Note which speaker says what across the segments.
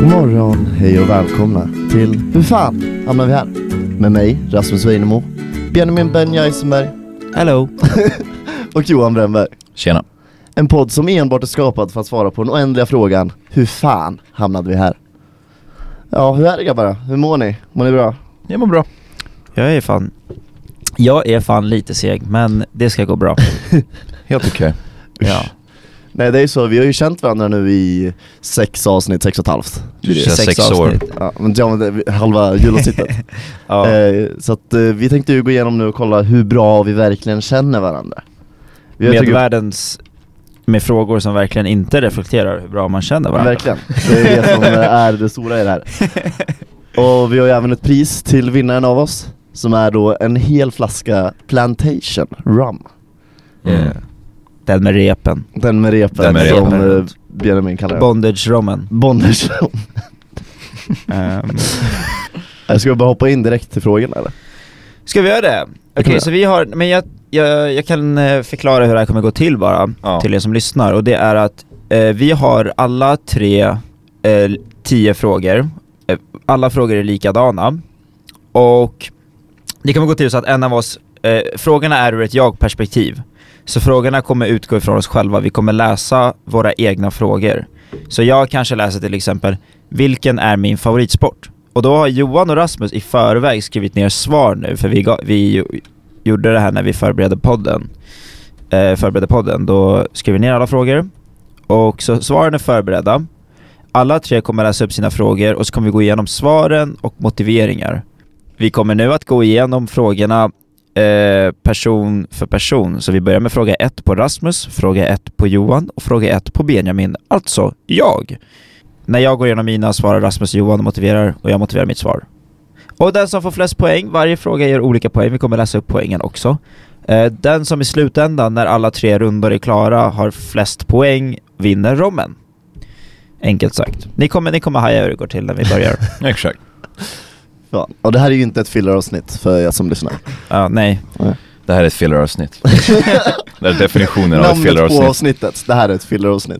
Speaker 1: morgon, hej och välkomna till Hur fan hamnar vi här? Med mig, Rasmus Weinemo, Benjamin Ben Jaisenberg
Speaker 2: Hello.
Speaker 1: och Johan Brännberg.
Speaker 2: Tjena.
Speaker 1: En podd som enbart är skapad för att svara på den oändliga frågan Hur fan hamnade vi här? Ja, hur är det grabbar? Hur mår ni? Mår ni bra?
Speaker 2: Jag mår bra.
Speaker 3: Jag är fan Jag är fan lite seg, men det ska gå bra.
Speaker 2: Helt okej.
Speaker 3: Ja.
Speaker 1: Nej det är ju så, vi har ju känt varandra nu i sex avsnitt, sex och ett halvt
Speaker 2: Du kör sex
Speaker 3: avsnitt.
Speaker 1: Ja, men ja, men det, halva julavsnittet
Speaker 3: Ja.
Speaker 1: eh, Så att eh, vi tänkte ju gå igenom nu och kolla hur bra vi verkligen känner varandra Vi har
Speaker 3: Med
Speaker 1: tagit upp-
Speaker 3: världens med frågor som verkligen inte reflekterar hur bra man känner varandra.
Speaker 1: Verkligen, det är det som eh, är det stora i det här Och vi har ju även ett pris till vinnaren av oss Som är då en hel flaska Plantation Rum
Speaker 2: Mm.
Speaker 3: Eh, Den med repen.
Speaker 1: Den med repen
Speaker 2: Den med
Speaker 1: som
Speaker 3: repen.
Speaker 1: eh, Benjamin kallar den
Speaker 3: Bondage-rommen.
Speaker 1: Bondage Rum
Speaker 3: Ehm,
Speaker 1: Jag Ska vi bara hoppa in direkt till frågorna eller?
Speaker 3: Ska vi göra det? Okej,
Speaker 1: vi göra.
Speaker 3: så vi har, men jag, jag, jag kan eh, förklara hur det här kommer gå till bara,
Speaker 2: Ja.
Speaker 3: till er som lyssnar. Och det är att eh, vi har alla tre eh, tio frågor. Eh, alla frågor är likadana. Och det kommer gå till så att en av oss, eh, frågorna är ur ett jag-perspektiv. Så frågorna kommer utgå ifrån oss själva, vi kommer läsa våra egna frågor. Så jag kanske läser till exempel, vilken är min favoritsport? Och då har Johan och Rasmus i förväg skrivit ner svar nu, för vi, ga- vi ju- gjorde det här när vi förberedde podden. Eh, förberedde podden, då skrev vi ner alla frågor. Och så svaren är förberedda. Alla tre kommer läsa upp sina frågor och så kommer vi gå igenom svaren och motiveringar. Vi kommer nu att gå igenom frågorna eh, person för person. Så vi börjar med fråga ett på Rasmus, fråga ett på Johan och fråga ett på Benjamin, alltså jag. När jag går igenom mina svarar Rasmus och Johan och motiverar och jag motiverar mitt svar. Och den som får flest poäng, varje fråga ger olika poäng, vi kommer läsa upp poängen också. Eh, Den som i slutändan, när alla tre rundor är klara, har flest poäng vinner rommen. Enkelt sagt. Ni kommer, ni kommer haja hur det går till när vi börjar.
Speaker 2: Exakt.
Speaker 1: Ja. Och det här är ju inte ett filleravsnitt för er som lyssnar
Speaker 3: Ja, nej.
Speaker 2: Det här är ett filleravsnitt. det här är definitionen av ett
Speaker 1: Namnet på
Speaker 2: filleravsnitt.
Speaker 1: avsnittet, det här är ett filleravsnitt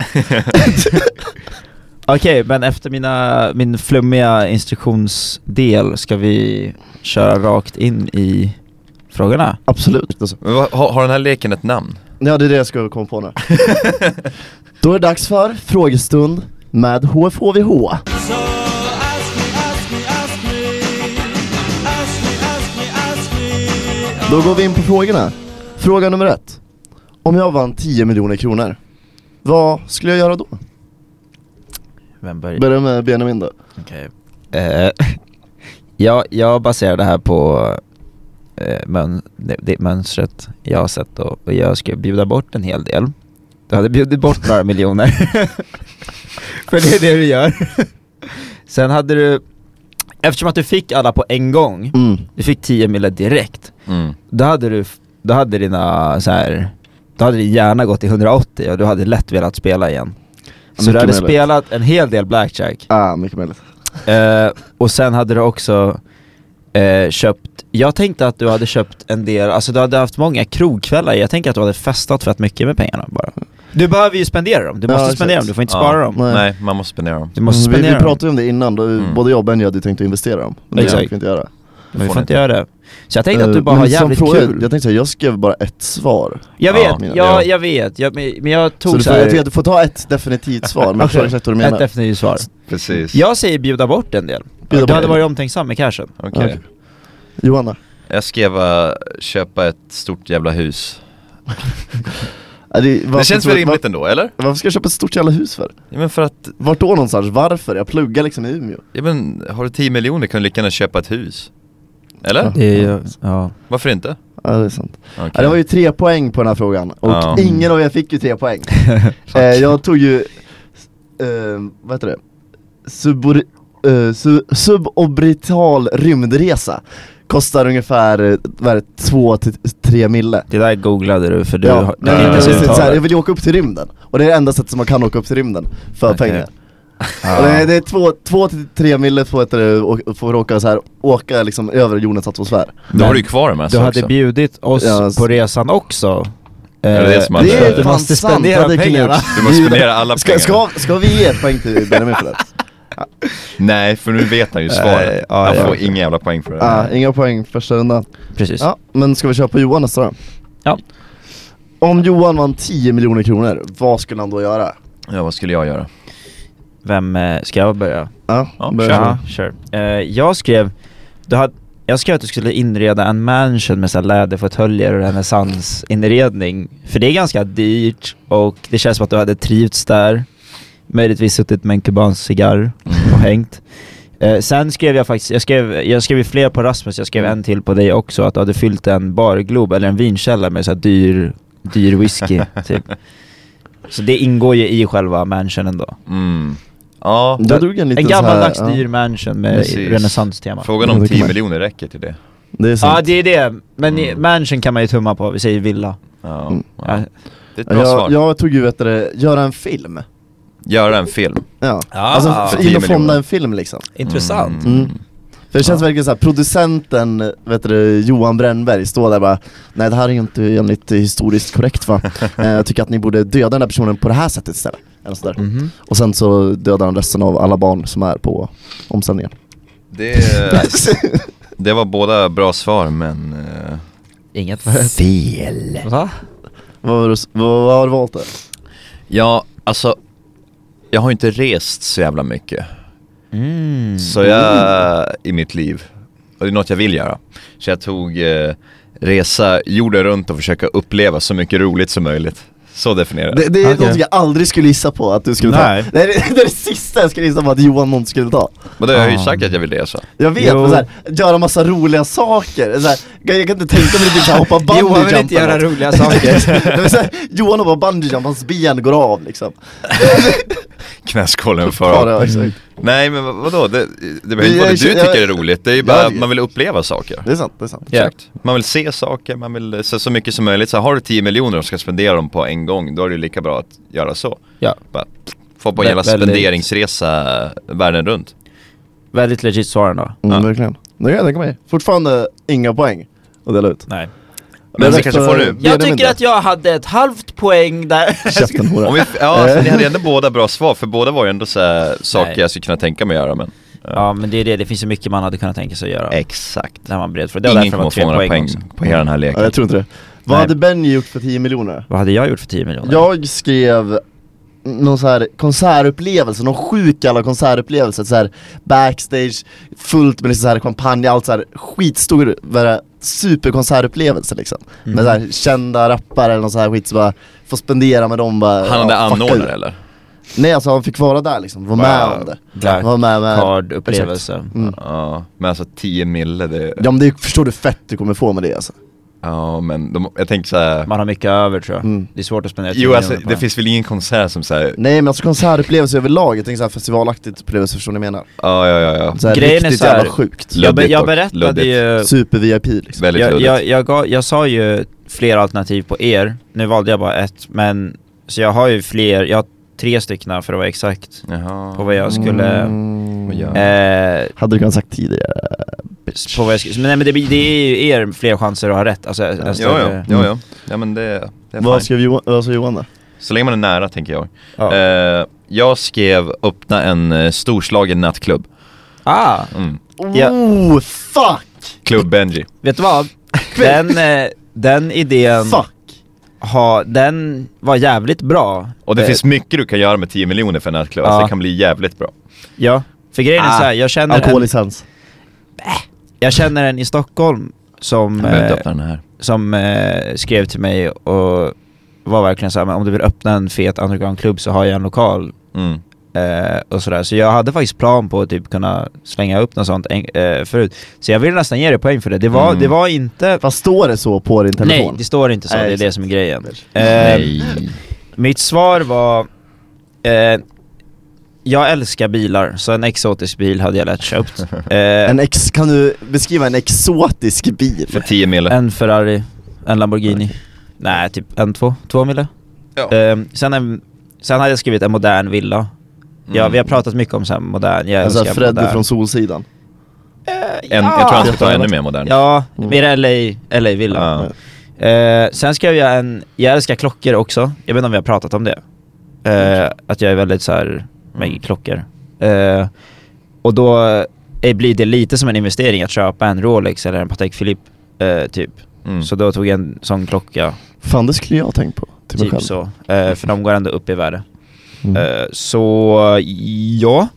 Speaker 3: Okej, men efter mina, min flummiga instruktionsdel ska vi köra rakt in i frågorna.
Speaker 1: Absolut alltså.
Speaker 2: Men vad- har, har den här leken ett namn?
Speaker 1: Ja det är det jag ska komma på nu Då är det dags för frågestund med HFHVH
Speaker 4: So ask me, ask me, ask me, ask me, ask me, ask me.
Speaker 1: Då går vi in på frågorna. Fråga nummer ett. Om jag vann 10 miljoner kronor, vad skulle jag göra då?
Speaker 3: Vem börjar?
Speaker 1: Börja med Benjamin då.
Speaker 3: Okej. Eh, jag, jag baserar det här på eh, mön, det, det mönstret jag har sett och, och jag skulle bjuda bort en hel del. Du hade bjudit bort några miljoner. För det är det du gör. Sen hade du, eftersom att du fick alla på en gång,
Speaker 1: Mm.
Speaker 3: du fick 10 mille direkt,
Speaker 2: Mm.
Speaker 3: då hade du, f- då hade dina så här, då hade din hjärna gått till 180 och du hade lätt velat spela igen. Så
Speaker 1: mycket
Speaker 3: du hade
Speaker 1: möjligt.
Speaker 3: spelat en hel del blackjack.
Speaker 1: Ah, mycket möjligt.
Speaker 3: Eh, och sen hade du också eh, köpt, jag tänkte att du hade köpt en del, alltså du hade haft många krogkvällar, jag tänker att du hade festat fett mycket med pengarna bara. Du behöver ju spendera dem, du
Speaker 1: Ja,
Speaker 3: måste
Speaker 1: exakt.
Speaker 3: spendera dem, du får inte spara
Speaker 2: Ja.
Speaker 3: dem.
Speaker 1: Nej.
Speaker 2: Nej, man måste spendera dem.
Speaker 3: Du måste
Speaker 1: Mm, vi,
Speaker 3: spendera
Speaker 1: vi
Speaker 3: dem,
Speaker 1: pratade ju om det innan, då,
Speaker 2: Mm.
Speaker 1: både jag och Benji hade ju tänkt att investera dem. Men det
Speaker 3: Exakt.
Speaker 1: fick vi inte göra.
Speaker 3: men vi
Speaker 2: får
Speaker 3: får
Speaker 2: ni
Speaker 3: inte göra det. Så jag tänkte att du
Speaker 1: Eh,
Speaker 3: bara
Speaker 1: men
Speaker 3: har
Speaker 1: som
Speaker 3: jävligt
Speaker 1: fråga,
Speaker 3: kul.
Speaker 1: Jag tänkte säga, jag skrev bara ett svar.
Speaker 3: Jag
Speaker 2: Ja,
Speaker 3: vet,
Speaker 1: menar
Speaker 3: jag,
Speaker 2: jag.
Speaker 3: jag vet, jag, men men jag
Speaker 1: Så du
Speaker 3: tog
Speaker 1: får, jag
Speaker 3: såhär,
Speaker 1: tycker att du får ta ett definitivt svar, men jag förstår
Speaker 3: Okej.
Speaker 1: exakt vad du
Speaker 3: ett
Speaker 1: menar.
Speaker 3: definitivt svar.
Speaker 2: Precis.
Speaker 3: Jag säger bjuda bort en del.
Speaker 1: Bjuda
Speaker 3: du
Speaker 1: bort
Speaker 3: hade
Speaker 1: en
Speaker 3: varit omtänksam med cashen.
Speaker 2: Okej.
Speaker 1: Okej. Johanna,
Speaker 2: Jag skrev eh, köpa ett stort jävla hus.
Speaker 1: är det, varför
Speaker 2: det känns
Speaker 1: tror
Speaker 2: väl
Speaker 1: du-
Speaker 2: rimligt ändå, eller?
Speaker 1: var- Varför ska jag köpa ett stort jävla hus för?
Speaker 2: Ja, men för att,
Speaker 1: Vart då någonstans? Varför? Jag pluggar liksom i Umeå.
Speaker 2: ja, men, har du 10 miljoner kan du lika gärna köpa ett hus. Eller?
Speaker 1: Ja.
Speaker 3: ja.
Speaker 2: Varför inte?
Speaker 1: Ja det är sant.
Speaker 2: Okej.
Speaker 1: Ja, det var ju tre poäng på den här frågan och
Speaker 2: Ja.
Speaker 1: ingen av er fick ju tre poäng. eh, jag tog ju, eh, vad heter det, Subor, eh, su, suborbital rymdresa. Kostar ungefär, eh, vad är det, två till tre mille.
Speaker 3: Det där googlade du för du
Speaker 1: ja,
Speaker 3: har-
Speaker 1: nej,
Speaker 2: det
Speaker 1: men
Speaker 2: är
Speaker 1: jag,
Speaker 2: inte
Speaker 1: vill,
Speaker 2: så
Speaker 1: så här,
Speaker 3: uttalet.
Speaker 1: jag vill ju åka upp till rymden och det är det enda sättet som man kan åka upp till rymden för
Speaker 3: Okej. Ah.
Speaker 1: pengar. Och det, är- det är två, två till tre mille för, heter det, och- för att åka, så här, åka liksom över jordens atmosfär.
Speaker 2: Då har du ju kvar de här
Speaker 3: Du
Speaker 2: så
Speaker 3: hade
Speaker 2: också.
Speaker 3: bjudit oss
Speaker 1: Ja, s-
Speaker 3: på resan också. Eh,
Speaker 2: är det som Man
Speaker 1: det
Speaker 2: köper.
Speaker 1: är
Speaker 3: Du
Speaker 1: fan
Speaker 3: måste
Speaker 1: sant,
Speaker 3: spendera
Speaker 1: hade jag kunnat
Speaker 3: pengarna.
Speaker 1: gjort.
Speaker 2: Du måste spendera alla
Speaker 1: Ska,
Speaker 2: pengar.
Speaker 1: ska, ska vi ge ett poäng till Benjamin för det?
Speaker 2: Nej, för nu vet han ju
Speaker 3: Nej,
Speaker 2: svaret.
Speaker 3: ja,
Speaker 2: Han
Speaker 3: ja.
Speaker 2: får inga jävla poäng för det. Mm.
Speaker 1: Ah, inga poäng första rundan.
Speaker 3: Precis.
Speaker 1: Ja, men ska vi köra på Johan nästa då?
Speaker 3: Ja.
Speaker 1: Om Johan vann 10 miljoner kronor, vad skulle han då göra?
Speaker 2: Ja, vad skulle jag göra?
Speaker 3: Vem, eh, ska jag börja?
Speaker 1: Ja,
Speaker 2: Ja,
Speaker 1: börja
Speaker 2: kör.
Speaker 1: du.
Speaker 3: Ja, sure. Eh, jag skrev, du hade, jag skrev att du skulle inreda en mansion med så här läderfåtöljer och renässansinredning. För det är ganska dyrt och det känns som att du hade trivts där. Möjligtvis suttit med en kubansk cigarr och hängt. Eh, sen skrev jag faktiskt, jag skrev, jag skrev ju fler på Rasmus, jag
Speaker 2: Mm.
Speaker 3: skrev en till på dig också, att du hade fyllt en barglob eller en vinkällare med så här dyr, dyr whisky typ. Så det ingår ju i själva mansionen då.
Speaker 2: Mm. Ja,
Speaker 1: Då drog en liten
Speaker 3: En gammaldags
Speaker 1: så här, ja.
Speaker 3: dyr mansion med
Speaker 2: Precis.
Speaker 3: renässanstema.
Speaker 2: frågan
Speaker 1: Ja,
Speaker 2: om
Speaker 1: det kan
Speaker 2: 10
Speaker 1: man-
Speaker 2: miljoner räcker till det.
Speaker 1: Det är sant.
Speaker 3: Ja det är det, men i-
Speaker 2: Mm.
Speaker 3: mansion kan man ju tumma på, vi säger villa.
Speaker 2: Ja,
Speaker 1: Mm.
Speaker 2: ja. Det är ett bra svar.
Speaker 1: jag, jag tog ju, vet du, det, göra en film.
Speaker 2: Göra en film.
Speaker 1: Ja,
Speaker 3: Ah,
Speaker 1: alltså
Speaker 2: för
Speaker 1: f-
Speaker 2: 10
Speaker 1: inoffonda
Speaker 2: miljoner.
Speaker 1: en film liksom.
Speaker 3: Intressant.
Speaker 1: Mm. För det känns verkligen såhär, producenten, vet du, Johan Brännberg står där och bara Nej det här är ju inte enligt eh, historiskt korrekt va, Eh, jag tycker att ni borde döda den här personen på det här sättet istället. Eller sådär.
Speaker 3: Mhm.
Speaker 1: Och sen så dödar han resten av alla barn som är på omsändningen.
Speaker 2: Det, det var båda bra svar men... eh,
Speaker 1: Mm.
Speaker 3: Inget fel. Va?
Speaker 1: vad, har du- vad, vad har du valt där?
Speaker 2: ja, alltså... Jag har ju inte rest så jävla mycket.
Speaker 3: Mm.
Speaker 2: Så jag, i mitt liv. Och det är något jag vill göra. Så jag tog eh, resa jorden runt och försöka uppleva så mycket roligt som möjligt. Så definierar jag
Speaker 1: Det, det är
Speaker 3: Okej.
Speaker 1: något jag aldrig skulle gissa på att du skulle
Speaker 3: Nej.
Speaker 1: ta. Nej, det, det är det sista jag skulle gissa på att Johan någon skulle ta.
Speaker 2: Men det har jag ju
Speaker 3: Ah.
Speaker 2: sagt att jag vill resa.
Speaker 1: Jag vet,
Speaker 3: Jo.
Speaker 1: men såhär, göra massa roliga saker. Såhär, jag, jag kan inte tänka mig riktigt såhär hoppa bungee jump
Speaker 3: Johan vill inte
Speaker 1: eller
Speaker 3: göra
Speaker 1: något.
Speaker 3: roliga saker.
Speaker 1: Det vill säga, Johan hoppar bungee jump, hans ben går av liksom.
Speaker 2: Knäskålen för
Speaker 1: Ja, det var exakt.
Speaker 2: Nej men vad- vadå, det, det behöver inte
Speaker 1: Jag-
Speaker 2: vara det du
Speaker 1: jag-
Speaker 2: tycker är roligt. Det är ju bara,
Speaker 1: Jag-
Speaker 2: man vill uppleva saker.
Speaker 1: Det är sant, det är sant.
Speaker 3: Ja.
Speaker 2: Man vill se saker, man vill se så mycket som möjligt. Så har du 10 miljoner och ska spendera dem på en gång, då är det ju lika bra att göra så.
Speaker 3: Ja.
Speaker 2: Bara få på en
Speaker 3: Vä-
Speaker 2: jävla
Speaker 3: väldigt-
Speaker 2: spenderingsresa världen runt.
Speaker 3: Väldigt legit svar ändå.
Speaker 1: Mm,
Speaker 2: Ja.
Speaker 1: verkligen. Det kan jag tänka mig. Fortfarande inga poäng att dela ut.
Speaker 3: Nej.
Speaker 2: Men
Speaker 1: Det
Speaker 2: vi
Speaker 1: är
Speaker 2: kanske
Speaker 1: rätt
Speaker 2: får
Speaker 1: för
Speaker 2: nu.
Speaker 3: Jag
Speaker 1: Benjamin
Speaker 3: tycker
Speaker 1: där.
Speaker 3: att jag hade ett halvt poäng där.
Speaker 1: Käften
Speaker 2: Om
Speaker 1: hora.
Speaker 2: vi, ja, alltså, ni hade ju ändå båda bra svar, för båda var ju ändå så här, saker
Speaker 3: Nej.
Speaker 2: jag skulle kunna tänka mig att göra men...
Speaker 3: ja men det är det, det finns så mycket man hade kunnat tänka sig att göra.
Speaker 2: Exakt.
Speaker 3: När man bred för det. det. var
Speaker 2: Ingen
Speaker 3: därför det
Speaker 2: kommer
Speaker 3: var tre poäng,
Speaker 2: att få några poäng,
Speaker 3: också.
Speaker 2: på hela den här leken.
Speaker 1: Ja, jag tror inte det. Vad
Speaker 3: Nej.
Speaker 1: hade Benny gjort för 10 miljoner?
Speaker 3: Vad hade jag gjort för 10 miljoner?
Speaker 1: Jag skrev någon så här konsertupplevelse, någon sjuk jävla konsertupplevelse så här backstage, fullt med liksom så här champagne, allt så här skitstor, vad är det, superkonsertupplevelse liksom
Speaker 3: Mm.
Speaker 1: Med så här kända rappare eller någon så här skit så bara, få spendera med dem bara
Speaker 2: Han hade
Speaker 1: ja, fucka ur.
Speaker 2: anordnare eller? Nej.
Speaker 1: Nej alltså han fick vara där liksom, vara med
Speaker 2: Wow.
Speaker 1: om det
Speaker 3: Black
Speaker 1: Vara med med
Speaker 3: card upplevelse.
Speaker 1: Mm.
Speaker 2: Ja, men alltså 10 mille det...
Speaker 1: Ja men det förstår du fett du kommer få med det alltså
Speaker 2: Ja men de, jag tänker såhär,
Speaker 3: Man har mycket över tror jag.
Speaker 1: Mm.
Speaker 3: Det är svårt att spendera 10
Speaker 2: jo alltså
Speaker 3: miljoner på
Speaker 2: det finns väl ingen konsert som såhär,
Speaker 1: Nej men alltså konsertupplevelse överlag, jag tänker såhär festivalaktigt upplevelse, förstår ni vad jag menar?
Speaker 2: ja ja ja ja,
Speaker 1: Så här,
Speaker 3: Grejen är
Speaker 1: riktigt
Speaker 3: så här-
Speaker 1: jävla sjukt,
Speaker 3: jag, be-
Speaker 2: Luddigt
Speaker 3: jag
Speaker 2: och-
Speaker 3: berättade
Speaker 2: luddigt.
Speaker 3: ju
Speaker 1: super-VIP liksom
Speaker 2: väldigt
Speaker 3: jag,
Speaker 2: luddigt.
Speaker 3: jag, jag, gav, jag sa ju flera alternativ på er, nu valde jag bara ett, men så jag har ju fler, jag har tre stycken för att vara exakt
Speaker 2: Jaha.
Speaker 3: på vad jag skulle,
Speaker 1: Mm.
Speaker 2: Ja.
Speaker 3: eh,
Speaker 1: Hade du kunnat sagt tidigare?
Speaker 3: på vad jag skulle, men, nej, men det, blir- det är ju er fler chanser att ha rätt, alltså, en
Speaker 1: Ja,
Speaker 2: Ja,
Speaker 3: större-
Speaker 2: ja, ja, ja. ja men det, det är
Speaker 1: Vad
Speaker 2: fine.
Speaker 1: skrev Johan, vad sa Johan då?
Speaker 2: Så länge man är nära tänker jag.
Speaker 3: Ja.
Speaker 2: Eh, jag skrev öppna en eh, storslagen nattklubb.
Speaker 3: Ah,
Speaker 2: Mm.
Speaker 3: Ja.
Speaker 1: Oh fuck!
Speaker 2: Klubb Benji.
Speaker 3: vet du vad? Den, eh, den idén,
Speaker 1: Fuck!
Speaker 3: ha, den var jävligt bra
Speaker 2: Och det
Speaker 3: Eh,
Speaker 2: finns mycket du kan göra med 10 miljoner för en nattklubb, alltså
Speaker 3: Ja.
Speaker 2: det kan bli jävligt bra.
Speaker 3: Ja, för grejen är
Speaker 1: Ah,
Speaker 3: så här, jag känner, en,
Speaker 1: Alkohollicens
Speaker 3: jag känner en i Stockholm som,
Speaker 2: Jag behöver inte
Speaker 3: eh,
Speaker 2: öppna den här.
Speaker 3: som eh, skrev till mig och var verkligen såhär, men om du vill öppna en fet undergroundklubb så har jag en lokal
Speaker 2: Mm.
Speaker 3: eh, och sådär. Så jag hade faktiskt plan på att typ kunna slänga upp något sånt en, eh, förut. Så jag vill nästan ge dig poäng för det. Det var,
Speaker 2: Mm.
Speaker 3: det var inte...
Speaker 1: Fast står det så på din
Speaker 3: Nej,
Speaker 1: telefon?
Speaker 3: det står inte så.
Speaker 1: Nej,
Speaker 3: det är
Speaker 1: just
Speaker 3: det som är grejen. Eh,
Speaker 2: Nej.
Speaker 3: mitt svar var... Eh, jag älskar bilar, så en exotisk bil hade jag lätt köpt. Eh,
Speaker 1: En ex, kan du beskriva en exotisk
Speaker 2: För
Speaker 1: bil?
Speaker 2: 10 mille.
Speaker 3: En Ferrari, en Lamborghini. Nej, typ en två, två mille.
Speaker 2: Ja.
Speaker 3: Ehm, sen, en, sen hade jag skrivit en modern villa. Ja, vi har pratat mycket om så här modern, jag
Speaker 1: Alltså
Speaker 3: älskar
Speaker 1: Freddy
Speaker 3: modern. Eh,
Speaker 1: från Solsidan
Speaker 2: en, jag tror han ska ta ännu mer modern.
Speaker 3: Ja,
Speaker 1: Mm.
Speaker 3: mer LA, LA-villa.
Speaker 2: Ja.
Speaker 3: Ehm, sen skrev jag en, jag älskar klockor också. Jag vet inte om Ehm, vi har pratat om det. Eh, att jag är väldigt så här med klockor. Eh, Och då eh, blir det lite som en investering att köpa en Rolex eller en Patek Philippe eh, typ.
Speaker 2: Mm.
Speaker 3: Så då tog jag en sån klocka,
Speaker 1: Fan det skulle jag ha tänkt på, till mig
Speaker 3: typ
Speaker 1: själv
Speaker 3: så. Eh, för de går ändå upp i värde.
Speaker 1: Mm.
Speaker 3: Eh, så ja,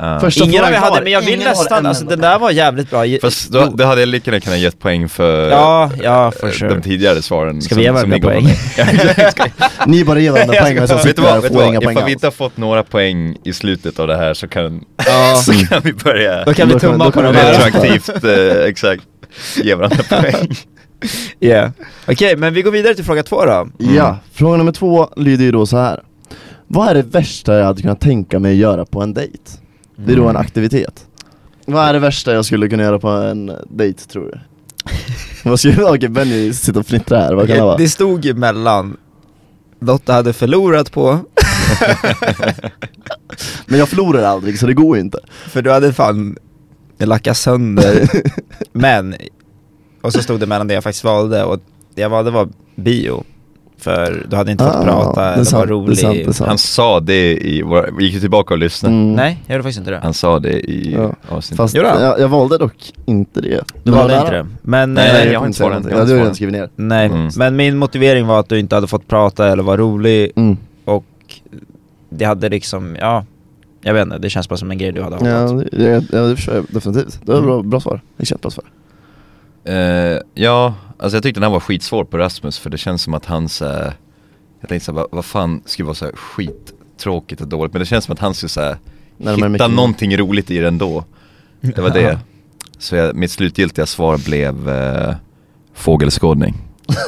Speaker 2: Ah.
Speaker 1: Första
Speaker 3: ingen av
Speaker 1: frågan
Speaker 3: er hade
Speaker 1: kvar.
Speaker 3: men jag vill
Speaker 1: Ingen har en
Speaker 3: nästan, alltså
Speaker 1: enda
Speaker 3: den där var jävligt bra.
Speaker 2: Fast då, det hade jag lika gärna kunnat gett poäng för
Speaker 3: ja, ja
Speaker 2: eh,
Speaker 3: for sure.
Speaker 2: de tidigare svaren
Speaker 3: Ska vi ge varandra
Speaker 2: ni gav
Speaker 3: poäng?
Speaker 2: mig. Ja, exakt.
Speaker 1: Ni bara ger varandra poäng men så
Speaker 2: vet du
Speaker 1: sitter jag
Speaker 2: vad,
Speaker 1: och
Speaker 2: vet du
Speaker 1: får
Speaker 2: vad?
Speaker 1: inga poäng
Speaker 2: Ifall
Speaker 1: alls
Speaker 2: vi inte har fått några poäng i slutet av det här så kan,
Speaker 3: Ja.
Speaker 2: så kan vi börja
Speaker 3: Då kan vi
Speaker 1: Då kan-
Speaker 3: tumma
Speaker 1: då
Speaker 3: på
Speaker 1: kan
Speaker 3: de
Speaker 1: vi
Speaker 3: här.
Speaker 2: retroaktivt, eh, exakt, ge varandra poäng.
Speaker 3: Yeah. Okej, men vi går vidare till fråga två då.
Speaker 1: Ja, fråga nummer två lyder ju då så här. Vad är det värsta jag hade kunnat tänka mig göra på en dejt? Det är då en aktivitet Vad är det värsta jag skulle kunna göra på en dejt tror du? Vad skulle, okej Benny sitter och fnittrar här, vad kan det vara?
Speaker 3: Det stod ju mellan Lotta hade förlorat på,
Speaker 1: Men jag förlorar aldrig så det går ju inte
Speaker 3: för du hade fan lackat sönder, men, och så stod det mellan det jag faktiskt valde och det jag valde var bio. För du hade inte fått
Speaker 1: Ah,
Speaker 3: prata
Speaker 1: det är
Speaker 3: eller vara
Speaker 1: sant, det är
Speaker 3: rolig.
Speaker 1: sant, det är sant.
Speaker 2: Han sa det i, våra- vi gick ju tillbaka och lyssnade.
Speaker 1: Mm.
Speaker 3: Nej, jag gjorde faktiskt inte det.
Speaker 2: Han sa det i
Speaker 1: Ja.
Speaker 2: avsnittet.
Speaker 1: Fast
Speaker 3: Jo då.
Speaker 1: jag, jag valde dock inte det
Speaker 3: Du
Speaker 1: Men
Speaker 3: valde
Speaker 1: där-
Speaker 3: inte det. Men,
Speaker 1: Nej,
Speaker 2: Nej,
Speaker 3: eh,
Speaker 1: jag,
Speaker 2: jag har
Speaker 1: kommer
Speaker 2: inte
Speaker 1: inte säga
Speaker 2: svarat,
Speaker 1: någonting.
Speaker 2: jag
Speaker 1: Ja, du
Speaker 2: har inte
Speaker 1: har
Speaker 2: svarat.
Speaker 1: redan skrivit ner
Speaker 3: nej.
Speaker 2: Mm.
Speaker 3: men min motivering var att du inte hade fått prata eller vara rolig
Speaker 1: mm.
Speaker 3: och det hade liksom, ja, jag vet inte, det känns bara som en grej du hade
Speaker 1: ja,
Speaker 3: hållit.
Speaker 1: det, det, ja, det förstår jag definitivt, det var bra, bra svar, extremt bra svar
Speaker 2: Eh, ja, alltså jag tyckte den här var skitsvår på Rasmus för det känns som att hans, eh, jag tänkte såhär, vad, vad fan skulle vara såhär skittråkigt och dåligt men det känns som att han skulle såhär
Speaker 1: Närmare
Speaker 2: hitta
Speaker 1: micken.
Speaker 2: någonting roligt i det ändå. Det var det. Så jag, mitt slutgiltiga svar blev eh, fågelskådning.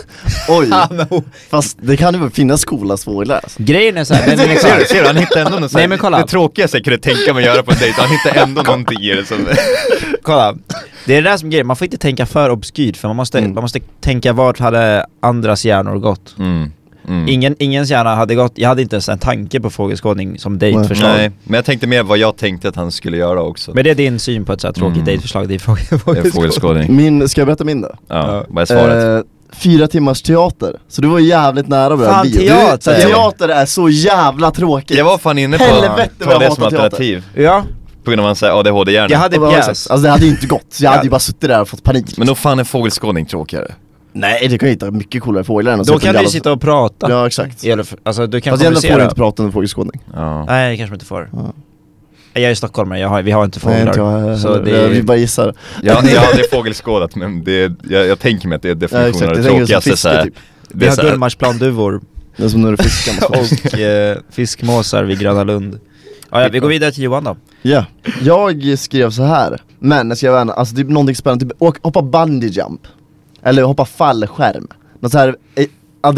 Speaker 1: Oj! Fast det kan ju finnas coola svårigheter alltså.
Speaker 3: Grejen är såhär, men, liksom,
Speaker 2: ser, du, ser du, han hittade ändå något
Speaker 3: Nej, men kolla.
Speaker 2: det tråkigaste jag kunde tänka mig att göra på en dejt, han hittade ändå någonting i det som...
Speaker 3: kolla. Det är det där som är grejen, man får inte tänka för obskyrt för man måste,
Speaker 1: Mm.
Speaker 3: man måste tänka vart hade andras hjärnor gått?
Speaker 2: Mm, mm.
Speaker 3: Ingen, ingens hjärna hade gått, jag hade inte ens en tanke på fågelskådning som dejtförslag.
Speaker 2: Nej, men jag tänkte mer vad jag tänkte att han skulle göra också.
Speaker 3: Men det är din syn på ett såhär tråkigt
Speaker 2: Mm.
Speaker 3: dejtförslag, det är fågel-
Speaker 2: Det är
Speaker 3: fågelskådning.
Speaker 2: fågelskådning.
Speaker 1: Min, ska jag berätta min då?
Speaker 2: Ja,
Speaker 3: Ja.
Speaker 2: vad är svaret?
Speaker 1: Mm. Eh, fyra timmars teater, så du var jävligt nära på
Speaker 3: Fan,
Speaker 1: den bio
Speaker 3: teater.
Speaker 1: Du- Teater är så jävla tråkigt!
Speaker 2: Jag var fan inne på
Speaker 1: Helvete,
Speaker 2: att
Speaker 1: vad
Speaker 2: ta
Speaker 1: jag
Speaker 2: det
Speaker 1: hatar
Speaker 2: som
Speaker 1: teater.
Speaker 2: alternativ
Speaker 3: Ja,
Speaker 2: På grund av hans ADHD-hjärna
Speaker 3: jag hade
Speaker 1: Ja, exakt.
Speaker 3: pjäs.
Speaker 1: Alltså det hade ju inte gått, jag hade ju
Speaker 3: Ja.
Speaker 1: bara suttit där och fått panik
Speaker 2: Men nog fan är fågelskådning tråkigare
Speaker 1: Nej det kan ju inte ha mycket coolare fåglar än att
Speaker 3: Då
Speaker 1: sitta
Speaker 3: kan du
Speaker 1: och
Speaker 3: ju
Speaker 1: jävla-
Speaker 3: sitta och prata.
Speaker 1: Ja exakt
Speaker 3: I alla fall- Alltså du kan
Speaker 1: Fast jag får
Speaker 3: kommunicera.
Speaker 1: du inte prata under fågelskådning
Speaker 2: Ja,
Speaker 3: Nej, det kanske man inte får.
Speaker 1: Ja.
Speaker 3: Jag är stockholmare, jag har, vi har inte
Speaker 1: Nej inte jag
Speaker 3: fåglar.
Speaker 1: heller.
Speaker 3: Så det
Speaker 1: Jag-
Speaker 3: är...
Speaker 1: Vi bara gissar
Speaker 2: jag, jag hade fågelskådat men det, är- jag, jag tänker mig att det är
Speaker 1: Ja
Speaker 2: definitionen
Speaker 1: exakt,
Speaker 2: av
Speaker 1: jag
Speaker 2: det
Speaker 1: tänker som
Speaker 2: tråkigaste
Speaker 1: fiske
Speaker 2: såhär
Speaker 1: typ
Speaker 2: Det
Speaker 3: Vi
Speaker 2: är
Speaker 3: har
Speaker 2: såhär,
Speaker 3: gullmarsplanduvor
Speaker 1: Det är som när du fiskar måste man-
Speaker 3: och eh, fiskmåsar vid Gröna Lund. Ja, ja, vi går vidare till Johan då.
Speaker 1: Ja, jag skrev så här. men jag skrev en, alltså typ någonting spännande, typ åk- hoppa bungee jump Eller hoppa fallskärm Något så här eh,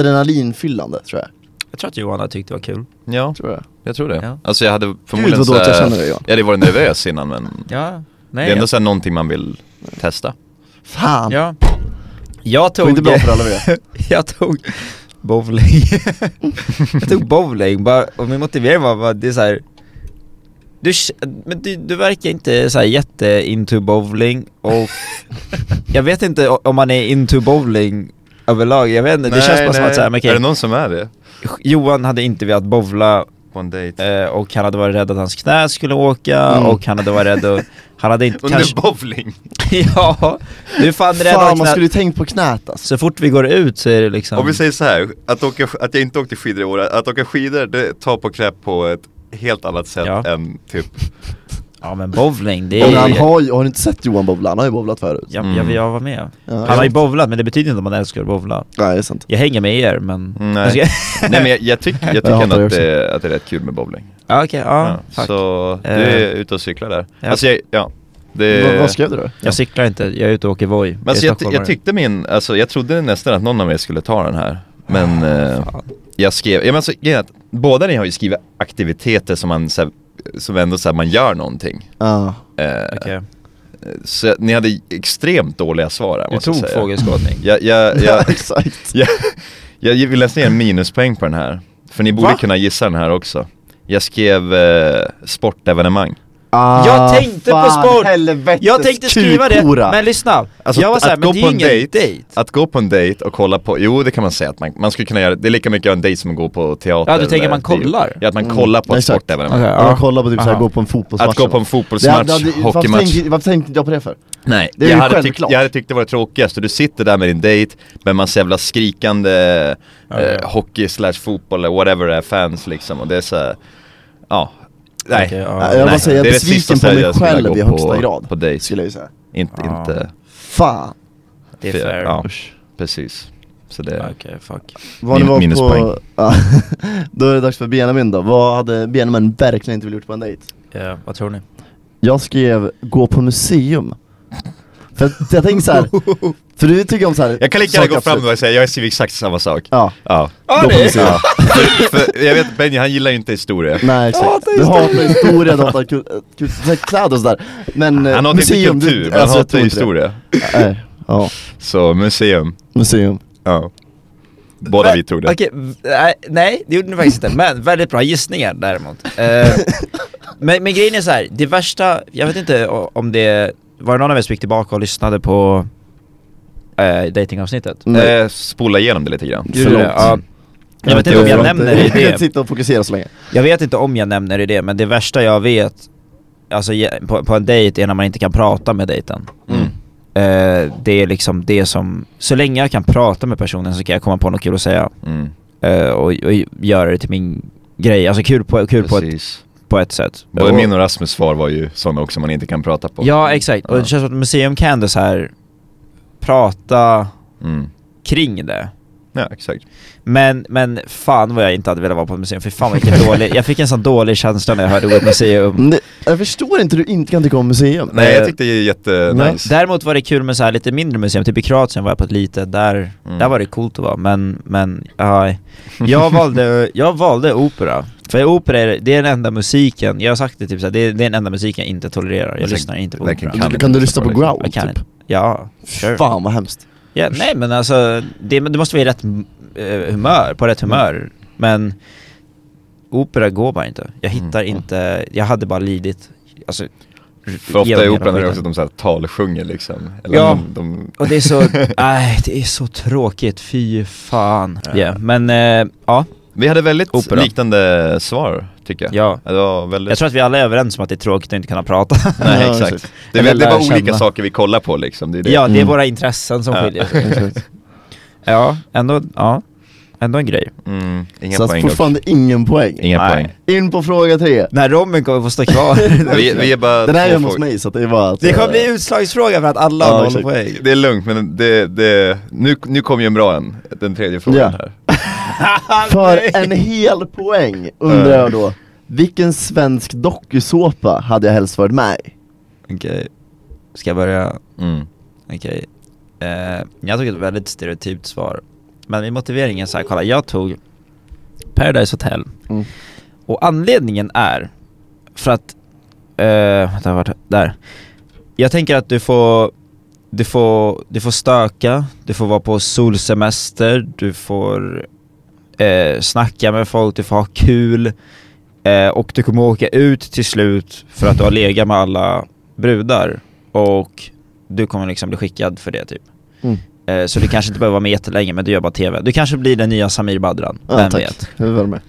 Speaker 1: adrenalinfyllande tror jag,
Speaker 3: Jag tror att Johan har tyckt det var kul.
Speaker 2: ja
Speaker 1: tror jag
Speaker 2: jag tror det
Speaker 3: Ja.
Speaker 2: Alltså jag hade
Speaker 1: Gud
Speaker 2: förmodligen
Speaker 1: vad dåligt jag
Speaker 2: såhär,
Speaker 1: känner dig Johan
Speaker 2: jag hade varit nervös innan men
Speaker 3: Ja,
Speaker 2: Det
Speaker 3: nej.
Speaker 2: är ändå såhär någonting man vill testa
Speaker 1: Fan!
Speaker 3: ja. Jag
Speaker 1: Det var
Speaker 3: tog...
Speaker 1: inte bra för alla vi
Speaker 3: jag tog bowling. jag tog bowling bara, och min motivering var bara, det är så här. Du, k- men du, du verkar inte så här jätte into bowling och jag vet inte o- om man är into bowling överlag, jag vet inte, det känns bara som att så här, men
Speaker 2: Är det
Speaker 3: okej,
Speaker 2: någon som är det?
Speaker 3: Johan hade inte velat bowla
Speaker 2: På en dejt?
Speaker 3: eh, och han hade varit rädd att hans knä skulle åka
Speaker 1: Mm.
Speaker 3: och han hade varit rädd och, han hade inte
Speaker 2: Under
Speaker 3: kanske,
Speaker 2: bowling?
Speaker 3: ja, du är fan rädd
Speaker 1: Fan man
Speaker 3: att knä,
Speaker 1: skulle ju tänkt på knät alltså
Speaker 3: så fort vi går ut så är det liksom
Speaker 2: Om vi säger så här, att, åka, att jag inte åkte skidor i år, att åka skidor det tar på knä på ett helt annat sätt
Speaker 3: Ja.
Speaker 2: än typ
Speaker 3: Ja men bowling,
Speaker 2: Eh.
Speaker 3: det
Speaker 1: Men
Speaker 3: är
Speaker 1: han har ju, har du inte sett Johan bowla? Han har ju bowlat förut
Speaker 3: Jag,
Speaker 2: Mm.
Speaker 3: jag, jag var med.
Speaker 1: Ja,
Speaker 3: han
Speaker 1: ja.
Speaker 3: har ju bowlat men det betyder inte att man älskar att bowla.
Speaker 1: Nej det är sant
Speaker 3: Jag hänger med er men...
Speaker 2: Nej.
Speaker 3: Jag ska-
Speaker 2: Nej men jag, jag tycker, jag
Speaker 1: Jag
Speaker 2: tycker
Speaker 1: hatar
Speaker 2: ändå
Speaker 1: det
Speaker 2: att
Speaker 1: också.
Speaker 2: det, att det är rätt kul med bowling.
Speaker 3: ja, okej, ja, fuck.
Speaker 2: Så du
Speaker 3: Eh.
Speaker 2: är ute och cyklar där.
Speaker 3: Ja.
Speaker 2: Alltså jag, ja. Det,
Speaker 1: Vad- Vad skrev du då?
Speaker 3: Jag cyklar inte, jag är ute och åker Voi.
Speaker 2: men alltså jag, ty- jag tyckte min, alltså jag trodde nästan att någon av er skulle ta den här.
Speaker 3: Ah,
Speaker 2: Men eh, jag skrev, ja, men alltså, grejen är att båda ni har ju skrivit aktiviteter som man så här, som ändå såhär man gör någonting.
Speaker 1: Ja,
Speaker 2: Eh,
Speaker 3: Okej,
Speaker 2: Så jag- ni hade extremt dåliga svar här
Speaker 3: du
Speaker 2: måste jag
Speaker 3: tog
Speaker 2: säga.
Speaker 3: fågelskådning.
Speaker 2: Jag, jag,
Speaker 1: ja
Speaker 2: jag,
Speaker 1: exakt
Speaker 2: jag, jag vill nästan ge en minuspoäng på den här. För ni borde
Speaker 3: Va?
Speaker 2: kunna gissa den här också. Jag skrev eh, sportevenemang.
Speaker 1: Ah,
Speaker 3: Jag tänkte på
Speaker 1: fan,
Speaker 3: sport.
Speaker 1: Helvetes
Speaker 3: Jag tänkte skriva
Speaker 1: kukora.
Speaker 3: det, men lyssna.
Speaker 2: Alltså,
Speaker 3: jag var
Speaker 2: att
Speaker 3: såhär,
Speaker 2: gå
Speaker 3: men det
Speaker 2: på
Speaker 3: är
Speaker 2: en
Speaker 3: ingen
Speaker 2: dejt.
Speaker 3: dejt.
Speaker 2: Att gå på en dejt och kolla på, jo det kan man säga att man, man skulle kunna göra, det är lika mycket en dejt som att gå på teater
Speaker 3: Ja, du tänker
Speaker 2: eller
Speaker 3: man kollar?
Speaker 2: bio. Ja, att man
Speaker 1: Mm,
Speaker 2: kollar på ett
Speaker 1: exakt.
Speaker 2: sportevenemang
Speaker 3: Okej,
Speaker 1: Ja.
Speaker 3: ja.
Speaker 1: Jag kollar på typ såhär,
Speaker 3: Aha.
Speaker 1: gå på en fotbollsmatch
Speaker 2: Att gå på
Speaker 1: Det
Speaker 2: en
Speaker 1: hade-
Speaker 2: fotbollsmatch,
Speaker 1: det hade- varför,
Speaker 2: hockeymatch
Speaker 1: tänkte, varför tänkte inte jag på det för?
Speaker 2: Nej,
Speaker 1: Det är
Speaker 2: jag,
Speaker 1: ju
Speaker 2: hade tyckt,
Speaker 1: självklart.
Speaker 2: jag hade tyckt det var det tråkigaste, du sitter där med din dejt med massa jävla skrikande eh, hockey slash fotboll eller whatever det är, fans liksom och det är såhär, ja Nej,
Speaker 3: Okej, ja.
Speaker 1: jag bara
Speaker 2: nej.
Speaker 1: säger, jag
Speaker 2: Det
Speaker 1: är
Speaker 2: det sista
Speaker 1: besviken på
Speaker 2: stället
Speaker 1: mig
Speaker 2: jag skulle
Speaker 1: själv
Speaker 2: gå
Speaker 1: i högsta
Speaker 2: på,
Speaker 1: grad.
Speaker 2: På dejt,
Speaker 1: Skulle jag ju säga.
Speaker 2: inte,
Speaker 3: Ja.
Speaker 2: inte
Speaker 1: Fan.
Speaker 3: Det är
Speaker 2: för-
Speaker 3: fair.
Speaker 2: Ja,
Speaker 1: Usch.
Speaker 2: precis Så det,
Speaker 3: Okej, fuck.
Speaker 1: Vad ni
Speaker 2: Min-
Speaker 1: var
Speaker 2: minuspoäng.
Speaker 1: på... Ja, då är det dags för Benjamin då. Vad hade Benjamin verkligen inte velat gjort på en dejt?
Speaker 3: Ja, Eh, vad tror ni?
Speaker 1: Jag skrev gå på museum. För att jag tänkte såhär, för du tycker om såhär...
Speaker 2: Jag kan lika gärna gå
Speaker 1: saker
Speaker 2: fram
Speaker 1: absolut.
Speaker 2: och säga, jag skriver exakt samma sak
Speaker 1: Ja,
Speaker 2: Ja,
Speaker 1: gå på museum.
Speaker 2: ja. för, för, jag vet Benny, han gillar ju inte historia
Speaker 1: Nej exakt, du hatar historia, du hatar kul- kul- såhär kläder och sådär Men eh,
Speaker 2: Han hatar inte
Speaker 1: museum,
Speaker 2: kultur,
Speaker 1: du,
Speaker 2: men han
Speaker 1: alltså, jag
Speaker 2: hatar
Speaker 1: tror inte det.
Speaker 2: historia
Speaker 1: Nej, ja,
Speaker 2: Så museum,
Speaker 1: museum
Speaker 2: ja Båda vi tog det
Speaker 3: Okej, v- nej, nej, det gjorde ni faktiskt inte, men väldigt bra gissningar däremot. Eh, men, men grejen är så här, det värsta, jag vet inte o- om det, var det någon av er som gick tillbaka och lyssnade på eh, datingavsnittet?
Speaker 1: Nej.
Speaker 2: Eh, spola igenom det lite grann
Speaker 1: Gjorde du det?
Speaker 3: Ja. Jag vet inte om jag nämner det i
Speaker 1: Jag kan
Speaker 3: det.
Speaker 1: inte sitta och fokusera så länge
Speaker 3: Jag vet inte om jag nämner det i det, men det värsta jag vet Alltså ge- på, på en dejt är när man inte kan prata med dejten
Speaker 2: Mm.
Speaker 3: Eh, Det är liksom det som, så länge jag kan prata med personen så kan jag komma på något kul att säga
Speaker 2: Mm.
Speaker 3: eh, och, och göra det till min grej, alltså kul på, kul på, ett,
Speaker 2: Precis.
Speaker 3: på ett sätt
Speaker 2: Både
Speaker 3: Och-
Speaker 2: min och Rasmus svar var ju sådana också man inte kan prata på
Speaker 3: Ja exakt, och det känns som att museum kan ändå så här prata
Speaker 2: mm.
Speaker 3: kring det
Speaker 2: Ja, exakt
Speaker 3: Eh, men, men fan vad jag inte hade velat vara på ett museum, för fan vilken dålig, jag fick en sån dålig känsla när jag hörde ordet museum
Speaker 1: Men det, Jag förstår inte hur du inte kan tycka om museum
Speaker 2: Nej jag
Speaker 3: Eh,
Speaker 2: tyckte det är jättenice
Speaker 3: Däremot var det kul med så här lite mindre museum, typ i Kroatien var jag på ett litet, där,
Speaker 2: Mm.
Speaker 3: där var det coolt att vara, men, men ja, jag, valde, jag valde opera, för opera är, det är den enda musiken, jag har sagt det typ så här, det, är, det är den enda musiken jag inte tolererar, jag
Speaker 2: Alltså,
Speaker 3: lyssnar inte på
Speaker 2: like a
Speaker 3: opera
Speaker 2: cat.
Speaker 1: Kan,
Speaker 2: inte
Speaker 1: du
Speaker 2: så
Speaker 1: lyssna på
Speaker 2: bra,
Speaker 1: growl
Speaker 2: liksom.
Speaker 3: Jag kan
Speaker 1: typ?
Speaker 3: inte, ja, sure
Speaker 1: Fan vad hemskt
Speaker 3: Ja, nej men alltså, det, men du måste vara i rätt eh, humör, på rätt humör. Men opera går bara inte. Jag hittar inte, jag hade bara lidit. Alltså,
Speaker 2: liksom. För ofta i
Speaker 3: genom
Speaker 2: operan är det
Speaker 3: hela
Speaker 2: också
Speaker 3: skiten.
Speaker 2: att de såhär talsjunger liksom Eller
Speaker 3: Ja.
Speaker 2: de, de,
Speaker 3: Och det är så, nej det är så tråkigt, fy fan. Ja, men eh, ja,
Speaker 2: Vi hade väldigt
Speaker 3: Opera.
Speaker 2: liknande svar tycker jag
Speaker 3: ja.
Speaker 2: Det var väldigt
Speaker 3: Jag tror att vi alla är överens om att det är tråkigt att inte kunna prata.
Speaker 2: Nej
Speaker 1: Ja,
Speaker 2: exakt,
Speaker 1: exakt.
Speaker 2: det,
Speaker 3: Eller
Speaker 2: det var
Speaker 3: lära
Speaker 2: olika
Speaker 3: känna.
Speaker 2: saker vi kollar på liksom, det är det
Speaker 3: ja, det är
Speaker 1: Mm.
Speaker 3: våra intressen som
Speaker 2: Ja.
Speaker 3: skiljer sig. ja, ändå, ja. Ändå en grej.
Speaker 2: mm, Inga
Speaker 1: Så att
Speaker 2: poäng dock,
Speaker 1: fortfarande ingen poäng
Speaker 2: inga
Speaker 3: Nej.
Speaker 2: poäng
Speaker 1: In på fråga tre
Speaker 3: När Robin kommer få stå kvar.
Speaker 2: vi, vi är bara
Speaker 1: Den här är
Speaker 2: två
Speaker 1: hemma hos
Speaker 2: frågor.
Speaker 1: mig så att det är bara att eh,
Speaker 3: det kommer bli utslagsfråga för att alla
Speaker 1: Ja,
Speaker 3: har noll
Speaker 1: exakt.
Speaker 3: poäng.
Speaker 2: Det är lugnt men det, det, nu, nu kom ju en bra en, den tredje frågan
Speaker 1: Ja.
Speaker 2: här
Speaker 1: För en hel poäng undrar jag då Vilken svensk dokusåpa hade jag helst varit med i?
Speaker 3: Okej. Ska jag börja?
Speaker 2: mm.
Speaker 3: Okej. Eh, jag tog ett väldigt stereotypt svar. Men i motiveringen så här, kolla, jag tog Paradise Hotel.
Speaker 1: Mm.
Speaker 3: Och anledningen är för att, eh, vänta, vart, där. Jag tänker att du får, du får, du får stöka, du får vara på solsemester, du får eh, snacka med folk, du får ha kul. Eh, och du kommer åka ut till slut för att du har legat med alla brudar. Och du kommer liksom bli skickad för det typ.
Speaker 1: Mm.
Speaker 3: Eh, så du kanske inte behöver vara med jättelänge men du gör bara TV. Du kanske blir den nya Samir Badran,
Speaker 1: Ja,
Speaker 3: vem
Speaker 1: tack.
Speaker 3: vet?
Speaker 1: Jag är väl med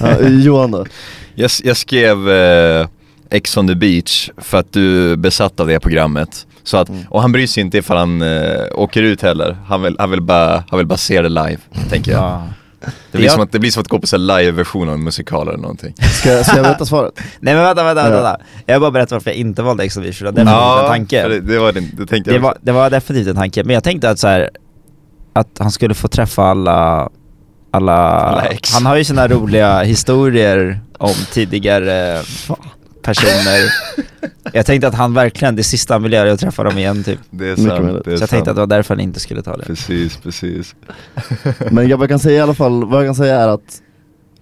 Speaker 1: ja, Johan då?
Speaker 2: jag, s- jag skrev eh, Ex on the beach för att du är besatt av det programmet så att,
Speaker 3: Mm.
Speaker 2: och han bryr sig inte ifall han eh, åker ut heller, han vill, han, vill bara, han vill bara se det live, tänker jag
Speaker 3: Ja.
Speaker 2: det, blir
Speaker 3: Jag-
Speaker 2: som att, det blir som att gå på så här live-version av en musikal eller någonting
Speaker 1: Ska, ska jag veta svaret?
Speaker 3: Nej men vänta, vänta,
Speaker 1: Ja.
Speaker 3: vänta. Jag bara berättar varför jag inte valde Ex on the Beach, för det var definitivt en
Speaker 2: för
Speaker 3: tanke.
Speaker 2: det, det var din, det tänkte
Speaker 3: Det
Speaker 2: jag
Speaker 3: var, det var definitivt en tanke, men jag tänkte att så här, att han skulle få träffa alla alla,
Speaker 2: Alla ex.
Speaker 3: han har ju sina roliga historier om tidigare personer Jag tänkte att han verkligen, det sista han vill göra är att träffa dem igen typ
Speaker 2: Det är
Speaker 1: Mycket
Speaker 2: sant,
Speaker 1: möjligt.
Speaker 2: det är
Speaker 3: Så jag tänkte att
Speaker 2: sant.
Speaker 3: det var därför han inte skulle ta det
Speaker 2: Precis, precis
Speaker 1: Men jag kan säga i alla fall, vad jag kan säga är att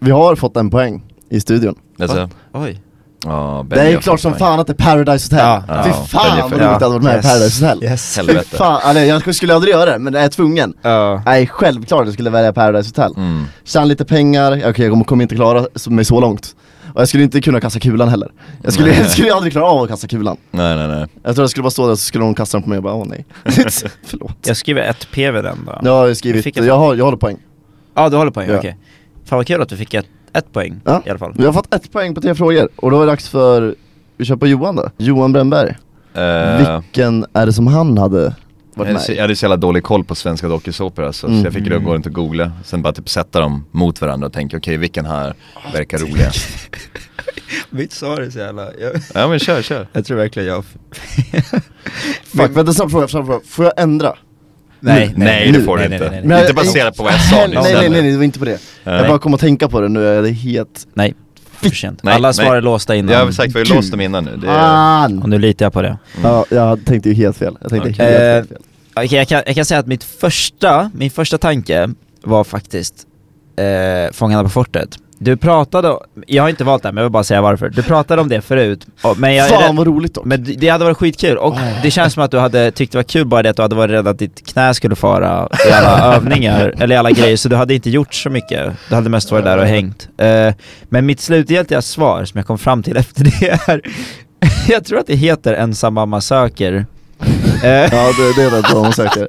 Speaker 1: Vi har fått en poäng i studion
Speaker 2: Alltså,
Speaker 3: Oj
Speaker 2: ja, Benny
Speaker 1: Det är ju
Speaker 2: har
Speaker 1: klart
Speaker 2: fått
Speaker 1: som
Speaker 2: poäng.
Speaker 1: fan att det är Paradise Hotel!
Speaker 3: Ja.
Speaker 1: Fy
Speaker 2: Ja,
Speaker 1: fan
Speaker 2: väljer
Speaker 1: vad
Speaker 2: för-
Speaker 1: roligt att jag hade varit med i Paradise Hotel!
Speaker 3: Yes
Speaker 1: Fy
Speaker 2: Helvete
Speaker 1: fan, alltså, jag skulle aldrig göra det men jag är tvungen
Speaker 3: Ja.
Speaker 1: Nej självklart jag skulle välja Paradise Hotel
Speaker 2: mm.
Speaker 1: Tjäna lite pengar, okej jag kommer- kommer inte klara mig så långt Och jag skulle inte kunna kasta kulan heller Jag skulle,
Speaker 2: Nej.
Speaker 1: jag skulle aldrig klara av att kasta kulan
Speaker 2: Nej nej nej.
Speaker 1: Jag tror jag skulle bara stå där så skulle någon kasta den på mig och bara åh nej Förlåt
Speaker 3: Jag skriver ett PV den då.
Speaker 1: Jag har
Speaker 3: Jag
Speaker 1: skrivit,
Speaker 3: fick en-
Speaker 1: jag har, jag håller poäng
Speaker 3: Ja, du håller poäng,
Speaker 1: Ja.
Speaker 3: okej. Fan vad kul att du fick ett, ett poäng
Speaker 1: Ja.
Speaker 3: i alla fall.
Speaker 1: Vi har fått ett poäng på tre frågor och då är det dags för, vi kör på Johan då Johan Brännberg,
Speaker 2: Eh,
Speaker 1: vilken är det som han hade
Speaker 2: jag
Speaker 1: varit
Speaker 2: hade så-
Speaker 1: med i?
Speaker 2: jag hade så jävla dålig koll på svenska dokusåpor alltså,
Speaker 1: Mm.
Speaker 2: så jag fick gå runt och googla, sen bara typ sätta dem mot varandra och tänka okej vilken här
Speaker 1: Ah,
Speaker 2: verkar
Speaker 1: typ.
Speaker 2: roligast?
Speaker 3: Mitt svar är så jävla... Jag,
Speaker 2: Ja men kör, kör!
Speaker 3: jag tror verkligen jag...
Speaker 1: Fuck, vänta snabb fråga, snabb fråga, får jag ändra?
Speaker 3: Nej,
Speaker 2: Nej, det får du
Speaker 3: nej,
Speaker 2: inte.
Speaker 3: nej,
Speaker 1: Men
Speaker 2: Inte
Speaker 1: jag-
Speaker 2: baserat på vad jag sa nyss
Speaker 1: Nej nej nej,
Speaker 2: eller?
Speaker 1: nej det var inte på det Jag
Speaker 2: Nej.
Speaker 1: bara kom att tänka på det nu, jag är helt...
Speaker 3: Nej, för sent.
Speaker 2: Nej,
Speaker 3: Alla
Speaker 2: nej.
Speaker 3: svar är låsta innan.
Speaker 2: Jag har sagt vi har ju låst dem innan nu, det är...
Speaker 1: Fan!
Speaker 3: Och nu litar jag på det.
Speaker 1: Ja, jag tänkte ju helt fel, jag tänkte
Speaker 2: Okej.
Speaker 1: helt,
Speaker 3: Eh,
Speaker 1: helt fel
Speaker 3: Okej, jag, kan, jag kan säga att mitt första, min första tanke var faktiskt eh, Fångarna på fortet. Du pratade, jag har inte valt det här, men jag vill bara säga varför. Du pratade om det förut, och, men jag är
Speaker 1: Fan
Speaker 3: rädd-
Speaker 1: vad roligt dock!
Speaker 3: men d- det hade varit skitkul, och
Speaker 1: Ah.
Speaker 3: det känns som att du hade tyckt det var kul bara det att du hade varit rädd att ditt knä skulle fara i alla övningar, eller i alla grejer, så du hade inte gjort så mycket. Du hade mest varit där och hängt. Eh, men mitt slutgiltiga svar som jag kom fram till efter det är, jag tror att det heter Ensam mamma söker. Eh,
Speaker 1: Ja det, det är rätt bra om man söker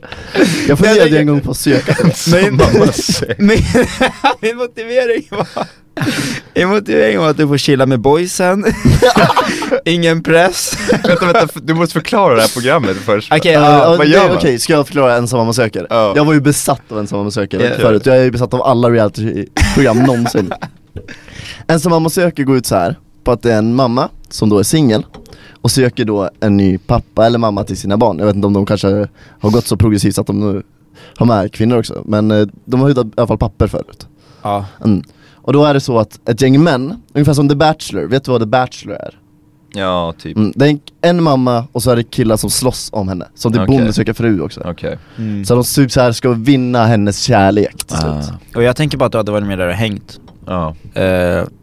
Speaker 1: Jag funderade ju en gång på att söka till det.
Speaker 3: Men-
Speaker 2: Mamma säger-
Speaker 3: Min, min motivering var... Min motivering var att du får chilla med boysen, ingen press.
Speaker 2: Vänta vänta, f- du måste förklara det här programmet först
Speaker 3: Okej,
Speaker 1: Ja,
Speaker 3: ja,
Speaker 1: ja,
Speaker 2: vad
Speaker 1: det-
Speaker 2: gör
Speaker 1: Okej,
Speaker 2: man?
Speaker 1: ska jag förklara ensamma man söker?
Speaker 2: Ja.
Speaker 1: Jag var ju besatt av ensamma man söker
Speaker 3: Ja.
Speaker 1: förut, jag är ju besatt av alla realityprogram någonsin Ensamma man söker går ut så här på att det är en mamma som då är singel och söker då en ny pappa eller mamma till sina barn. Jag vet inte om de kanske har gått så progressivt att de nu har med kvinnor också, men eh, de har ju i alla fall papper förut.
Speaker 3: ja.
Speaker 1: Mm. Och då är det så att ett gäng män, ungefär som The Bachelor, vet du vad The Bachelor är?
Speaker 2: Ja, typ,
Speaker 1: Mm, det är en, en mamma och så är det killar som slåss om henne, som till
Speaker 2: Okej.
Speaker 1: Bonde söker fru också
Speaker 2: okej
Speaker 3: Mm.
Speaker 1: Så de typ så här ska vinna hennes kärlek till slut
Speaker 2: Ah,
Speaker 3: Och jag tänker bara att du hade varit med där och hängt.
Speaker 2: Ja,
Speaker 3: Uh,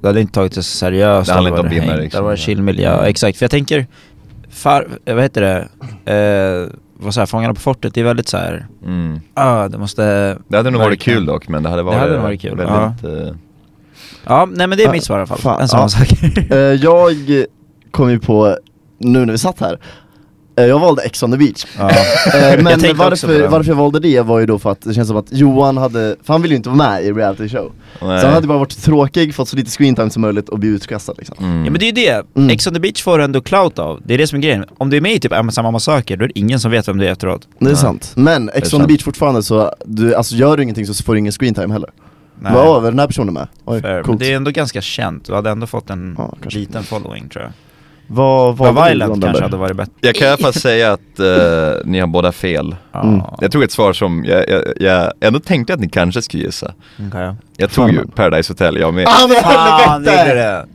Speaker 3: du hade inte tagit det så seriöst.
Speaker 2: Det handlar inte om
Speaker 3: hade varit
Speaker 2: bimmar,
Speaker 3: hängt.
Speaker 2: liksom.
Speaker 3: Det var en chill miljö, exakt. För jag tänker, far, eh, vad heter det, Eh, vad så här, Fångarna på fortet, det är väldigt så här.
Speaker 2: mm.
Speaker 3: ah, det måste...
Speaker 2: Det hade nog varit
Speaker 3: Verkligen.
Speaker 2: kul dock, men det hade varit,
Speaker 3: Det hade varit kul,
Speaker 2: väldigt, eh,
Speaker 3: Ja, nej men det är
Speaker 1: Ah,
Speaker 3: mitt svar i alla fall.
Speaker 1: fan,
Speaker 3: en sån
Speaker 1: ja.
Speaker 3: sak.
Speaker 1: Eh, Jag kom ju på, nu när vi satt här, eh, jag valde Ex on the beach
Speaker 3: Ja.
Speaker 1: Eh,
Speaker 3: Jag tänkte
Speaker 1: Men
Speaker 3: också på
Speaker 1: varför,
Speaker 3: det.
Speaker 1: varför jag valde det var ju då för att det känns som att Johan hade, för han ville ju inte vara med i reality show
Speaker 2: nej.
Speaker 1: Så han hade bara varit tråkig, fått så lite screentime som möjligt och bli utkastad liksom
Speaker 2: mm.
Speaker 3: Ja men det är ju det,
Speaker 1: Mm.
Speaker 3: Ex on the beach får du ändå clout av, det är det som är grejen. Om du är med i typ Ensam mamma söker, då är det ingen som vet vem du är efteråt.
Speaker 1: Det är
Speaker 2: Nej.
Speaker 1: sant, men
Speaker 2: Det
Speaker 1: Ex
Speaker 2: är
Speaker 1: on the
Speaker 2: sant.
Speaker 1: beach fortfarande så, du, alltså gör du ingenting så får du ingen screentime heller Vad över den här personen med? Oj,
Speaker 3: Fair. Men
Speaker 1: coolt.
Speaker 3: det är ändå ganska känt, du hade ändå fått en
Speaker 1: Ja, kanske.
Speaker 3: liten following tror jag.
Speaker 1: Vad valde
Speaker 3: Ja,
Speaker 1: du,
Speaker 3: Violent
Speaker 1: Johan
Speaker 3: kanske
Speaker 1: Dahlberg?
Speaker 3: hade varit bättre.
Speaker 2: Jag kan i alla fall säga att eh, ni har båda fel
Speaker 3: Ja.
Speaker 1: Mm.
Speaker 2: Jag tog ett svar som jag, jag, jag ändå tänkte att ni kanske skulle gissa
Speaker 3: Okej.
Speaker 2: Jag tog
Speaker 1: Fan.
Speaker 2: ju Paradise Hotel, jag med
Speaker 1: Ah, men
Speaker 3: Fan, du gjorde
Speaker 1: helvete!
Speaker 3: det!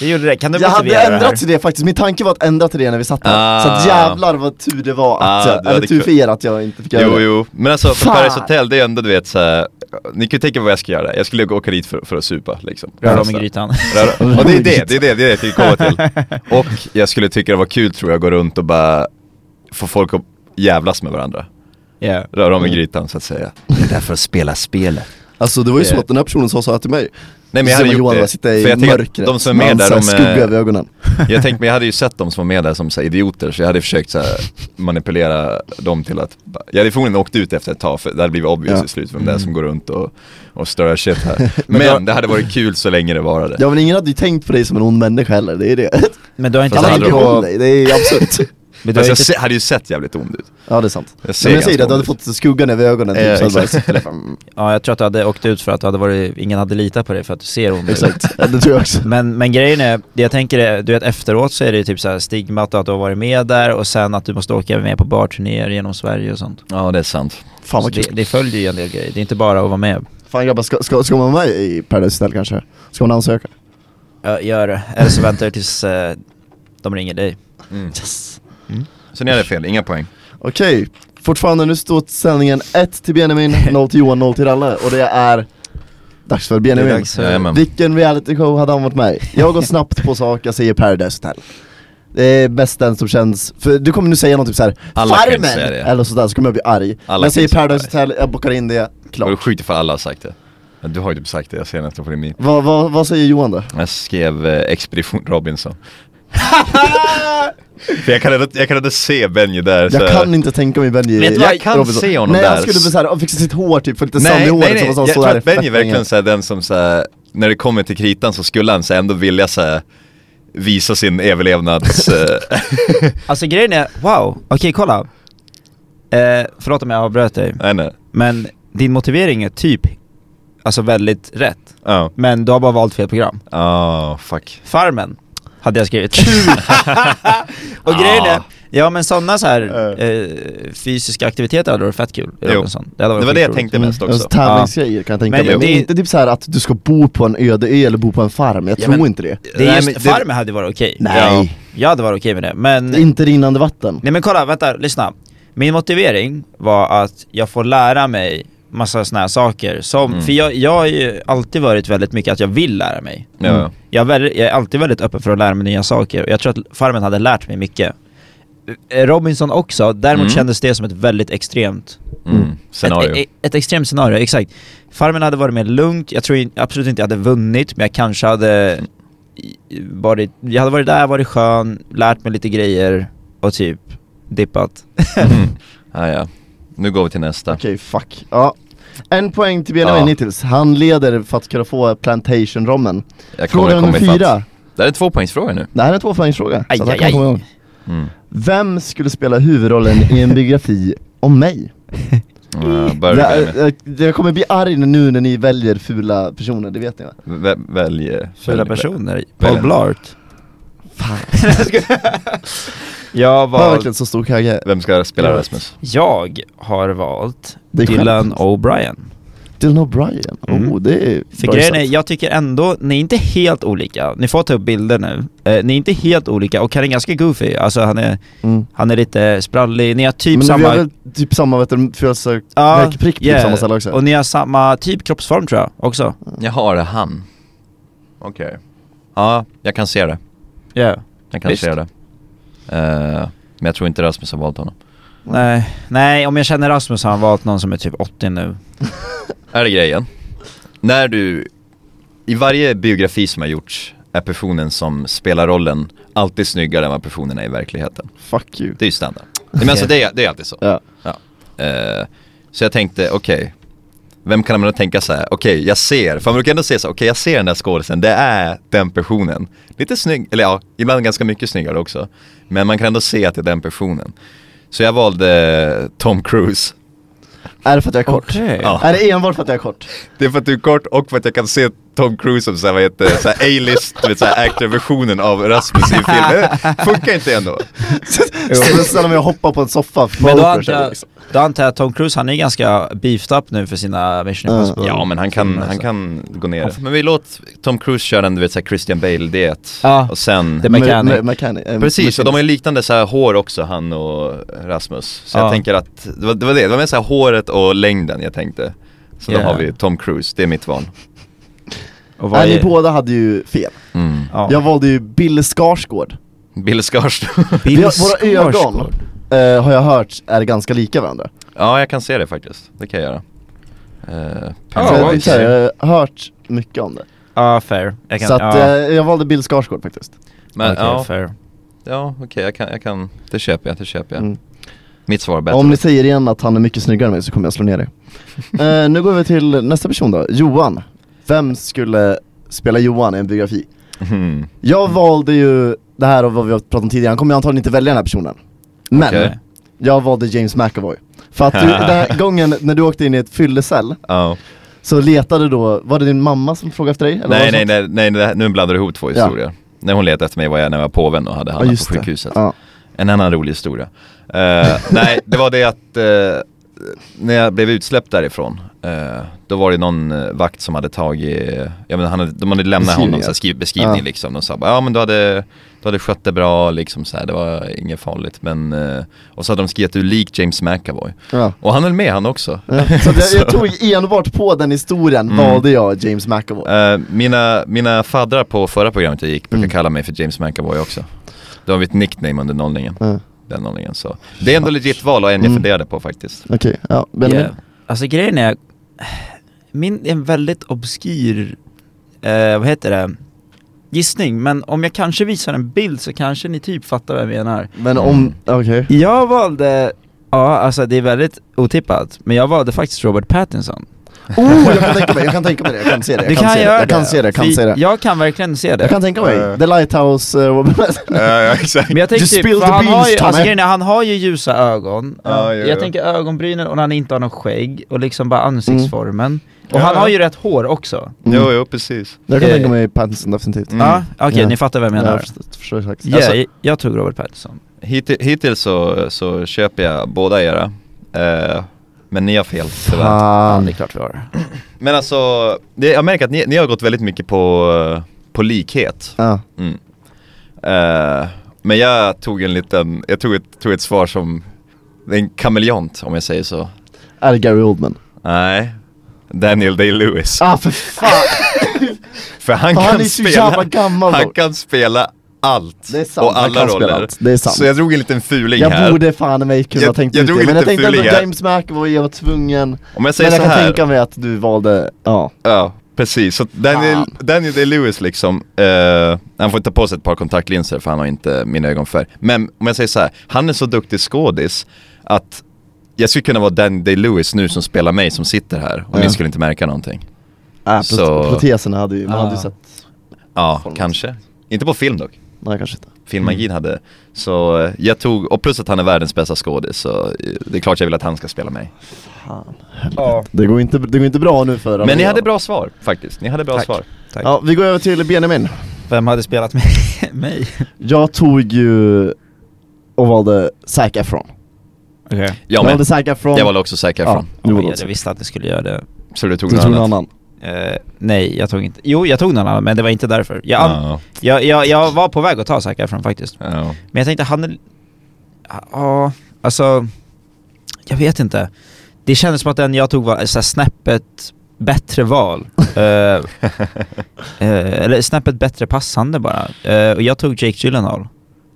Speaker 3: Du gjorde det, kan du
Speaker 1: Jag hade
Speaker 3: motivera det
Speaker 1: ändrat
Speaker 3: här?
Speaker 1: till det faktiskt, min tanke var att ändra till det när vi satt här Så att
Speaker 2: Ah.
Speaker 1: jävlar vad tur det var att,
Speaker 2: Ah,
Speaker 1: jag-
Speaker 2: du
Speaker 1: eller
Speaker 2: hade
Speaker 1: tur
Speaker 2: kun-
Speaker 1: för er att jag inte fick göra
Speaker 2: Jo
Speaker 1: det
Speaker 2: jo, men alltså för
Speaker 1: Fan.
Speaker 2: Paradise Hotel det är ändå du vet såhär Ni kan ju tänka på vad jag ska göra, jag skulle gå- åka dit för, för att supa liksom
Speaker 3: Röra om i grytan.
Speaker 2: Röra- Och det är det, det är det, det är det jag tänkte komma till Och jag skulle tycka det var kul tror jag, att gå runt och bara få folk att jävlas med varandra
Speaker 3: yeah.
Speaker 2: Röra om i grytan så att säga Det är därför att spela spelet
Speaker 1: Alltså det var ju så
Speaker 2: Eh.
Speaker 1: att den här personen sa så här till mig
Speaker 2: Nej men
Speaker 1: Så
Speaker 2: jag
Speaker 1: ser
Speaker 2: hade
Speaker 1: man
Speaker 2: gjort
Speaker 1: Johan
Speaker 2: det,
Speaker 1: bara sitta i
Speaker 2: för jag tänker att
Speaker 1: mörkret
Speaker 2: de som är
Speaker 1: med
Speaker 2: med där,
Speaker 1: en sån här skugga
Speaker 2: de
Speaker 1: över
Speaker 2: är
Speaker 1: ögonen
Speaker 2: Jag tänkte, men jag hade ju sett dem som var med där som så här, idioter, så jag hade försökt så här, manipulera dem till att Jag hade förmodligen åkt ut efter ett tag, för det hade blivit obvious
Speaker 1: Ja. Mm.
Speaker 2: i slut vem det är som går runt och, och stör shit här
Speaker 1: Men
Speaker 2: Men,
Speaker 1: då-
Speaker 2: det hade varit kul så länge det varade
Speaker 1: Ja men ingen hade ju tänkt på dig som en ond människa heller, det är det
Speaker 3: Men du har inte
Speaker 2: Fast
Speaker 1: Alla
Speaker 2: det
Speaker 3: tänkt
Speaker 1: tycker
Speaker 2: hade
Speaker 1: om
Speaker 3: på...
Speaker 1: dig, det är absurt
Speaker 3: Men du har
Speaker 2: Fast Alltså, jag
Speaker 3: inte...
Speaker 2: se, hade ju sett jävligt ond ut
Speaker 1: Ja det är sant
Speaker 2: Jag
Speaker 1: Nej, men jag säger det,
Speaker 2: ganska
Speaker 1: du hade
Speaker 2: ond ut.
Speaker 1: fått skuggan över ögonen
Speaker 2: Eh,
Speaker 1: typ, så hade bara-
Speaker 2: exakt.
Speaker 3: Ja, jag tror att du hade åkt ut för att du hade varit... ingen hade litat på dig för att du ser ond ut.
Speaker 1: Exakt, Ja, det tror jag också
Speaker 3: Men, men grejen är, det jag tänker är, du vet efteråt så är det ju typ så här stigmat och att du har varit med där och sen att du måste åka med på barturnéer genom Sverige och sånt.
Speaker 2: Ja det är sant
Speaker 1: Fan
Speaker 3: Så
Speaker 1: vad kul
Speaker 3: det, det följer ju en del grejer, det är inte bara att vara med.
Speaker 1: Fan grabbar, ska, ska, ska man vara med i Paradise Hotel kanske? Ska man ansöka?
Speaker 3: Ja, gör det, eller så väntar du tills eh, de ringer dig.
Speaker 2: mm.
Speaker 1: Yes.
Speaker 2: Så ni hade fel, inga poäng
Speaker 1: Okej, fortfarande nu står sändningen 1 till Benjamin, 0 till Johan, 0 till Ralle och det är dags för Benjamin
Speaker 3: Det är dags. Så-
Speaker 2: Jajamän.
Speaker 1: Vilken reality show hade han varit med i? Jag går snabbt på sak, jag säger Paradise Hotel Det är bäst den som känns, för du kommer nu säga någonting så här
Speaker 2: Alla kan
Speaker 1: Farmen!
Speaker 2: inte säga det.
Speaker 1: Eller sådär, så kommer jag bli arg
Speaker 2: Alla
Speaker 1: Men jag
Speaker 2: kan
Speaker 1: säger
Speaker 2: inte säga
Speaker 1: Paradise Hotel, jag bockar in det,
Speaker 2: Det vore
Speaker 1: klart
Speaker 2: sjukt ifall alla har sagt det Men Du har ju typ sagt det, jag ser nästan på din min.
Speaker 1: Vad, vad, vad säger Johan då?
Speaker 2: Jag skrev eh, Expedition Robinson. För jag kan ändå, jag kan ändå se Benji där så
Speaker 1: Jag
Speaker 2: här.
Speaker 1: kan inte tänka mig Benji
Speaker 2: Vet du vad, jag kan
Speaker 1: Robinson.
Speaker 2: se honom
Speaker 1: nej,
Speaker 2: där.
Speaker 1: Nej jag skulle såhär, fixa sitt hår typ, få lite sand
Speaker 2: Nej,
Speaker 1: i
Speaker 2: nej,
Speaker 1: håret
Speaker 2: nej,
Speaker 1: som var
Speaker 2: jag
Speaker 1: så
Speaker 2: tror
Speaker 1: där
Speaker 2: att Benji
Speaker 1: fett
Speaker 2: är
Speaker 1: länge.
Speaker 2: verkligen såhär den som såhär, när det kommer till kritan så skulle han såhär ändå vilja såhär visa sin överlevnads... eh,
Speaker 3: Alltså grejen är, wow, okej kolla. Eh, förlåt om jag avbröt dig,
Speaker 2: nej nej,
Speaker 3: men din motivering är typ, alltså väldigt rätt.
Speaker 2: ja, oh.
Speaker 3: Men du har bara valt fel program.
Speaker 2: fuck
Speaker 3: Farmen hade jag skrivit. och grejen är,
Speaker 2: Ah.
Speaker 3: ja men sådana så här eh, fysiska aktiviteter hade varit fett kul i
Speaker 2: Jo.
Speaker 3: Robinson. Det, hade varit
Speaker 2: Det var det jag
Speaker 3: skitroligt.
Speaker 2: tänkte mest
Speaker 1: Alltså,
Speaker 2: också
Speaker 1: Tävlingsgrejer kan jag tänka
Speaker 3: Men
Speaker 1: mig,
Speaker 3: det-
Speaker 1: det är inte typ såhär att du ska bo på en öde ö eller bo på en farm, jag
Speaker 2: Ja,
Speaker 1: tror
Speaker 2: men-
Speaker 1: inte det
Speaker 3: Det är
Speaker 2: Nej,
Speaker 3: just,
Speaker 2: men det-
Speaker 3: Farmen hade varit okej.
Speaker 1: Nej,
Speaker 3: Jag hade varit okej med det, men...
Speaker 1: inte rinnande vatten
Speaker 3: Nej men kolla, vänta, lyssna. Min motivering var att jag får lära mig massa såna här saker som,
Speaker 2: Mm.
Speaker 3: för jag, jag har ju alltid varit väldigt mycket att jag vill lära mig.
Speaker 2: Ja, ja.
Speaker 3: Jag, är väldigt, jag är alltid väldigt öppen för att lära mig nya saker och jag tror att Farmen hade lärt mig mycket. Eh, Robinson också, däremot
Speaker 2: Mm.
Speaker 3: kändes det som ett väldigt extremt
Speaker 2: mm. Scenario
Speaker 3: Ett, ett, ett extremt scenario, exakt. Farmen hade varit mer lugnt, jag tror in, absolut inte jag hade vunnit, men jag kanske hade i- varit, jag hade varit där, varit skön, lärt mig lite grejer och typ dippat.
Speaker 2: mm. ah, ja. Nu går vi till nästa
Speaker 1: Okej, fuck. Ja. En poäng till Benjamin
Speaker 2: Ja.
Speaker 1: hittills. Han leder för att kunna få plantation-rommen.
Speaker 2: Jag kommer
Speaker 1: Fråga nummer
Speaker 2: komma ifatt.
Speaker 1: fyra.
Speaker 2: Det här är tvåpoängsfrågor nu
Speaker 1: Det här är en tvåpoängsfråga.
Speaker 3: Aj,
Speaker 1: så att han
Speaker 3: aj,
Speaker 1: kan
Speaker 3: aj.
Speaker 1: komma igång.
Speaker 2: mm.
Speaker 1: Vem skulle spela huvudrollen i en biografi om mig?
Speaker 2: uh,
Speaker 1: Mm.
Speaker 2: börjar du
Speaker 1: Jag,
Speaker 2: Benjamin?
Speaker 1: jag, jag kommer bli arg nu när ni väljer fula personer, det vet ni va?
Speaker 2: Vä- Välj, eh,
Speaker 3: Fyra
Speaker 2: välj-
Speaker 3: personer, Paul
Speaker 2: Väl-
Speaker 3: Blart. jag,
Speaker 1: Var
Speaker 3: val,
Speaker 1: verkligen så stor kagge.
Speaker 2: Vem ska spela Rasmus?
Speaker 3: jag har valt
Speaker 1: Det är
Speaker 3: Dylan
Speaker 1: skämt.
Speaker 3: O'Brien.
Speaker 1: Dylan O'Brien,
Speaker 3: Mm.
Speaker 1: oh det är
Speaker 3: För
Speaker 1: bra
Speaker 3: grejen är,
Speaker 1: gissat.
Speaker 3: jag tycker ändå, ni är inte helt olika, ni får ta upp bilder nu, eh, ni är inte helt olika och han är ganska goofy, alltså han är,
Speaker 1: mm.
Speaker 3: han är lite sprallig, ni har typ
Speaker 1: Men vi
Speaker 3: samma...
Speaker 1: har väl typ samma, vet du, födelseprick
Speaker 3: Ja,
Speaker 1: på typ
Speaker 3: yeah.
Speaker 1: samma ställe också?
Speaker 3: Och ni har samma typ kroppsform tror jag också.
Speaker 2: Jaha, det är han Okej Ja, jag kan se det
Speaker 3: Yeah.
Speaker 2: Jag kan
Speaker 3: Visst.
Speaker 2: se det Eh, Men jag tror inte Rasmus har valt honom
Speaker 3: Nej, nej, om jag känner Rasmus har han valt någon som är typ 80 nu.
Speaker 2: Här är grejen. När du, i varje biografi som har gjorts är personen som spelar rollen alltid snyggare än vad personen är i verkligheten.
Speaker 1: Fuck you.
Speaker 2: Det är ju standard. Men alltså det är, det är alltid så.
Speaker 1: Ja.
Speaker 2: Eh, så jag tänkte, okej, vem kan man tänka så här? okej jag ser, för man brukar ändå se så här, okej jag ser den där skådisen, det är den personen. Lite snygg, eller ja, ibland ganska mycket snyggare också. Men man kan ändå se att det är den personen. Så jag valde Tom Cruise.
Speaker 1: Är det för att jag är kort?
Speaker 2: Ja.
Speaker 1: Är det enbart för att jag är kort?
Speaker 2: Det är för att du är kort och för att jag kan se Tom Cruise som såhär, vad heter det, såhär A-list, du vet, såhär actor-versionen av Rasmus i filmen. Det funkar inte ändå.
Speaker 1: Så sen om jag hoppar på en soffa,
Speaker 3: Men då
Speaker 1: poker,
Speaker 3: antar,
Speaker 1: så är det
Speaker 3: jag,
Speaker 1: liksom.
Speaker 3: då antar jag att Tom Cruise, han är ganska beefed up nu för sina Mission
Speaker 1: Ja.
Speaker 3: Impossible
Speaker 2: Ja men han kan, han kan gå ner. Mm, Men vi låt Tom Cruise köra en, du vet såhär Christian Bale-diet.
Speaker 3: Ja.
Speaker 2: Och sen,
Speaker 3: Det är Mechanic.
Speaker 1: Me- me- mechanic, eh,
Speaker 2: precis, och de
Speaker 1: mechanic.
Speaker 2: har ju liknande såhär hår också han och Rasmus. Så
Speaker 3: Ja.
Speaker 2: jag tänker att, det var det, var det, det var mer såhär håret och längden jag tänkte. Så
Speaker 3: Yeah.
Speaker 2: då har vi Tom Cruise, det är mitt val.
Speaker 3: Och vad
Speaker 1: Nej, ni
Speaker 3: är,
Speaker 1: båda hade ju fel.
Speaker 2: Mm.
Speaker 3: ja.
Speaker 1: Jag valde ju Bill Skarsgård.
Speaker 2: Bill Skarsgård.
Speaker 3: Bill
Speaker 1: Vi har- våra ögon.
Speaker 3: Skarsgård.
Speaker 1: Eh, har jag hört är ganska lika varandra.
Speaker 2: ja jag kan se det faktiskt, det kan jag göra. Eh,
Speaker 3: Ja,
Speaker 1: Så jag-
Speaker 3: okej.
Speaker 1: så här, jag har hört mycket om det.
Speaker 3: Ja, fair. Jag kan,
Speaker 1: så att
Speaker 3: ja.
Speaker 1: eh, jag valde Bill Skarsgård faktiskt.
Speaker 2: Men
Speaker 3: Okej,
Speaker 2: ja,
Speaker 3: fair.
Speaker 2: ja okej jag, kan, jag kan, det köper jag, det köper jag.
Speaker 1: Mm.
Speaker 2: Mitt svar är bättre.
Speaker 1: Om ni säger igen att han är mycket snyggare än mig så kommer jag slå ner dig. Eh, nu går vi till nästa person då, Johan. Vem skulle spela Johan i en biografi?
Speaker 2: Mhm.
Speaker 1: Jag valde ju det här och vad vi har pratat om tidigare, han kommer ju antagligen inte välja den här personen. Men
Speaker 2: Okej.
Speaker 1: jag valde James McAvoy. För att du, den här gången när du åkte in i ett fyllecell
Speaker 2: Ja.
Speaker 1: så letade då, var det din mamma som frågade efter dig? Eller var
Speaker 2: Nej,
Speaker 1: det
Speaker 2: nej,
Speaker 1: så?
Speaker 2: nej, nej, det här- nu blandar du ihop två
Speaker 1: Ja.
Speaker 2: historier. När hon letade efter mig var jag när jag var påven och hade
Speaker 1: Ja,
Speaker 2: hamnat
Speaker 1: just
Speaker 2: på
Speaker 1: det.
Speaker 2: sjukhuset.
Speaker 1: Ja.
Speaker 2: En annan rolig historia. Eh, nej, det var det att eh, när jag blev utsläppt därifrån, eh, då var det någon eh, vakt som hade tagit, jag menar, han hade, de hade lämnat honom
Speaker 1: Beskrivningar.
Speaker 2: någon skriv, beskrivning
Speaker 1: Ja.
Speaker 2: liksom. De sa bara, ja men du hade, du hade skött det bra liksom så här, det var inget farligt men, eh, och så hade de skrivit att du är lik James McAvoy.
Speaker 1: Ja.
Speaker 2: Och han höll med han också.
Speaker 1: Ja. Så att jag, jag tog enbart på den historien
Speaker 2: Mm.
Speaker 1: valde jag James McAvoy.
Speaker 2: Eh, mina, mina faddrar på förra programmet jag gick brukar
Speaker 1: Mm.
Speaker 2: kalla mig för James McAvoy också. Det var mitt nickname under nollningen.
Speaker 1: Ja.
Speaker 2: Den nollningen så. Det är ändå legit val och en jag
Speaker 1: Mm.
Speaker 2: funderade på faktiskt.
Speaker 1: Okej, ja, Benjamin.
Speaker 3: Yeah. Alltså grejen är, min är en väldigt obskyr, eh, vad heter det, gissning. Men om jag kanske visar en bild så kanske ni typ fattar vad jag menar.
Speaker 1: Men om,
Speaker 2: Mm.
Speaker 1: okej.
Speaker 3: Jag valde, ja alltså det är väldigt otippat, men jag valde faktiskt Robert Pattinson.
Speaker 1: Oh, jag kan tänka mig, jag kan tänka mig det, jag kan se det, jag
Speaker 3: du kan,
Speaker 1: se
Speaker 3: göra
Speaker 1: det,
Speaker 3: det.
Speaker 1: jag kan se det, jag kan
Speaker 3: För
Speaker 1: se det
Speaker 3: Jag kan verkligen se det.
Speaker 1: Jag kan tänka mig,
Speaker 2: Eh.
Speaker 1: The Lighthouse, eh, Robert
Speaker 2: Ja, ja, exakt.
Speaker 3: Men jag tänker
Speaker 1: You
Speaker 3: typ,
Speaker 1: spilled
Speaker 3: för
Speaker 1: the
Speaker 3: han, har
Speaker 1: beans,
Speaker 3: ju, alltså,
Speaker 1: Tommy.
Speaker 3: grejen är, han har ju ljusa ögon,
Speaker 2: Ja, jo,
Speaker 3: jag
Speaker 2: jo.
Speaker 3: tänker ögonbrynen och när han inte har något skägg och liksom bara
Speaker 1: Mm.
Speaker 3: ansiktsformen. Och
Speaker 2: Ja,
Speaker 3: han
Speaker 2: ja.
Speaker 3: har ju rätt hår också.
Speaker 2: Jo, jo, precis.
Speaker 1: Jag kan
Speaker 3: Eh.
Speaker 1: tänka mig Pattinson definitivt
Speaker 2: Mm.
Speaker 3: Ja, okej
Speaker 1: Ja.
Speaker 3: ni fattar vad jag menar.
Speaker 1: Jag
Speaker 3: Ja,
Speaker 1: förstår- förstår exakt.
Speaker 2: Alltså-
Speaker 3: jag, jag tog Robert Pattinson.
Speaker 2: Hitti- Hittills så, så köper jag båda era. Eh, men ni har fel tyvärr.
Speaker 3: Ja,
Speaker 1: Fan.
Speaker 3: det är klart vi har.
Speaker 2: Men alltså, det, jag märker att ni, ni har gått väldigt mycket på, eh, på likhet.
Speaker 1: Ja.
Speaker 2: Mm. Eh, men jag tog en liten, jag tog ett, tog ett svar som, det är en kameleont om jag säger så.
Speaker 1: Är det Gary Oldman?
Speaker 2: Nej, Daniel Day-Lewis.
Speaker 1: Ah för fan!
Speaker 2: För han
Speaker 1: Han
Speaker 2: kan
Speaker 1: är så jävla
Speaker 2: spela,
Speaker 1: gammal
Speaker 2: han
Speaker 1: dock.
Speaker 2: kan spela allt
Speaker 1: Det är sant,
Speaker 2: och
Speaker 1: han
Speaker 2: alla
Speaker 1: kan spela
Speaker 2: roller.
Speaker 1: allt. Det är sant.
Speaker 2: Så jag drog en liten fuling här.
Speaker 1: Jag borde fan i mig kunna
Speaker 2: Jag-
Speaker 1: tänkt
Speaker 2: jag
Speaker 1: ut det,
Speaker 2: drog
Speaker 1: men
Speaker 2: lite
Speaker 1: jag tänkte ändå
Speaker 2: fulingar.
Speaker 1: James McAvoy, jag var tvungen
Speaker 2: Om jag säger
Speaker 1: Men jag
Speaker 2: så
Speaker 1: kan
Speaker 2: här.
Speaker 1: tänka mig att du valde, ja
Speaker 2: Ja, precis. Så Daniel,
Speaker 1: Fan.
Speaker 2: Daniel Day-Lewis liksom, eh, han får ta på sig ett par kontaktlinser för han har inte min ögonfärg. Men om jag säger så här, han är så duktig skådis att jag skulle kunna vara Daniel Day-Lewis nu som spelar mig som sitter här och
Speaker 1: Ja.
Speaker 2: ni skulle inte märka någonting.
Speaker 1: äh,
Speaker 2: Så-
Speaker 1: prot- proteserna hade ju, man hade ju
Speaker 3: Ah.
Speaker 1: sett,
Speaker 2: Ja,
Speaker 1: Formellt.
Speaker 2: kanske. Inte på film dock.
Speaker 1: nej kanske inte Mm.
Speaker 2: Filmmagin hade, så eh, jag tog, och plus att han är världens bästa skådis så eh, det är klart jag vill att han ska spela mig.
Speaker 1: Fan.
Speaker 3: Ja,
Speaker 1: Det går inte, det går inte bra nu för
Speaker 2: Men ni hade bra svar faktiskt, ni hade bra
Speaker 3: Tack.
Speaker 2: svar.
Speaker 3: tack.
Speaker 1: Ja, vi går över till Benjamin
Speaker 3: Vem hade spelat mig? mig?
Speaker 1: Jag tog ju och valde Zac Efron
Speaker 3: Okej.
Speaker 2: Jag
Speaker 1: valde
Speaker 2: med,
Speaker 1: Zac Efron
Speaker 2: jag var också säker
Speaker 1: Ja,
Speaker 2: från.
Speaker 1: du valde
Speaker 3: jag
Speaker 1: också.
Speaker 3: visste att ni skulle göra det.
Speaker 2: Så du tog
Speaker 1: Du
Speaker 2: något
Speaker 1: tog någon
Speaker 2: annat?
Speaker 1: annan?
Speaker 3: Eh, nej, jag tog inte, jo jag tog någon annan men det var inte därför. Jag, an-
Speaker 2: Ja.
Speaker 3: jag, jag, jag var på väg att ta Zac Efron faktiskt.
Speaker 2: Ja.
Speaker 3: Men jag tänkte han är... Ja, alltså... Jag vet inte. Det kändes som att den jag tog var så här, snäppet bättre val. Eh, eh, eller snäppet bättre passande bara. Eh, och jag tog Jake Gyllenhaal.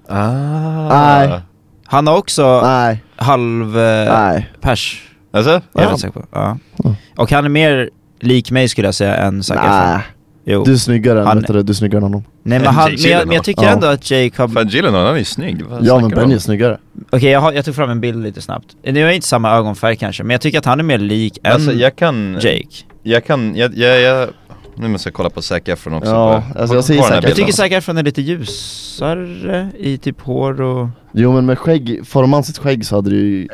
Speaker 2: Ah.
Speaker 1: Nej.
Speaker 3: Han har också
Speaker 1: Nej,
Speaker 3: halv uh,
Speaker 1: nej
Speaker 3: pers.
Speaker 2: Alltså?
Speaker 3: Jag är
Speaker 1: Ja.
Speaker 3: rätt säker på. Ja.
Speaker 1: Ja.
Speaker 3: Och han är mer lik mig skulle jag säga än Zac Efron.
Speaker 1: Nej,
Speaker 3: Jo.
Speaker 1: du är snyggare än,
Speaker 3: Han-
Speaker 1: vet du, du är snyggare än honom
Speaker 3: Nej
Speaker 2: Än
Speaker 3: men, han,
Speaker 2: Jake
Speaker 3: men, jag, men
Speaker 2: Gyllenhaal.
Speaker 3: jag tycker
Speaker 1: Ja.
Speaker 3: ändå att Jake har...
Speaker 2: Fan Gyllenhaal, han är ju snygg. Vad
Speaker 1: Ja
Speaker 2: snackar
Speaker 1: men
Speaker 2: du om?
Speaker 1: Ben är snyggare
Speaker 3: Okej jag, har- jag tog fram en bild lite snabbt. Nu är det inte samma ögonfärg kanske, men jag tycker att han är mer lik än
Speaker 2: Alltså jag kan,
Speaker 3: Jake.
Speaker 2: jag kan, jag, jag, jag nu måste jag kolla på Zac Efron också.
Speaker 1: Ja,
Speaker 2: bara.
Speaker 1: alltså jag säger
Speaker 2: Kolla den här
Speaker 1: Zac Efron.
Speaker 3: Jag tycker
Speaker 2: bilden.
Speaker 3: Zac Efron är lite ljusare i typ hår
Speaker 2: Mm.
Speaker 3: och...
Speaker 1: Jo men med skägg, får man sitt skägg så hade du ju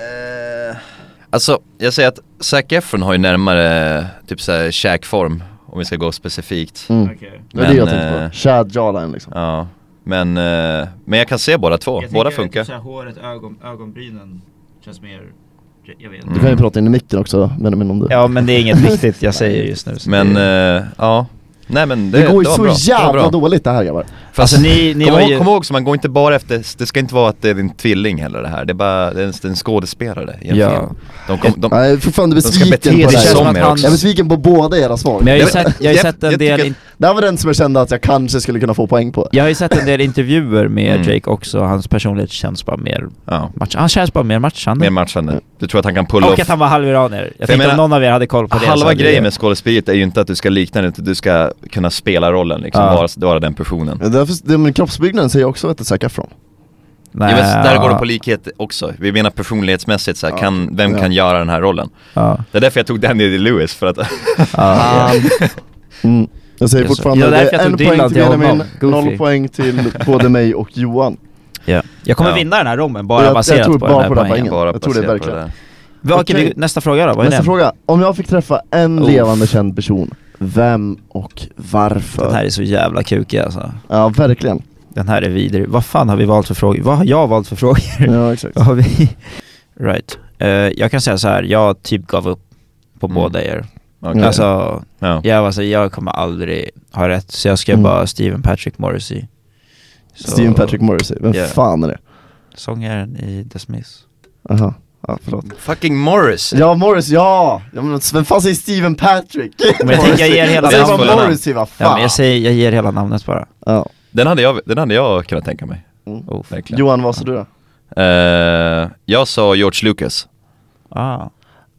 Speaker 2: Alltså, jag säger att Zac Efron har ju närmare typ såhär käkform, om vi ska gå specifikt.
Speaker 1: mm. Det var det
Speaker 2: Men,
Speaker 1: jag tänkte
Speaker 2: eh,
Speaker 1: på, Chad Jarline liksom
Speaker 2: Ja, men, eh, men jag kan se båda två, båda funkar.
Speaker 3: typ håret, ögon, ögonbrynen känns mer... Jag vet
Speaker 2: inte.
Speaker 1: Du kan ju prata in i micken också Benjamin om du
Speaker 3: Ja men det är inget viktigt jag säger just nu. så
Speaker 2: Men,
Speaker 3: det...
Speaker 2: eh, ja. Nej men det,
Speaker 1: Det, går ju
Speaker 2: var
Speaker 1: så
Speaker 2: bra.
Speaker 1: jävla
Speaker 2: det var bra.
Speaker 1: dåligt det här grabbar
Speaker 2: Fast
Speaker 3: Alltså, ni- ni
Speaker 2: kom,
Speaker 3: var
Speaker 2: ihåg,
Speaker 3: ju-
Speaker 2: kom ihåg, så man går inte bara efter, det ska inte vara att det är din tvilling heller det här, det är bara, det är en, det är en skådespelare egentligen.
Speaker 3: Ja.
Speaker 2: De kom, de,
Speaker 1: Jag är fortfarande
Speaker 2: De ska
Speaker 1: besviken
Speaker 2: bete sig
Speaker 1: på det här.
Speaker 2: som
Speaker 3: att
Speaker 2: er
Speaker 1: Jag
Speaker 3: han-
Speaker 1: är
Speaker 2: också.
Speaker 1: besviken på båda era svar
Speaker 3: Men jag har ju
Speaker 2: Nej, men-
Speaker 3: sett, jag har ju
Speaker 2: jag-
Speaker 3: sett en
Speaker 2: jag
Speaker 3: del...
Speaker 2: tycker-
Speaker 3: in-
Speaker 1: Det här var den som jag kände att jag kanske skulle kunna få poäng på
Speaker 3: Jag har ju sett en del intervjuer med
Speaker 2: Mm.
Speaker 3: Jake också, hans personlighet känns bara mer
Speaker 2: Ja,
Speaker 3: match. Han känns bara mer matchande.
Speaker 2: mer matchande. Du tror att han kan pulla
Speaker 3: Mm. och
Speaker 2: off.
Speaker 3: att han var halviranier. Jag, jag tänkte
Speaker 2: menar,
Speaker 3: om någon av er hade koll på det så
Speaker 2: Halva
Speaker 3: hade
Speaker 2: grejen
Speaker 3: det-
Speaker 2: med skådespeleriet är ju inte att du ska likna den, utan du ska kunna spela rollen liksom,
Speaker 3: Ja.
Speaker 2: vara, vara den personen.
Speaker 1: Men Därför, det, men kroppsbyggnaden säger jag också att det är Zac Efron
Speaker 3: Nej,
Speaker 2: ja, men där går det på likhet också. Vi menar personlighetsmässigt så här,
Speaker 1: Ja.
Speaker 2: kan, vem
Speaker 1: Ja.
Speaker 2: kan göra den här rollen?
Speaker 3: Ja,
Speaker 2: Det är därför jag tog Daniel Lewis för att...
Speaker 3: ja.
Speaker 1: mm. Jag säger
Speaker 3: Just det.
Speaker 1: fortfarande
Speaker 3: Ja,
Speaker 1: det
Speaker 3: därför jag
Speaker 1: är en
Speaker 3: tog Dylan
Speaker 1: poäng till
Speaker 3: till honom.
Speaker 1: Benjamin,
Speaker 3: Goofy.
Speaker 1: noll poäng till både mig och Johan
Speaker 3: Ja. Jag kommer
Speaker 2: Ja.
Speaker 3: vinna den här rommen
Speaker 1: Och
Speaker 3: bara
Speaker 1: jag- jag
Speaker 3: baserat
Speaker 1: tror
Speaker 3: på
Speaker 1: bara
Speaker 3: den här
Speaker 1: på den här
Speaker 3: poängen.
Speaker 1: poängen.
Speaker 2: bara
Speaker 1: jag tror det
Speaker 2: baserat på
Speaker 1: verkligen.
Speaker 2: där.
Speaker 3: Okej,
Speaker 1: Okej.
Speaker 3: vi- nästa fråga då, vad är
Speaker 1: Nästa
Speaker 3: det?
Speaker 1: fråga, om jag fick träffa en
Speaker 3: Oh.
Speaker 1: levande känd person, vem och
Speaker 3: Den här
Speaker 1: varför?
Speaker 3: är så jävla kukig alltså.
Speaker 1: Ja verkligen,
Speaker 3: Den här är vidrig. Vad fan har vi valt för frågor? Vad har jag valt för frågor?
Speaker 1: ja exakt
Speaker 3: Vad har vi? Right. Eh, jag kan säga så här. jag typ gav upp på
Speaker 2: Mm.
Speaker 3: båda er.
Speaker 2: Okej.
Speaker 3: Alltså,
Speaker 2: ja.
Speaker 3: jag, alltså, jag kommer aldrig ha rätt, så jag skrev
Speaker 1: Mm.
Speaker 3: bara Steven Patrick Morrissey. Så-
Speaker 1: Steven Patrick Morrissey, vem
Speaker 3: Yeah.
Speaker 1: fan är det?
Speaker 3: Sångaren i The Smiths.
Speaker 1: Aha, ja förlåt
Speaker 2: Fucking Morris!
Speaker 1: Ja Morris, ja! ja men vem fan säger Steven Patrick?
Speaker 3: Men jag tänker jag ger
Speaker 1: Jag
Speaker 3: hela
Speaker 1: säger
Speaker 2: namnet.
Speaker 1: bara Morris, vad fan!
Speaker 3: Ja, men jag, säger, jag ger hela namnet bara.
Speaker 1: Ja.
Speaker 2: Den, hade jag, den hade jag kunnat tänka mig,
Speaker 3: Oh.
Speaker 2: verkligen.
Speaker 1: Johan, vad sa du då?
Speaker 2: Eh, jag sa George Lucas.
Speaker 3: Ah.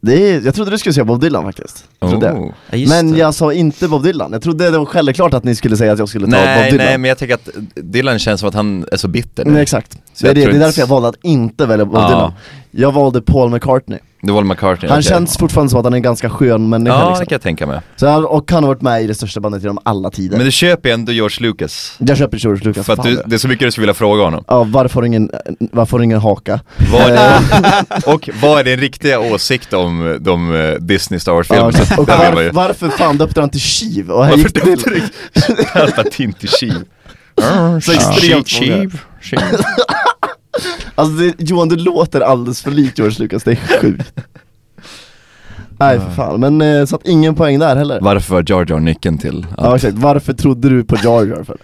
Speaker 1: Det är, jag trodde du skulle säga Bob Dylan faktiskt. Jag trodde det.
Speaker 2: Oh.
Speaker 3: Ja, just
Speaker 1: men
Speaker 3: det.
Speaker 1: jag sa inte Bob Dylan, jag trodde det var självklart att ni skulle säga att jag skulle ta Bob
Speaker 2: Nej,
Speaker 1: Dylan.
Speaker 2: nej men jag tänker att Dylan känns som att han är så bitter nu.
Speaker 1: Nej, exakt.
Speaker 2: Så
Speaker 1: Det är,
Speaker 2: jag
Speaker 1: det, det
Speaker 2: tror
Speaker 1: är
Speaker 2: inte-
Speaker 1: därför jag valde att inte välja Bob
Speaker 2: Ja.
Speaker 1: Dylan. Jag valde Paul McCartney.
Speaker 2: Det var McCartney.
Speaker 1: Han
Speaker 2: okej.
Speaker 1: känns fortfarande som att han är en ganska skön människa
Speaker 2: Ja, det
Speaker 1: liksom.
Speaker 2: kan jag tänka mig.
Speaker 1: Så han, och han har varit med i det största bandet genom alla tider.
Speaker 2: Men du köper ju ändå George Lucas.
Speaker 1: Jag köper George Lucas
Speaker 2: För att
Speaker 1: fan,
Speaker 2: du, det är så mycket du skulle vilja fråga honom.
Speaker 1: Ja, varför har ingen, varför har ingen haka?
Speaker 2: Vad, och vad är din riktiga åsikt om de eh, Disney Star Wars-filmerna?
Speaker 1: Ja, och
Speaker 2: Där vill man
Speaker 1: var,
Speaker 2: ju-
Speaker 1: varför fan döpte han till Chiv? Och han
Speaker 2: Varför
Speaker 1: gick
Speaker 2: döpte
Speaker 1: till...
Speaker 2: du Döpte till till Sheev?
Speaker 1: Så extremt många.
Speaker 2: Sheev, Sheev.
Speaker 1: Alltså det, Johan du låter alldeles för lik George Lucas, det är sjukt Nej för fan, men eh, så att ingen poäng där heller
Speaker 2: Varför var Jar Jar nyckeln till
Speaker 1: Ja
Speaker 2: att...
Speaker 1: exakt, varför trodde du på Jar Jar för?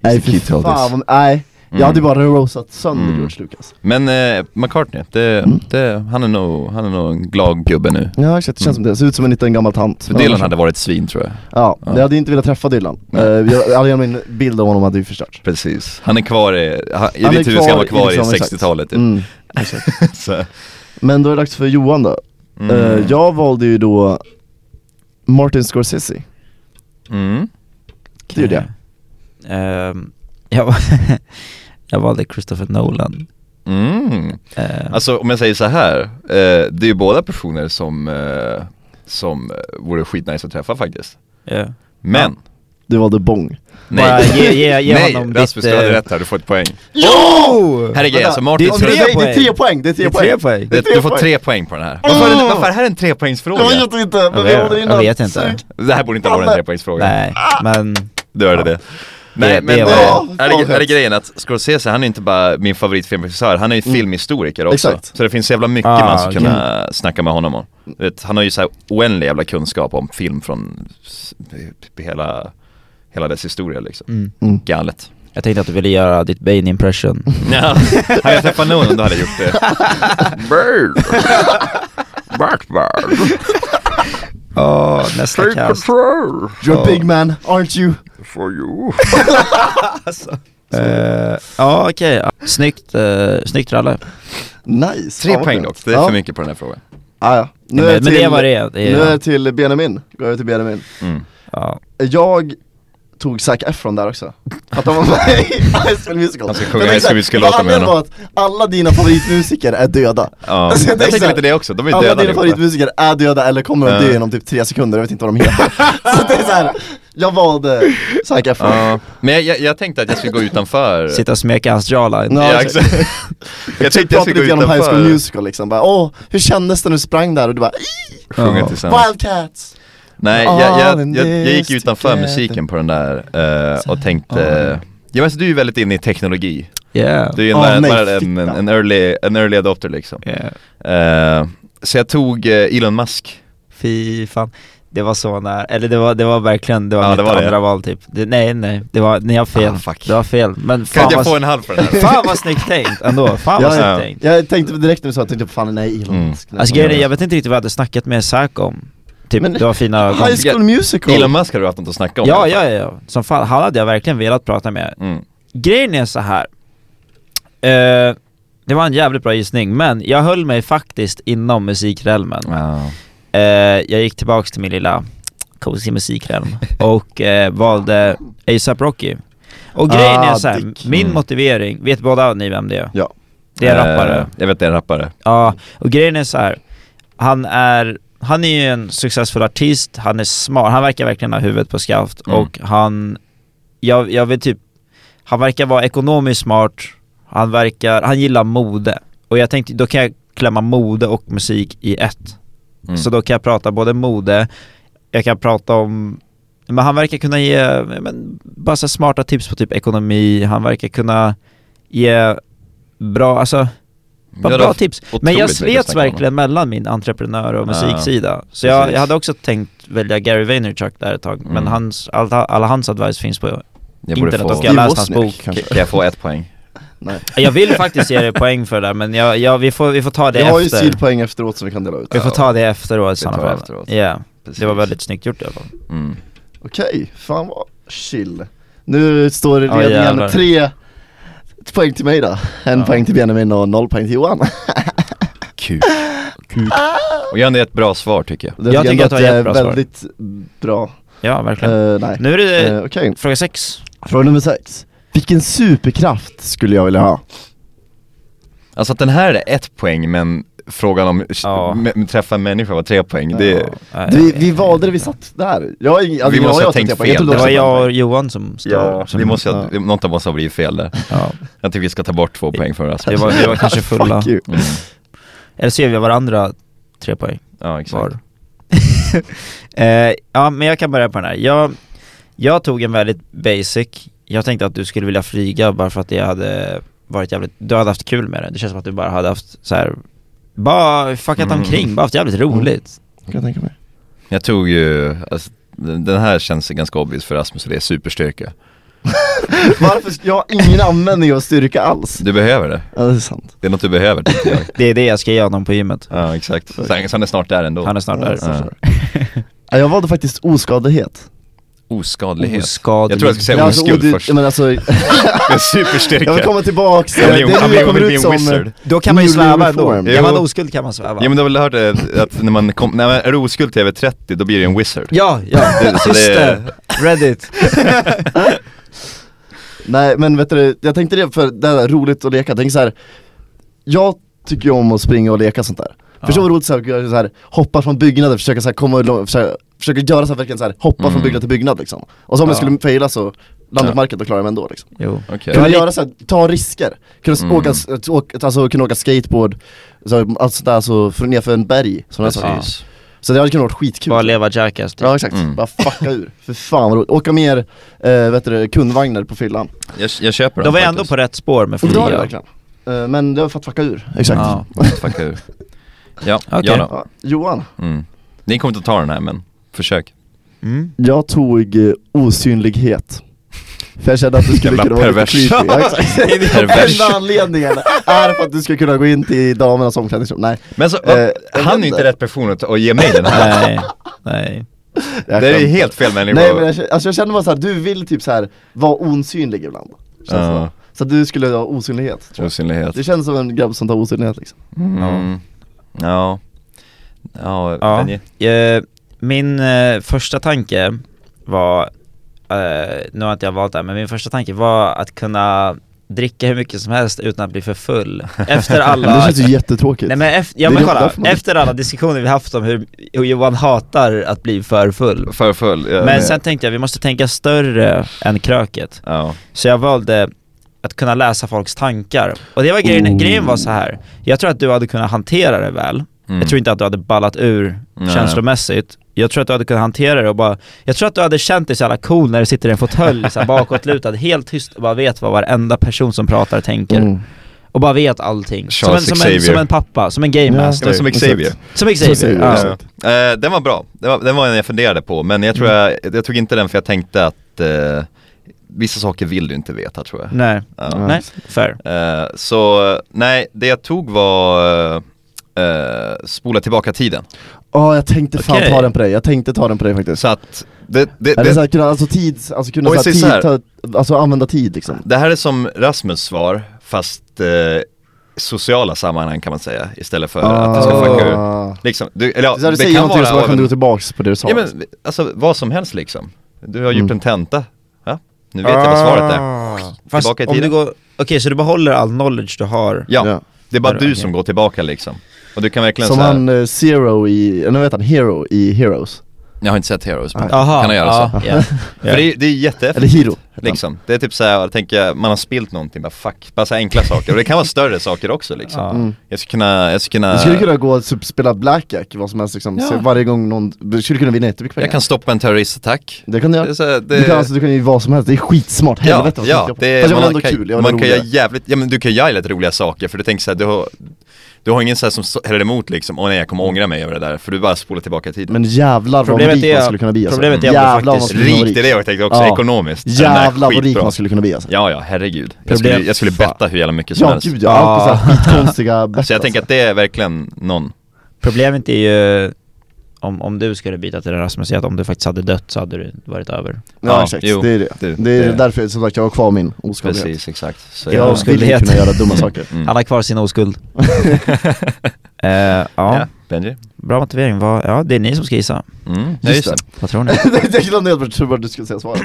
Speaker 1: Nej
Speaker 2: key to
Speaker 1: för
Speaker 2: all
Speaker 1: fan,
Speaker 2: this.
Speaker 1: vad- nej jag hade bara rosat sönder
Speaker 2: Mm.
Speaker 1: George Lucas
Speaker 2: Men eh, McCartney, det, det, han, är nog, han är nog en glad gubbe nu.
Speaker 1: Ja exakt, det känns som det, ser ut som en liten gammal tant
Speaker 2: För
Speaker 1: Men
Speaker 2: Dylan
Speaker 1: annars-
Speaker 2: hade varit svin tror jag.
Speaker 1: Ja,
Speaker 2: Ja.
Speaker 1: jag hade inte velat träffa Dylan,
Speaker 2: Nej.
Speaker 1: Eh, jag, all min bild av honom hade ju förstörts
Speaker 2: Precis. Han är kvar i, han, i
Speaker 1: Han är
Speaker 2: ditt huvud ska han vara
Speaker 1: kvar i
Speaker 2: kvar i,
Speaker 1: liksom, exakt.
Speaker 2: 60-talet typ.
Speaker 1: mm.
Speaker 2: Så,
Speaker 1: Men då är det dags för Johan då
Speaker 2: mm.
Speaker 1: Eh, Jag valde ju då Martin Scorsese,
Speaker 2: Mm.
Speaker 1: det gjorde jag
Speaker 3: Ehm, jag, jag valde Christopher Nolan.
Speaker 2: Mm.
Speaker 3: Ehm,
Speaker 2: Alltså om jag säger så här, eh, det är ju båda personer som, eh, som eh, vore skitnice att träffa faktiskt.
Speaker 3: ja.
Speaker 2: Men,
Speaker 1: Du valde Bong
Speaker 3: Bara
Speaker 2: nej,
Speaker 3: ge- ge- ge
Speaker 2: nej
Speaker 3: honom
Speaker 2: Rasmus
Speaker 3: ditt,
Speaker 2: du hade
Speaker 3: eh,
Speaker 2: rätt här, du får ett poäng.
Speaker 1: Jo!
Speaker 2: Här är grejen, så
Speaker 3: det
Speaker 2: Martin
Speaker 3: är
Speaker 1: det,
Speaker 3: tre
Speaker 1: är, det är
Speaker 3: poäng.
Speaker 1: tre poäng, det är
Speaker 3: Det
Speaker 1: tre
Speaker 3: är
Speaker 1: poäng!
Speaker 3: tre poäng.
Speaker 1: Det är
Speaker 2: Du får
Speaker 1: poäng.
Speaker 2: tre poäng på den här. Varför, är det, varför är det här en trepoängsfråga?
Speaker 1: Jag vet inte, men vi
Speaker 3: Jag
Speaker 1: håller
Speaker 3: vet-
Speaker 1: innan
Speaker 3: jag vet inte.
Speaker 1: Sug.
Speaker 2: Det här borde inte ha varit en trepoängsfråga.
Speaker 3: Nej, men
Speaker 2: Då är det det. Nej
Speaker 3: det
Speaker 2: men
Speaker 3: var-
Speaker 2: eh,
Speaker 1: Ja, fan
Speaker 2: är, det, är det
Speaker 1: skönt.
Speaker 2: grejen att Scorsese han är inte bara min favoritfilmregissör, han är ju filmhistoriker också.
Speaker 1: Exakt.
Speaker 2: Så det finns jävla mycket
Speaker 3: Ah,
Speaker 2: man ska
Speaker 3: okej.
Speaker 2: kunna snacka med honom om. Du Vet, han har ju så här oändlig jävla kunskap om film från s- hela, hela dess historia liksom.
Speaker 3: mm.
Speaker 2: Galet.
Speaker 3: jag tänkte att du ville göra ditt Bane impression.
Speaker 2: Ja, hade jag träffat Nolan då hade jag gjort det. Bird. Batman.
Speaker 3: Åh, nästa cast.
Speaker 2: control
Speaker 1: You're a big man, aren't you?
Speaker 2: for you.
Speaker 3: Eh, Ja okej, Ja. snyggt, uh, snyggt ralle.
Speaker 1: Nice!
Speaker 2: Tre
Speaker 1: fan vad
Speaker 2: poäng
Speaker 1: skönt.
Speaker 2: dock, det är
Speaker 1: ja.
Speaker 2: för mycket på den här frågan.
Speaker 1: Ja, ja. Nu
Speaker 3: Men,
Speaker 1: är
Speaker 3: men det
Speaker 1: till-
Speaker 3: är vad det är. Det är
Speaker 1: Nu är det till Benjamin, går över till Benjamin
Speaker 2: Mm.
Speaker 3: ja.
Speaker 1: Jag tog Zac Efron där också, att han var med i High School Musical
Speaker 2: Han ska sjunga
Speaker 1: Jag tänkte
Speaker 2: High School
Speaker 1: såhär,
Speaker 2: Musical-låten
Speaker 1: vad
Speaker 2: med
Speaker 1: anledningen var att alla dina favoritmusiker är döda
Speaker 2: Ja,
Speaker 1: Alltså, det är
Speaker 2: jag tänkte
Speaker 1: exakt-
Speaker 2: lite det också, de är liksom.
Speaker 1: Alla
Speaker 2: döda
Speaker 1: dina
Speaker 2: allihopa.
Speaker 1: favoritmusiker är döda eller kommer att dö
Speaker 2: Ja.
Speaker 1: inom typ tre sekunder, jag vet inte vad de heter Så det är såhär, jag valde Zac Efron
Speaker 2: Ja, men jag- jag, jag tänkte att jag skulle gå utanför
Speaker 3: Sitta och smeka hans jawline.
Speaker 1: Ja,
Speaker 2: Ja,
Speaker 1: exakt.
Speaker 2: exakt. Jag tänkte jag
Speaker 1: Prata
Speaker 2: skulle
Speaker 1: lite
Speaker 2: gå
Speaker 1: grann om High School
Speaker 2: utanför
Speaker 1: Musical liksom, bara åh, hur kändes det när du sprang där? Och du bara
Speaker 2: sjunga
Speaker 3: Ja.
Speaker 2: tillsammans
Speaker 1: Wildcats!
Speaker 2: Nej, jag, jag,
Speaker 1: All
Speaker 2: jag, jag gick
Speaker 1: this
Speaker 2: utanför
Speaker 1: together.
Speaker 2: musiken på den där eh, och tänkte Ja men så du är ju väldigt inne i teknologi,
Speaker 3: Yeah.
Speaker 2: du är ju
Speaker 1: Åh,
Speaker 2: en,
Speaker 1: nej,
Speaker 2: bara en, en,
Speaker 1: fitta.
Speaker 2: en, early, en early adopter liksom
Speaker 3: Yeah.
Speaker 2: Eh, Så jag tog eh, Elon Musk
Speaker 3: Fy fan. Det var så nära, eller det var, det var verkligen, det var
Speaker 2: Ja,
Speaker 3: mitt
Speaker 2: det var det.
Speaker 3: andra val typ. Det, nej nej, det var, nej jag har fel.
Speaker 2: Ah, fuck.
Speaker 3: Det var fel. Men
Speaker 2: Kan
Speaker 3: fan
Speaker 2: inte jag
Speaker 3: vad,
Speaker 2: få en halv för den här?
Speaker 3: fan vad snyggt tänkt ändå, fan vad
Speaker 1: Ja,
Speaker 2: ja.
Speaker 3: snyggt tänkt.
Speaker 1: Jag tänkte direkt när du sa att jag tänkte fan nej Elon
Speaker 2: Mm.
Speaker 1: Musk
Speaker 3: Alltså grejen är, jag vet inte riktigt vad jag hade snackat med Zac om. Typ,
Speaker 1: Men-
Speaker 3: det var fina ögon.
Speaker 1: High School Musical!
Speaker 2: Elon Musk hade du haft något att snacka om
Speaker 3: Ja, ja, ja, ja. Som fan, han hade jag verkligen velat prata med.
Speaker 2: Mm.
Speaker 3: Grejen är så här. Eh, det var en jävligt bra gissning, men jag höll mig faktiskt inom musikrealmen.
Speaker 2: Ja.
Speaker 3: Eh, jag gick tillbaks till min lilla cozy musikrealm och eh, valde ASAP Rocky. Och grejen
Speaker 1: Ah,
Speaker 3: är så här,
Speaker 1: Dick.
Speaker 3: min
Speaker 2: Mm.
Speaker 3: motivering, vet båda ni vem det är?
Speaker 1: Ja.
Speaker 3: Det är en
Speaker 2: Eh,
Speaker 3: rappare.
Speaker 2: Jag vet det är en rappare
Speaker 3: Ja, och grejen är så här. han är, han är ju en successfull artist, han är smart, han verkar verkligen ha huvudet på skaft
Speaker 2: Mm.
Speaker 3: och han, jag, jag vill typ, han verkar vara ekonomiskt smart, han verkar, han gillar mode. Och jag tänkte, då kan jag klämma mode och musik i ett.
Speaker 2: Mm.
Speaker 3: Så då kan jag prata både mode, jag kan prata om men han verkar kunna ge, ja, men, bara så här smarta tips på typ ekonomi, han verkar kunna ge bra, alltså
Speaker 2: Jag
Speaker 3: vad
Speaker 2: hade
Speaker 3: bra
Speaker 2: haft
Speaker 3: tips!
Speaker 2: otroligt
Speaker 3: Men jag
Speaker 2: mycket att
Speaker 3: slets
Speaker 2: snacka om.
Speaker 3: verkligen mellan min entreprenör och
Speaker 2: Ja,
Speaker 3: musiksida. Så jag,
Speaker 2: precis.
Speaker 3: jag hade också tänkt välja Gary Vaynerchuk där ett tag, men
Speaker 2: Mm.
Speaker 3: hans, all, alla hans advice finns på...
Speaker 2: jag borde
Speaker 3: internet
Speaker 2: få,
Speaker 3: och jag läste hans
Speaker 1: Wozniak,
Speaker 3: bok.
Speaker 1: kanske.
Speaker 2: Kan jag få ett poäng?
Speaker 1: Nej.
Speaker 3: Jag vill faktiskt ge dig poäng för det där, men jag, jag, vi, får, vi får ta det
Speaker 1: Vi har ju
Speaker 3: efter.
Speaker 1: sidpoäng efteråt som vi kan dela ut
Speaker 3: vi får ta det efteråt i
Speaker 2: Vi tar
Speaker 3: sådana fall.
Speaker 2: efteråt.
Speaker 3: Ja, det var väldigt snyggt gjort i alla fall.
Speaker 2: Mm.
Speaker 1: Okej, fan vad chill Nu står det
Speaker 3: Ja,
Speaker 1: ledningen
Speaker 3: jävlar.
Speaker 1: tre poäng till mig då En poäng till Benjamin och noll poäng till Johan
Speaker 2: Kul.
Speaker 3: kuk.
Speaker 2: Och jag är ett bra svar tycker jag.
Speaker 1: Det
Speaker 3: Jag tycker
Speaker 1: ändå
Speaker 3: att det var
Speaker 1: det är
Speaker 3: jättebra svar.
Speaker 1: väldigt bra.
Speaker 3: Ja, verkligen.
Speaker 1: Eh, nej.
Speaker 3: nu är det
Speaker 1: Eh, Okej,
Speaker 3: fråga sex.
Speaker 1: fråga nummer sex. Vilken superkraft skulle jag vilja ha?
Speaker 2: Alltså att den här är ett poäng men frågan om
Speaker 3: Ja.
Speaker 2: m- träffa en människa var tre poäng. Det,
Speaker 1: Ja. Vi, vi valde det, vi satt där. Jag, har ing- alltså,
Speaker 2: Vi måste
Speaker 1: jag,
Speaker 2: ha
Speaker 1: jag,
Speaker 2: tänkt
Speaker 1: jag, jag
Speaker 2: fel.
Speaker 1: trodde
Speaker 3: Det
Speaker 1: också
Speaker 3: var
Speaker 1: på
Speaker 3: jag
Speaker 1: mig.
Speaker 3: och Johan som stod.
Speaker 2: ja,
Speaker 3: som,
Speaker 2: vi måste, ha- något av oss har blivit fel där.
Speaker 3: ja.
Speaker 2: Jag tycker vi ska ta bort två poäng från
Speaker 3: Vi
Speaker 2: Rasmus.
Speaker 3: var, vi var kanske fulla.
Speaker 1: Fuck you.
Speaker 2: Mm.
Speaker 3: Eller så ger vi varandra tre poäng.
Speaker 2: Ja, exakt.
Speaker 3: var. eh, ja, men jag kan börja på den här. Jag, jag tog en väldigt basic, jag tänkte att du skulle vilja flyga bara för att det hade varit jävligt, du hade haft kul med det. Det känns som att du bara hade haft så här. bara fuckat
Speaker 2: Mm.
Speaker 3: omkring, bara haft jävligt roligt.
Speaker 1: Kan jag tänka mig.
Speaker 2: Jag tog ju, alltså, den den här känns ganska obvious för Rasmus och det är superstyrka.
Speaker 1: Varför, sk- jag har ingen användning av styrka alls.
Speaker 2: Du behöver det,
Speaker 1: Ja det är sant.
Speaker 2: det är något du behöver tycker jag.
Speaker 3: Det är det jag ska ge honom på gymmet.
Speaker 2: Ja exakt, så han så han är snart där ändå.
Speaker 3: Han är snart där.
Speaker 1: Ja, så- Ja, jag valde faktiskt oskadlighet.
Speaker 2: Oskadlighet.
Speaker 3: Oskadlig.
Speaker 2: Jag tror jag ska säga
Speaker 1: Ja, alltså,
Speaker 2: oskuld
Speaker 1: odu-
Speaker 2: först.
Speaker 1: ja, men alltså,
Speaker 2: Det är superstyrka.
Speaker 1: jag vill komma tillbaks,
Speaker 2: Han blir-
Speaker 1: det är nu
Speaker 2: han blir-
Speaker 1: jag kommer
Speaker 2: han blir
Speaker 1: ut
Speaker 2: en
Speaker 1: som...
Speaker 2: wizard.
Speaker 3: Då kan man ju
Speaker 1: Newly
Speaker 3: sväva ändå.
Speaker 1: reformed.
Speaker 3: Är man
Speaker 2: Jo.
Speaker 3: oskuld kan man sväva.
Speaker 2: Ja men du har väl hört eh, att när man kom, när man är oskuld till över 30 då blir du en wizard.
Speaker 3: ja, ja.
Speaker 2: Det- så
Speaker 3: just
Speaker 2: det-
Speaker 3: det. Reddit.
Speaker 1: Nej men vet du, jag tänkte det för det här är roligt att leka, tänk så här. Jag tycker ju om att springa och leka sånt där Förstå vad roligt så här, att göra så här, hoppa från byggnader, försöka så här, komma långt, försöka, försöka göra så här, verkligen så här, hoppa
Speaker 2: Mm.
Speaker 1: från byggnad till byggnad liksom Och så om jag
Speaker 3: Ja.
Speaker 1: skulle faila så landar
Speaker 2: Ja.
Speaker 1: på marken och klarar jag mig ändå liksom
Speaker 3: Jo.
Speaker 2: Okej.
Speaker 1: Kunna göra så här, ta risker, kunna s-
Speaker 2: Mm.
Speaker 1: åka, s- åka, alltså, kunna åka skateboard, så, här, allt sånt där så, för, nerför en berg, sådana saker
Speaker 2: Precis.
Speaker 1: Så det hade kunnat vara skitkul
Speaker 3: Bara leva jackass. typ.
Speaker 1: Ja exakt,
Speaker 2: Mm.
Speaker 1: bara fucka ur, för fan vad roligt. Åka mer, eh, vet du, det, kundvagnar på fyllan
Speaker 2: Jag, jag köper
Speaker 3: Då
Speaker 2: den
Speaker 3: var jag ändå
Speaker 2: faktiskt.
Speaker 3: på rätt spår med
Speaker 1: Det
Speaker 3: flyga.
Speaker 1: var det verkligen. Eh, Men det var för att fucka ur, exakt.
Speaker 3: Ja.
Speaker 2: Fuck you. Ja,
Speaker 3: Okej.
Speaker 2: jag då.
Speaker 1: Ja, Johan,
Speaker 2: Mm. Ni kommer inte ta den här men, försök.
Speaker 3: Mm.
Speaker 1: jag tog eh, osynlighet. För jag kände att du skulle
Speaker 2: Jävla
Speaker 1: kunna vara lite
Speaker 2: pervers.
Speaker 1: creepy. Ja, exakt.
Speaker 2: Pervers.
Speaker 1: Enda anledningen är för att du ska kunna gå in till damernas omklädningsrum. Nej,
Speaker 2: Men så,
Speaker 1: Eh, jag vet
Speaker 2: han är ju
Speaker 1: inte.
Speaker 2: inte rätt person att, att ge mig den här.
Speaker 3: Nej, nej.
Speaker 1: jag
Speaker 2: det är ju
Speaker 1: skämtar.
Speaker 2: helt fel människa.
Speaker 1: Nej men jag, känner- alltså, jag känner bara såhär, du vill typ så här vara osynlig ibland. Känns
Speaker 2: Ja.
Speaker 1: som. Så att du skulle ha osynlighet. Tror jag.
Speaker 2: Osynlighet.
Speaker 1: Det känns som en grabb som tar osynlighet liksom.
Speaker 2: Mm. Ja. Ja,
Speaker 3: Ja.
Speaker 2: Benji.
Speaker 3: Eh, min eh, första tanke var, eh, nu har inte jag valt det här, men min första tanke var att kunna dricka hur mycket som helst utan att bli för full. Efter alla...
Speaker 1: Det känns ju jättetråkigt.
Speaker 3: Nej men, efter, ja,
Speaker 1: Det är
Speaker 3: men
Speaker 1: ju
Speaker 3: kolla,
Speaker 1: därför man-
Speaker 3: efter alla diskussioner vi haft om hur, hur Johan hatar att bli för full.
Speaker 2: För full. jag
Speaker 3: Men
Speaker 2: är med.
Speaker 3: sen tänkte jag, vi måste tänka större än kröket.
Speaker 2: Ja.
Speaker 3: Så jag valde att kunna läsa folks tankar. Och det var grejen,
Speaker 1: Oh.
Speaker 3: grejen var så här. jag tror att du hade kunnat hantera det väl,
Speaker 2: Mm.
Speaker 3: jag tror inte att du hade ballat ur
Speaker 2: Nej.
Speaker 3: känslomässigt. Jag tror att du hade kunnat hantera det och bara, jag tror att du hade känt dig så jävla cool när du sitter i en fåtölj så här bakåtlutad, helt tyst och bara vet vad varenda person som pratar tänker.
Speaker 1: Mm.
Speaker 3: Och bara vet allting. Som en,
Speaker 2: Charles
Speaker 3: som, en,
Speaker 2: Xavier.
Speaker 3: som en pappa, som en game
Speaker 1: Ja.
Speaker 2: Ja, men
Speaker 3: master.
Speaker 2: som
Speaker 1: Exakt.
Speaker 2: Xavier.
Speaker 3: Som
Speaker 1: Så
Speaker 3: Xavier,
Speaker 1: säger vi,
Speaker 3: ja.
Speaker 1: exakt.
Speaker 2: Eh, den var bra, den var, den var en jag funderade på men jag tror
Speaker 1: Mm.
Speaker 2: jag, jag tog inte den för jag tänkte att eh, vissa saker vill du inte veta tror
Speaker 1: Mm.
Speaker 2: jag.
Speaker 3: Nej,
Speaker 2: Ja.
Speaker 1: Ja.
Speaker 3: nej, fair.
Speaker 2: Eh, så eh, nej, det jag tog var eh, eh, spola tillbaka tiden.
Speaker 1: Ja jag tänkte
Speaker 3: Okej.
Speaker 1: fan ta den på dig, jag tänkte ta den på dig faktiskt
Speaker 2: Så att det, det,
Speaker 1: Eller
Speaker 2: det,
Speaker 1: såhär kunna, alltså tids, alltså kunna
Speaker 2: Och jag
Speaker 1: såhär, tid,
Speaker 2: säger så
Speaker 1: Ta, alltså använda tid liksom
Speaker 2: det här är som Rasmus svar fast eh, sociala sammanhang kan man säga istället för att du ska fucka ur.
Speaker 1: Ah.
Speaker 2: Liksom, du, eller, ja,
Speaker 1: Så här,
Speaker 2: det
Speaker 1: du säger
Speaker 2: kan
Speaker 1: någonting
Speaker 2: vara
Speaker 1: så bara kan
Speaker 2: även-
Speaker 1: du gå tillbaks på det du sa
Speaker 2: Ja men alltså vad som helst liksom. Du har gjort
Speaker 1: Mm. Ah.
Speaker 2: en tenta. Ja, nu vet jag vad svaret är.
Speaker 3: Fast
Speaker 2: Tillbaka i
Speaker 3: om du
Speaker 2: tiden.
Speaker 3: går, okej så du behåller all knowledge du har?
Speaker 2: Ja,
Speaker 1: Ja.
Speaker 2: det är bara
Speaker 3: Är det-
Speaker 2: du
Speaker 3: okej.
Speaker 2: som går tillbaka liksom. Och du kan verkligen
Speaker 1: Som
Speaker 2: så här,
Speaker 1: han eh, Zero i, eller vad heter han, Hero i Heroes?
Speaker 2: jag har inte sett Heroes men
Speaker 3: Aha,
Speaker 2: kan han göra så?
Speaker 3: ja, ja.
Speaker 2: För det är, det är jätteeffektivt.
Speaker 1: Eller Hero heter han.
Speaker 2: Liksom. Det är typ såhär, jag tänker, man har spilt någonting, bara fuck, bara så här enkla saker. Och det kan vara större saker också liksom.
Speaker 3: Ja.
Speaker 1: Mm.
Speaker 2: Jag skulle kunna, jag skulle kunna,
Speaker 1: Du skulle kunna gå och typ spela blackjack, vad som helst liksom,
Speaker 2: Eh. Ja.
Speaker 1: så varje gång någon, du skulle kunna vinna jättemycket pengar
Speaker 2: jag kan stoppa en terroristattack.
Speaker 1: Det kan du
Speaker 2: Det
Speaker 1: göra,
Speaker 2: är så här, det,
Speaker 1: du kan alltså, du kan ju vad som helst, det är skitsmart,
Speaker 2: ja,
Speaker 1: helvete vad
Speaker 2: ja,
Speaker 1: duktig
Speaker 2: det
Speaker 1: jag var.
Speaker 2: är,
Speaker 1: Fast jag var
Speaker 2: man,
Speaker 1: ändå
Speaker 2: kan,
Speaker 1: kul, jag var
Speaker 2: man kan göra
Speaker 1: roligare.
Speaker 2: jävligt, ja men du kan göra lite roliga saker för du tänker såhär, du har, du har ingen såhär som s- häller emot liksom, åh nej jag kommer ångra mig över det där, för du bara spolar tillbaka tiden.
Speaker 1: Men jävlar vad
Speaker 3: Problemet
Speaker 1: rik
Speaker 3: är-
Speaker 1: man skulle kunna bli alltså.
Speaker 3: problemet är att
Speaker 1: Jävlar vad
Speaker 3: du
Speaker 1: man
Speaker 3: faktiskt-
Speaker 1: skulle kunna vara
Speaker 2: Rikt är det jag tänkte också,
Speaker 1: Ja.
Speaker 2: ekonomiskt. Den där
Speaker 1: Jävlar vad rik
Speaker 2: skitbra.
Speaker 1: man skulle kunna bli alltså.
Speaker 2: Ja, ja, herregud. Jag
Speaker 3: Problem-
Speaker 2: skulle, jag skulle
Speaker 3: Fan.
Speaker 2: betta hur jävla mycket som
Speaker 1: Ja
Speaker 2: helst.
Speaker 1: gud ja, alltid såhär skitkonstiga bett
Speaker 2: Så jag tänker
Speaker 1: alltså.
Speaker 2: att det är verkligen någon.
Speaker 3: Problemet är ju om, om du skulle byta till Rasmus, är att om du faktiskt hade dött så hade du varit över.
Speaker 1: Ja,
Speaker 2: Ja,
Speaker 1: exakt,
Speaker 2: jo,
Speaker 1: det är det.
Speaker 2: det-
Speaker 1: det är
Speaker 2: det-
Speaker 1: därför som sagt jag har kvar min oskadlighet.
Speaker 2: Precis, exakt. Så
Speaker 3: Ja,
Speaker 1: Jag
Speaker 2: jag,
Speaker 1: vill
Speaker 3: oskadlighet.
Speaker 1: kunna göra dumma saker.
Speaker 2: Mm.
Speaker 3: Han har kvar sin oskuld. Eh, ja,
Speaker 2: Ja, Benji?
Speaker 3: bra motivering. Vad- ja, det är ni som ska gissa.
Speaker 2: Mm, ja, just det.
Speaker 3: Vad tror ni?
Speaker 1: jag tänkte ner på vad du skulle säga svaret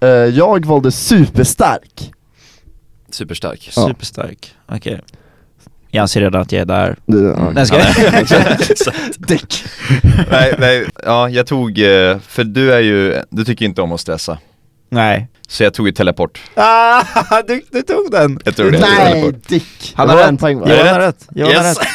Speaker 1: Eh, Jag valde superstark
Speaker 2: Superstark.
Speaker 1: Ja.
Speaker 3: Superstark. Okej. Jag anser redan att jag är där.
Speaker 1: Det- ja.
Speaker 3: Mm. Nej, ska
Speaker 2: Ja, nej,
Speaker 3: jag?
Speaker 2: exakt.
Speaker 1: Däck!
Speaker 2: nej, nej, ja, jag tog, eh, för du är ju, du tycker inte om att stressa.
Speaker 3: Nej.
Speaker 2: Så jag tog ju teleport.
Speaker 3: Ah, du, du tog den!
Speaker 2: Jag tror det.
Speaker 1: Nej,
Speaker 2: Teleport.
Speaker 1: Dick!
Speaker 3: Han
Speaker 1: det
Speaker 3: har
Speaker 1: var
Speaker 3: rätt.
Speaker 1: en poäng va?
Speaker 2: Är
Speaker 3: Johan
Speaker 2: det
Speaker 3: har rätt. Johan har
Speaker 2: Yes.
Speaker 3: rätt.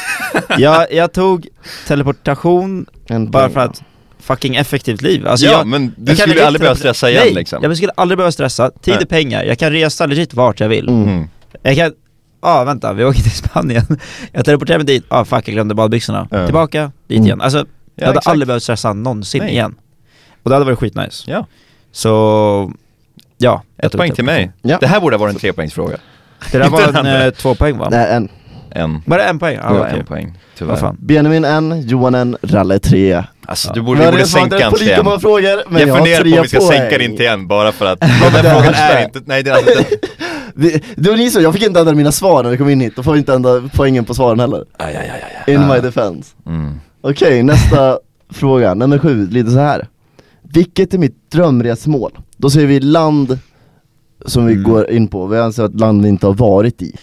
Speaker 3: Jag, jag tog teleportation
Speaker 1: En
Speaker 3: bara
Speaker 1: poäng.
Speaker 3: för att fucking effektivt liv. Alltså
Speaker 2: ja,
Speaker 3: jag,
Speaker 2: men du
Speaker 3: jag kan
Speaker 2: skulle
Speaker 3: legit
Speaker 2: aldrig behöva
Speaker 3: teleport-
Speaker 2: stressa igen
Speaker 3: Nej,
Speaker 2: liksom.
Speaker 3: jag skulle aldrig behöva stressa. Tid
Speaker 2: Nej.
Speaker 3: är pengar. Jag kan resa legit vart jag vill.
Speaker 1: Mm.
Speaker 2: Mm.
Speaker 3: Jag kan, ja ah, vänta, vi åker till Spanien. Jag teleporterar mig dit, ah fuck jag glömde badbyxorna.
Speaker 2: Ja.
Speaker 3: Tillbaka, dit
Speaker 1: Mm.
Speaker 3: igen. Alltså, jag hade
Speaker 2: exakt.
Speaker 3: aldrig behövt stressa någonsin
Speaker 2: Nej.
Speaker 3: igen. Och det hade varit skitnice.
Speaker 2: Ja.
Speaker 3: Så, ja. jag
Speaker 2: Ett
Speaker 3: tog
Speaker 2: poäng till mig.
Speaker 1: Ja.
Speaker 2: Det här borde ha varit en trepoängsfråga.
Speaker 3: Det där
Speaker 2: Inte
Speaker 3: var
Speaker 2: den
Speaker 3: en
Speaker 2: andra.
Speaker 3: eh, två poäng va?
Speaker 1: Nej, en
Speaker 2: En.
Speaker 3: Var det en poäng? Ah,
Speaker 2: det var
Speaker 3: okej.
Speaker 2: en poäng, tyvärr.
Speaker 3: Vad fan.
Speaker 1: Benjamin en, Johan en, Ralle tre
Speaker 2: Alltså
Speaker 3: Ja.
Speaker 2: du borde,
Speaker 1: Vi
Speaker 2: vi
Speaker 1: har
Speaker 2: borde
Speaker 1: redan svarat
Speaker 2: sänka
Speaker 1: rätt
Speaker 2: den
Speaker 1: på
Speaker 2: till
Speaker 1: lika
Speaker 2: en.
Speaker 1: många frågor, men jag,
Speaker 2: jag
Speaker 1: har
Speaker 2: funderar på
Speaker 1: tre
Speaker 2: om vi ska
Speaker 1: poäng.
Speaker 2: sänka din till en bara för att
Speaker 1: men
Speaker 2: den
Speaker 1: det
Speaker 2: frågan
Speaker 1: hörs där.
Speaker 2: är inte, nej det är alltså inte
Speaker 1: Det, det var ni som, jag fick inte ändra mina svar när vi kom in hit, då får vi inte ändra poängen på svaren heller
Speaker 2: aj, aj, aj, aj.
Speaker 1: In
Speaker 2: Ah.
Speaker 1: my defense
Speaker 2: Mm.
Speaker 1: Okej, nästa fråga, nummer sju, lyder så här. Vilket är mitt drömresmål? Då säger vi land som vi
Speaker 3: Mm.
Speaker 1: går in på, vi anser att land vi inte har varit i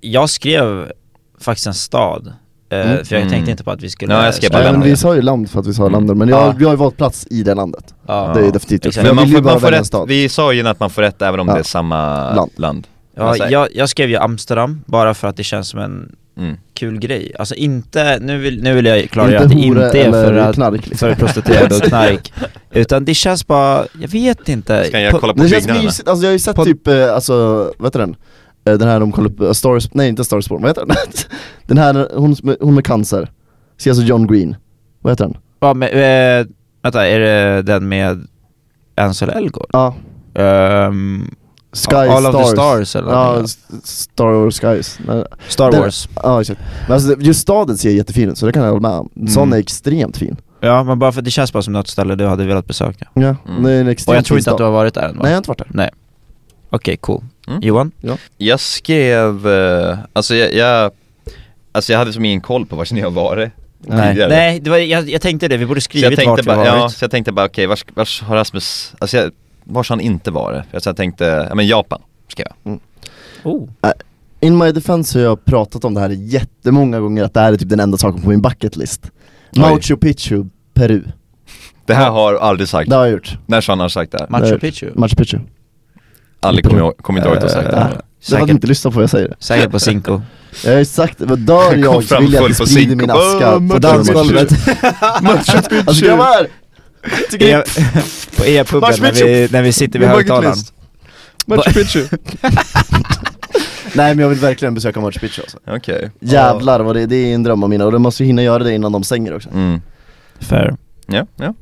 Speaker 3: Jag skrev faktiskt en stad, eh,
Speaker 1: Mm.
Speaker 3: för jag tänkte
Speaker 2: Mm.
Speaker 3: inte på att vi skulle...
Speaker 2: Ja, jag skrev bara
Speaker 1: Nej men
Speaker 2: land,
Speaker 1: vi
Speaker 2: ja. Mm.
Speaker 1: sa ju land för att vi sa landet, men jag,
Speaker 3: Ja.
Speaker 1: vi har ju valt plats i det landet
Speaker 3: Ja.
Speaker 1: Det är ju definitivt
Speaker 3: Exakt.
Speaker 1: för jag
Speaker 2: Men man
Speaker 1: vill ju
Speaker 2: får,
Speaker 1: bara
Speaker 2: man får
Speaker 1: välja en
Speaker 2: rätt,
Speaker 1: stad
Speaker 2: vi sa ju att man får rätt även om
Speaker 1: Ja.
Speaker 2: det är samma
Speaker 1: Land.
Speaker 2: land.
Speaker 3: Ja,
Speaker 1: Alltså-
Speaker 2: säger-
Speaker 3: jag, jag skrev ju Amsterdam, bara för att det känns som en
Speaker 2: Mm.
Speaker 3: kul grej. Alltså inte, nu vill, nu vill jag klargöra
Speaker 1: Inte
Speaker 3: att det
Speaker 1: hora
Speaker 3: inte är för,
Speaker 1: eller
Speaker 3: att,
Speaker 1: knark, liksom.
Speaker 3: för prostituerade och knark. Utan det känns bara, jag vet inte.
Speaker 2: Ska jag
Speaker 3: På-
Speaker 2: kolla på
Speaker 1: Det känns
Speaker 2: byggnaderna?
Speaker 1: mysigt, alltså jag har ju sett
Speaker 3: På-
Speaker 1: typ, eh, alltså, vad heter den? Eh, Den här de kollar upp, eh, Stars, nej inte Star Spawn, vad heter den? den här, hon, som- hon med cancer, ser alltså John Green, vad heter den?
Speaker 3: Ja, men, eh, vänta, är det den med Ansel Elgort?
Speaker 1: Ja,
Speaker 3: Ehm,
Speaker 1: Sky
Speaker 3: All
Speaker 1: Stars
Speaker 3: of the Stars eller
Speaker 1: Ja,
Speaker 3: någonting,
Speaker 1: S- Star Wars Skies Nej.
Speaker 3: Star
Speaker 1: Den-
Speaker 3: Wars.
Speaker 1: Ja exakt, men alltså det- just staden ser jättefin ut så det kan jag hålla med om, sån
Speaker 3: Mm.
Speaker 1: är extremt fin
Speaker 3: Ja, men bara för att det känns bara som något ställe du hade velat besöka.
Speaker 1: Ja,
Speaker 2: Mm.
Speaker 1: det är en extremt
Speaker 3: Och jag tror
Speaker 1: fin
Speaker 3: inte att
Speaker 1: stad.
Speaker 3: du har varit där än va?
Speaker 1: Nej jag har inte varit där
Speaker 3: Okej, cool.
Speaker 2: Mm.
Speaker 3: Johan?
Speaker 2: Jag skrev, eh, alltså jag, jag, alltså jag hade som ingen koll på vart ni har varit
Speaker 1: Nej.
Speaker 2: tidigare.
Speaker 3: Nej, det var, jag, jag tänkte det, vi borde
Speaker 2: Så jag
Speaker 3: skrivit
Speaker 2: tänkte
Speaker 3: vart vi
Speaker 2: bara,
Speaker 3: har
Speaker 2: ja,
Speaker 3: varit.
Speaker 2: så jag tänkte bara okej, vars, vars har Rasmus, alltså jag, vars har han inte varit? Så jag tänkte, ja men Japan skrev jag.
Speaker 3: Oh.
Speaker 1: In my defense så har jag pratat om det här jättemånga gånger att det här är typ den enda saken på min bucket list Machu Picchu, Peru,
Speaker 2: Det här har jag aldrig sagt,
Speaker 1: det har jag gjort,
Speaker 2: när så han har sagt det här?
Speaker 3: Machu
Speaker 1: Nej.
Speaker 3: Picchu?
Speaker 1: Machu Picchu
Speaker 2: Aldrig kommer jag kommer inte ihåg att ha sagt det
Speaker 1: Eh,
Speaker 2: här.
Speaker 1: Du hade
Speaker 3: Säkert,
Speaker 1: inte lyssnat på vad jag säger
Speaker 3: säkert på Cinco.
Speaker 1: Jag har ju sagt det, men dör
Speaker 2: Kom
Speaker 1: jag så
Speaker 2: fram
Speaker 1: vill jag
Speaker 2: full
Speaker 1: att du
Speaker 2: på
Speaker 1: sprider
Speaker 2: Cinco.
Speaker 1: min
Speaker 2: Ah,
Speaker 1: aska på
Speaker 2: Machu
Speaker 1: dansgolvet
Speaker 2: Machu
Speaker 1: Alltså grabbar! Tycker ni-
Speaker 3: på e-puben
Speaker 1: Machu
Speaker 3: när vi, när vi sitter vid
Speaker 1: Min bucket
Speaker 3: högtalaren.
Speaker 1: list. Machu Picchu Nej men jag vill verkligen besöka Machu Picchu alltså.
Speaker 2: Okej,
Speaker 1: Jävlar vad det, det är en dröm av mina och de måste ju hinna göra det innan de stänger också
Speaker 2: mm.
Speaker 3: Fair.
Speaker 2: ja, ja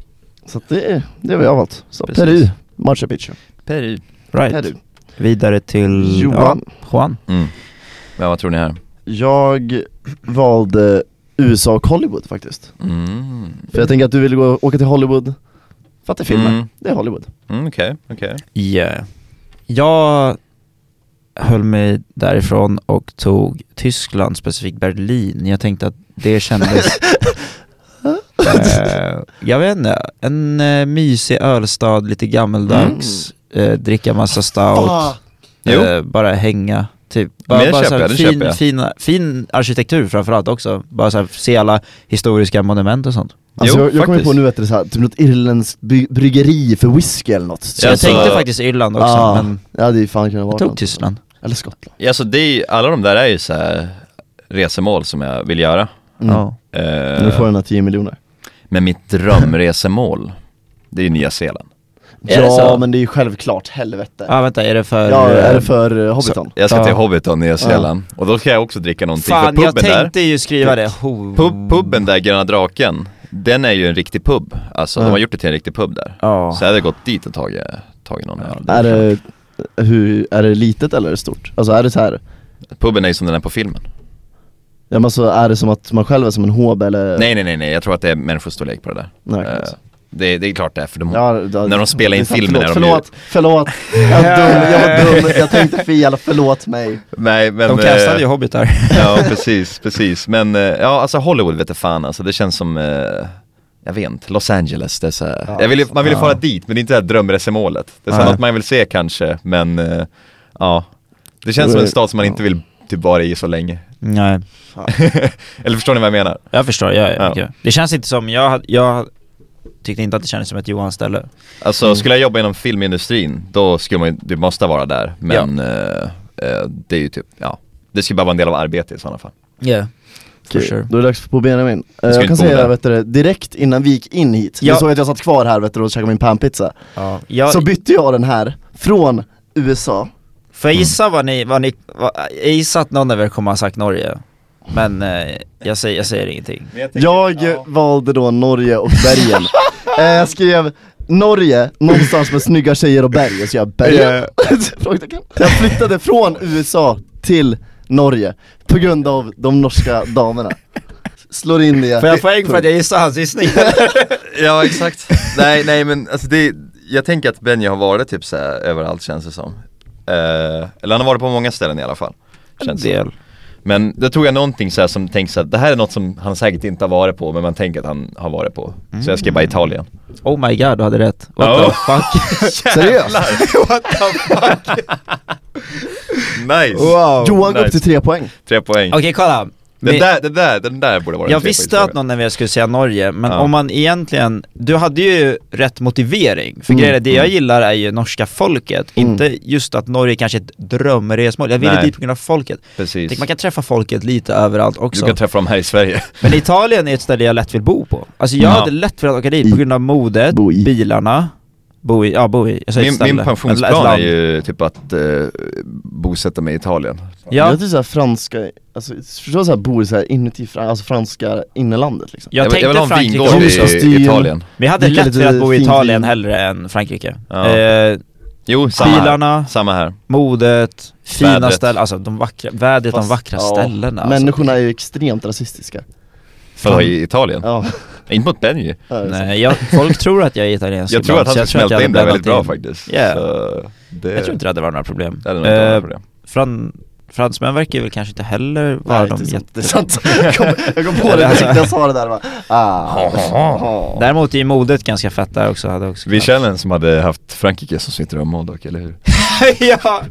Speaker 1: Så att det, är- det är vad jag har valt, så
Speaker 2: Precis.
Speaker 1: Peru, Machu Picchu,
Speaker 2: Peru
Speaker 3: Right.
Speaker 1: Peru
Speaker 3: Vidare till
Speaker 1: Johan.
Speaker 3: Ja, Juan.
Speaker 2: mm. Men vad tror ni här?
Speaker 1: Jag valde USA och Hollywood faktiskt
Speaker 2: Mm,
Speaker 1: För jag tänker att du ville gå, åka till Hollywood för att det är filmer,
Speaker 2: Mm.
Speaker 1: det är Hollywood
Speaker 2: mm, okej, okej
Speaker 3: Yeah. eh, Jag höll mig därifrån och tog Tyskland, specifikt Berlin. Jag tänkte att det kändes... eh, jag vet inte, en eh, mysig ölstad, lite gammeldags, eh, dricka massa stout,
Speaker 2: Jo.
Speaker 3: eh, bara hänga. Typ. Bara,
Speaker 2: Men det
Speaker 3: bara
Speaker 2: köper
Speaker 3: så här
Speaker 2: jag, det
Speaker 3: fin,
Speaker 2: köper jag.
Speaker 3: Fina, fin arkitektur framförallt också, bara så här, se alla historiska monument och sånt.
Speaker 1: Alltså
Speaker 2: Jo,
Speaker 1: jag, jag kommer
Speaker 2: faktiskt.
Speaker 1: på nu att det är så här, typ något irländskt by- bryggeri för whisky eller något
Speaker 3: Så
Speaker 2: Ja,
Speaker 3: jag
Speaker 2: alltså-
Speaker 3: tänkte faktiskt Irland också,
Speaker 1: ah,
Speaker 3: men
Speaker 1: Ja det är fan kunnat vara
Speaker 3: jag tog
Speaker 1: något.
Speaker 3: Tyskland.
Speaker 1: Eller Skottland
Speaker 2: Ja, så det är ju, alla de där är ju så här resemål som jag vill göra
Speaker 1: Mm.
Speaker 3: Ja.
Speaker 2: eh,
Speaker 1: Nu får den här 10 miljoner
Speaker 2: Men mitt drömresemål, det är ju Nya Zeeland
Speaker 3: Är det
Speaker 1: Ja
Speaker 3: så?
Speaker 1: men det är ju självklart, helvete
Speaker 3: Ja ah, vänta, är det för...
Speaker 1: Ja, är
Speaker 3: eh,
Speaker 1: det för eh, Hobbiton?
Speaker 2: Jag ska
Speaker 3: Ja.
Speaker 2: till Hobbiton, Nya Zeeland, och då ska jag också dricka någonting
Speaker 3: Fan,
Speaker 2: för
Speaker 3: jag
Speaker 2: puben där
Speaker 3: tänkte ju skriva det. Ho.
Speaker 2: pub, Puben där, Gröna Draken, den är ju en riktig pub, alltså
Speaker 1: Ja.
Speaker 2: de har gjort det till en riktig pub där
Speaker 3: Ja.
Speaker 2: Så jag hade gått dit och tagit, tagit någon öl
Speaker 1: Är det, hur, är det litet eller är det stort? Alltså är det så här,
Speaker 2: Puben är ju som den är på filmen
Speaker 1: ja alltså, men så är det som att man själv är som en hob eller?
Speaker 2: Nej nej nej nej, jag tror att det är människostorlek på det där
Speaker 1: Nej,
Speaker 2: Eh,
Speaker 1: kanske.
Speaker 2: Det, det är klart det är, för de,
Speaker 1: Ja, då-
Speaker 2: när de spelar in
Speaker 1: det är sant,
Speaker 2: filmen är de
Speaker 1: Förlåt, förlåt, förlåt. jag, var dum, jag var dum, jag tänkte fel, förlåt mig
Speaker 2: Nej men...
Speaker 3: De castade
Speaker 2: eh,
Speaker 3: ju hobbitar.
Speaker 2: Ja precis, precis. Men eh, ja alltså Hollywood vet jag fan alltså, det känns som, eh, jag vet inte, Los Angeles, det är så här.
Speaker 1: Ja,
Speaker 2: jag vill, ju- Man vill ju
Speaker 3: ja.
Speaker 2: fara dit men det är inte det här drömresemålet. Det är så här
Speaker 3: Nej.
Speaker 2: något man vill se kanske, men eh, ja. Det känns som en stad som man inte vill typ vara i så länge.
Speaker 3: Nej.
Speaker 2: Eller förstår ni vad jag menar?
Speaker 3: Jag förstår, jag,
Speaker 2: Ja.
Speaker 3: okej. det känns inte som, jag, hade- jag tyckte inte att det kändes som ett Johan-ställe.
Speaker 2: Alltså
Speaker 3: Mm.
Speaker 2: skulle jag jobba inom filmindustrin, då skulle man ju, du måste vara där. Men eh, eh, det är ju typ, ja. Det skulle bara vara en del av arbetet i sådana fall.
Speaker 3: Yeah. For
Speaker 1: Okej,
Speaker 3: sure.
Speaker 1: Då är det dags på Benjamin. Eh,
Speaker 2: ska
Speaker 1: jag
Speaker 2: inte
Speaker 1: kan
Speaker 2: bo
Speaker 1: säga
Speaker 2: där.
Speaker 1: vet du, direkt innan vi gick in hit,
Speaker 3: Ja.
Speaker 1: ni såg att jag satt kvar här vet du, och käkade min panpizza.
Speaker 3: Ja. Jag,
Speaker 1: Så bytte jag den här från USA.
Speaker 3: får jag
Speaker 2: Mm.
Speaker 3: gissa vad ni, vad ni vad, jag gissar att någon av er kommer ha sagt Norge. Men eh, jag, säger, jag säger ingenting.
Speaker 1: Jag eh, valde då Norge och bergen. Eh, jag skrev Norge, någonstans med snygga tjejer och berg, och så jag bergen. Frågetecken. jag flyttade från USA till Norge på grund av de norska damerna. Slår in det.
Speaker 3: Får jag poäng för att jag gissar hans gissning?
Speaker 2: Ja exakt. nej nej men alltså det, jag tänker att Benny har varit typ så här överallt känns det som. Eh, eller han har varit på många ställen i alla fall. Känns det.
Speaker 3: del.
Speaker 2: Men då tog jag någonting så här som tänkte så här, det här är något som han säkert inte har varit på men man tänker att han har varit på. Så jag skrev
Speaker 3: Mm.
Speaker 2: bara Italien.
Speaker 3: Oh my god, du hade rätt. What
Speaker 2: Ja.
Speaker 3: the fuck?
Speaker 1: Seriöst?
Speaker 2: What the fuck? nice!
Speaker 1: Johan går upp
Speaker 2: Nice.
Speaker 1: till tre poäng.
Speaker 2: Tre poäng.
Speaker 3: Okej, kolla.
Speaker 2: Den,
Speaker 3: Ni-
Speaker 2: där, den, där, den där borde vara en
Speaker 3: Jag
Speaker 2: tre
Speaker 3: visste
Speaker 2: poängsfråga.
Speaker 3: att någon av er skulle säga Norge, men
Speaker 2: Ja.
Speaker 3: om man egentligen, du hade ju rätt motivering, för
Speaker 1: Mm,
Speaker 3: grejen är, det jag gillar är ju norska folket, inte just att Norge kanske är ett drömresmål, jag ville
Speaker 2: Mm. Nej.
Speaker 3: dit på grund av folket.
Speaker 2: Precis.
Speaker 3: Tänk, man kan träffa folket lite överallt
Speaker 2: Du
Speaker 3: också.
Speaker 2: kan träffa dem här i Sverige.
Speaker 3: Men Italien är ett ställe jag lätt vill bo på. Alltså jag
Speaker 2: Ja.
Speaker 3: hade lätt velat åka dit på
Speaker 1: I.
Speaker 3: grund av modet,
Speaker 1: Bo i.
Speaker 3: bilarna, bo i, ja bo i, jag säger
Speaker 2: Min,
Speaker 3: ett ställe.
Speaker 2: min
Speaker 3: Ett
Speaker 2: pensionsplan
Speaker 3: land.
Speaker 2: är ju typ att eh, bosätta mig i Italien.
Speaker 1: Ja.
Speaker 3: Ja,
Speaker 1: Jag tycker såhär typ franska, alltså förstår du såhär bor såhär inuti, fran- alltså franska innelandet liksom
Speaker 3: jag,
Speaker 2: vill-
Speaker 3: tänkte
Speaker 2: jag vill ha en
Speaker 3: Frankrike
Speaker 2: vingård
Speaker 1: också.
Speaker 2: i, i Italien.
Speaker 3: Men jag hade
Speaker 1: Dricka
Speaker 3: lätt
Speaker 1: lite
Speaker 3: velat bo i
Speaker 1: fint
Speaker 3: Italien
Speaker 1: vin.
Speaker 3: hellre än Frankrike.
Speaker 2: Ja.
Speaker 3: Eh,
Speaker 2: Jo, samma
Speaker 3: Bilarna.
Speaker 2: här. Samma här.
Speaker 3: modet, fina
Speaker 2: Vädret.
Speaker 3: ställen, alltså de vackra, vädret, de vackra alltså?
Speaker 1: ja,
Speaker 3: ställena
Speaker 1: Människorna är ju extremt rasistiska
Speaker 2: För att vara i Italien.
Speaker 1: Ja,
Speaker 2: Inte mot Benji.
Speaker 1: ja, det är
Speaker 3: alltså.
Speaker 1: sant.
Speaker 3: Nej, jag, folk tror att jag är italiensk
Speaker 2: Jag tror
Speaker 3: ibland,
Speaker 2: att han
Speaker 3: så
Speaker 2: ska
Speaker 3: jag
Speaker 2: smälta
Speaker 3: jag
Speaker 2: in där
Speaker 3: hade
Speaker 2: väldigt bra
Speaker 3: blandat in.
Speaker 2: faktiskt.
Speaker 3: Yeah.
Speaker 2: Så det,
Speaker 3: Jag tror inte det hade varit några problem.
Speaker 2: det hade nog inte varit
Speaker 3: Eh,
Speaker 2: några problem.
Speaker 3: Fran, fransmän verkar väl kanske inte heller vara
Speaker 1: Nej,
Speaker 3: de
Speaker 1: det är sant,
Speaker 3: jätte...
Speaker 1: det är sant. Jag kom, jag kom på det direkt när jag sa det där va. Ah. Ah.
Speaker 3: Däremot är ju modet ganska fett där också, hade jag också
Speaker 2: Vi känner en som hade haft Frankrike som sitt drömmål dock, eller hur?
Speaker 3: ja.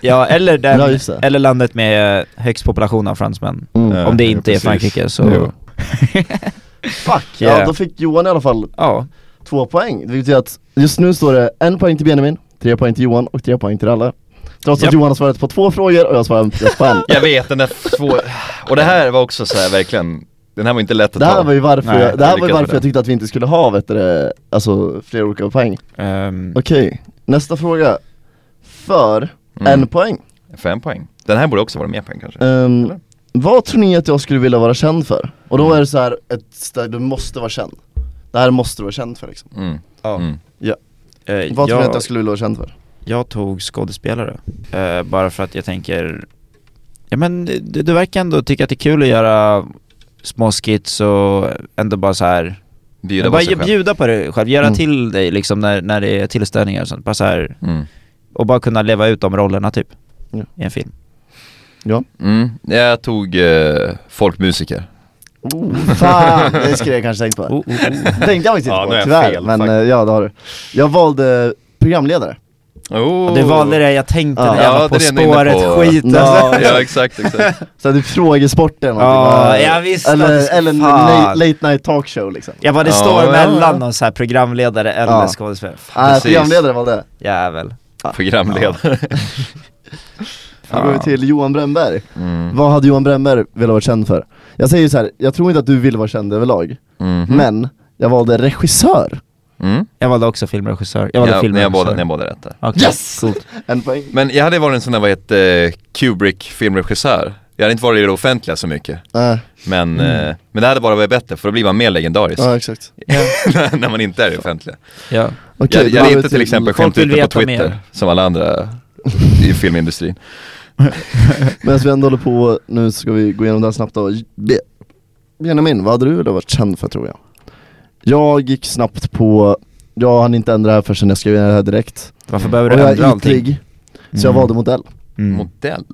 Speaker 3: ja, eller, den,
Speaker 1: Ja, just det.
Speaker 3: eller landet med eh, högst population av fransmän.
Speaker 1: Mm.
Speaker 3: Om det
Speaker 2: Ja,
Speaker 3: inte är
Speaker 2: precis.
Speaker 3: Frankrike
Speaker 2: Jo.
Speaker 3: så...
Speaker 1: Fuck,
Speaker 3: Yeah.
Speaker 1: ja då fick Johan i alla fall
Speaker 3: ja.
Speaker 1: två poäng Det betyder att just nu står det en poäng till Benjamin, tre poäng till Johan och tre poäng till alla Trots
Speaker 3: Japp.
Speaker 1: att Johan har svarat på två frågor och jag har svarat på en
Speaker 2: Jag vet, den där två... Och det här var också så här verkligen, den här var inte lätt att
Speaker 1: Det här
Speaker 2: ta.
Speaker 1: var ju varför,
Speaker 3: Nej,
Speaker 1: jag, det här var
Speaker 2: jag
Speaker 1: ju
Speaker 2: lyckas med
Speaker 1: varför jag
Speaker 2: det.
Speaker 1: tyckte att vi inte skulle ha vet du, det, alltså flera olika poäng
Speaker 3: ehm,
Speaker 1: Okej, nästa fråga. För
Speaker 2: Mm.
Speaker 1: en poäng.
Speaker 2: Fem poäng. Den här borde också vara mer poäng kanske.
Speaker 1: Ehm,
Speaker 2: Eller?
Speaker 1: vad tror ni att jag skulle vilja vara känd för? Och då är det så här ett ställe du måste vara känd. Det här måste du vara känd för liksom.
Speaker 2: Mm.
Speaker 3: ja.
Speaker 2: Mm.
Speaker 3: Eh,
Speaker 1: Vad tror ni
Speaker 3: jag-
Speaker 1: att jag skulle vilja vara känd för?
Speaker 3: Jag tog skådespelare, eh, bara för att jag tänker Ja men du, du verkar ändå tycka att det är kul att göra små skits och ändå bara så här
Speaker 2: Bjuda på
Speaker 3: Bara
Speaker 2: sig själv.
Speaker 3: bjuda på dig själv, göra
Speaker 1: Mm.
Speaker 3: till dig liksom när, när det är tillställningar och sånt, bara så här
Speaker 2: Mm.
Speaker 3: Och bara kunna leva ut de rollerna typ,
Speaker 1: Ja.
Speaker 3: i en film
Speaker 1: Ja.
Speaker 2: Mm. Jag tog eh, folkmusiker.
Speaker 1: Oh, fan, det skulle jag kanske tänkt på.
Speaker 3: oh, oh, oh.
Speaker 1: Tänkte jag faktiskt inte
Speaker 2: Ja, nu
Speaker 1: på
Speaker 2: är jag
Speaker 1: tyvärr,
Speaker 2: fel,
Speaker 1: men eh,
Speaker 2: faktiskt.
Speaker 1: ja det har du. Jag valde programledare.
Speaker 2: Oh.
Speaker 3: Du valde det jag tänkte
Speaker 1: Ja.
Speaker 3: när jag
Speaker 2: Ja,
Speaker 3: var
Speaker 2: det
Speaker 3: På
Speaker 2: är det jag är inne
Speaker 3: spåret,
Speaker 2: på.
Speaker 3: skit
Speaker 1: Ja.
Speaker 3: alltså.
Speaker 2: Ja exakt, exakt.
Speaker 1: Så här, typ frågesporten och
Speaker 3: Ja,
Speaker 1: typ, eh,
Speaker 3: jag visste att du
Speaker 1: Eller,
Speaker 3: skulle-
Speaker 1: eller en
Speaker 3: fan.
Speaker 1: late night talkshow liksom.
Speaker 3: Ja vad det
Speaker 2: Ja,
Speaker 3: står
Speaker 2: ja,
Speaker 3: mellan
Speaker 2: ja.
Speaker 3: någon så här programledare eller
Speaker 1: Ja.
Speaker 3: skådespelare, Fan,
Speaker 1: Nej,
Speaker 2: Precis.
Speaker 1: programledare valde jag.
Speaker 3: jävel
Speaker 2: Programledare.
Speaker 1: Då går vi till Johan Brännberg.
Speaker 2: Mm.
Speaker 1: Vad hade Johan Bremmer velat vara känd för? Jag säger ju så här, jag tror inte att du vill vara känd överlag,
Speaker 2: Mhm.
Speaker 1: men jag valde regissör.
Speaker 2: Mm.
Speaker 3: Jag valde också filmregissör, jag
Speaker 2: Jag
Speaker 3: valde
Speaker 2: ja, ni har båda,
Speaker 3: filmregissör
Speaker 2: ni har båda rätt där.
Speaker 3: Okej.
Speaker 1: Yes!
Speaker 3: Coolt.
Speaker 1: En poäng.
Speaker 2: Men jag hade varit en sån där, vad heter Kubrick filmregissör. Jag hade inte varit i det offentliga så mycket.
Speaker 1: Ja,
Speaker 2: Men, eh, men det hade bara varit bättre för då blir man mer legendarisk
Speaker 1: ja, exakt.
Speaker 2: när man inte är i det offentliga.
Speaker 3: Ja.
Speaker 1: Okej,
Speaker 2: jag
Speaker 1: då
Speaker 2: jag
Speaker 1: går vi
Speaker 2: retar till exempel
Speaker 3: folk
Speaker 2: skämt
Speaker 3: vill
Speaker 2: ute på
Speaker 3: veta
Speaker 2: Twitter
Speaker 3: mer.
Speaker 2: som alla andra i filmindustrin.
Speaker 1: Medan vi ändå håller på, nu ska vi gå igenom det här snabbt då. Be- Benjamin, vad hade du velat vara känd för tror jag? Jag gick snabbt på, jag hann inte ändra det här förrän jag skrev ner det här direkt
Speaker 3: Varför behöver
Speaker 1: Och
Speaker 3: du
Speaker 1: jag
Speaker 3: ändra
Speaker 1: är
Speaker 3: allting?
Speaker 1: itlig, så jag
Speaker 3: Mm.
Speaker 1: valde modell
Speaker 3: Mm.
Speaker 2: Modell?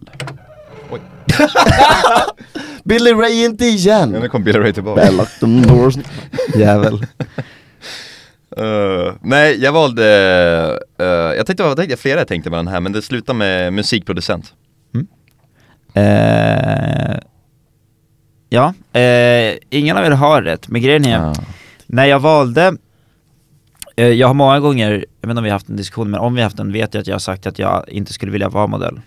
Speaker 1: Billy Ray inte
Speaker 2: Ja, nu
Speaker 1: igen!
Speaker 2: kom Billy Ray tillbaka.
Speaker 1: Bell lock the doors. Jävel
Speaker 2: Eh, nej, jag valde, eh, jag tänkte, vad tänkte jag? flera jag tänkte på den här, men det slutar med musikproducent.
Speaker 3: Eh, ja, eh, ingen av er har rätt, men grejen är, när jag valde eh, jag har många gånger, jag vet inte om vi har haft en diskussion, men om vi har haft den vet jag att jag har sagt att jag inte skulle vilja vara modell.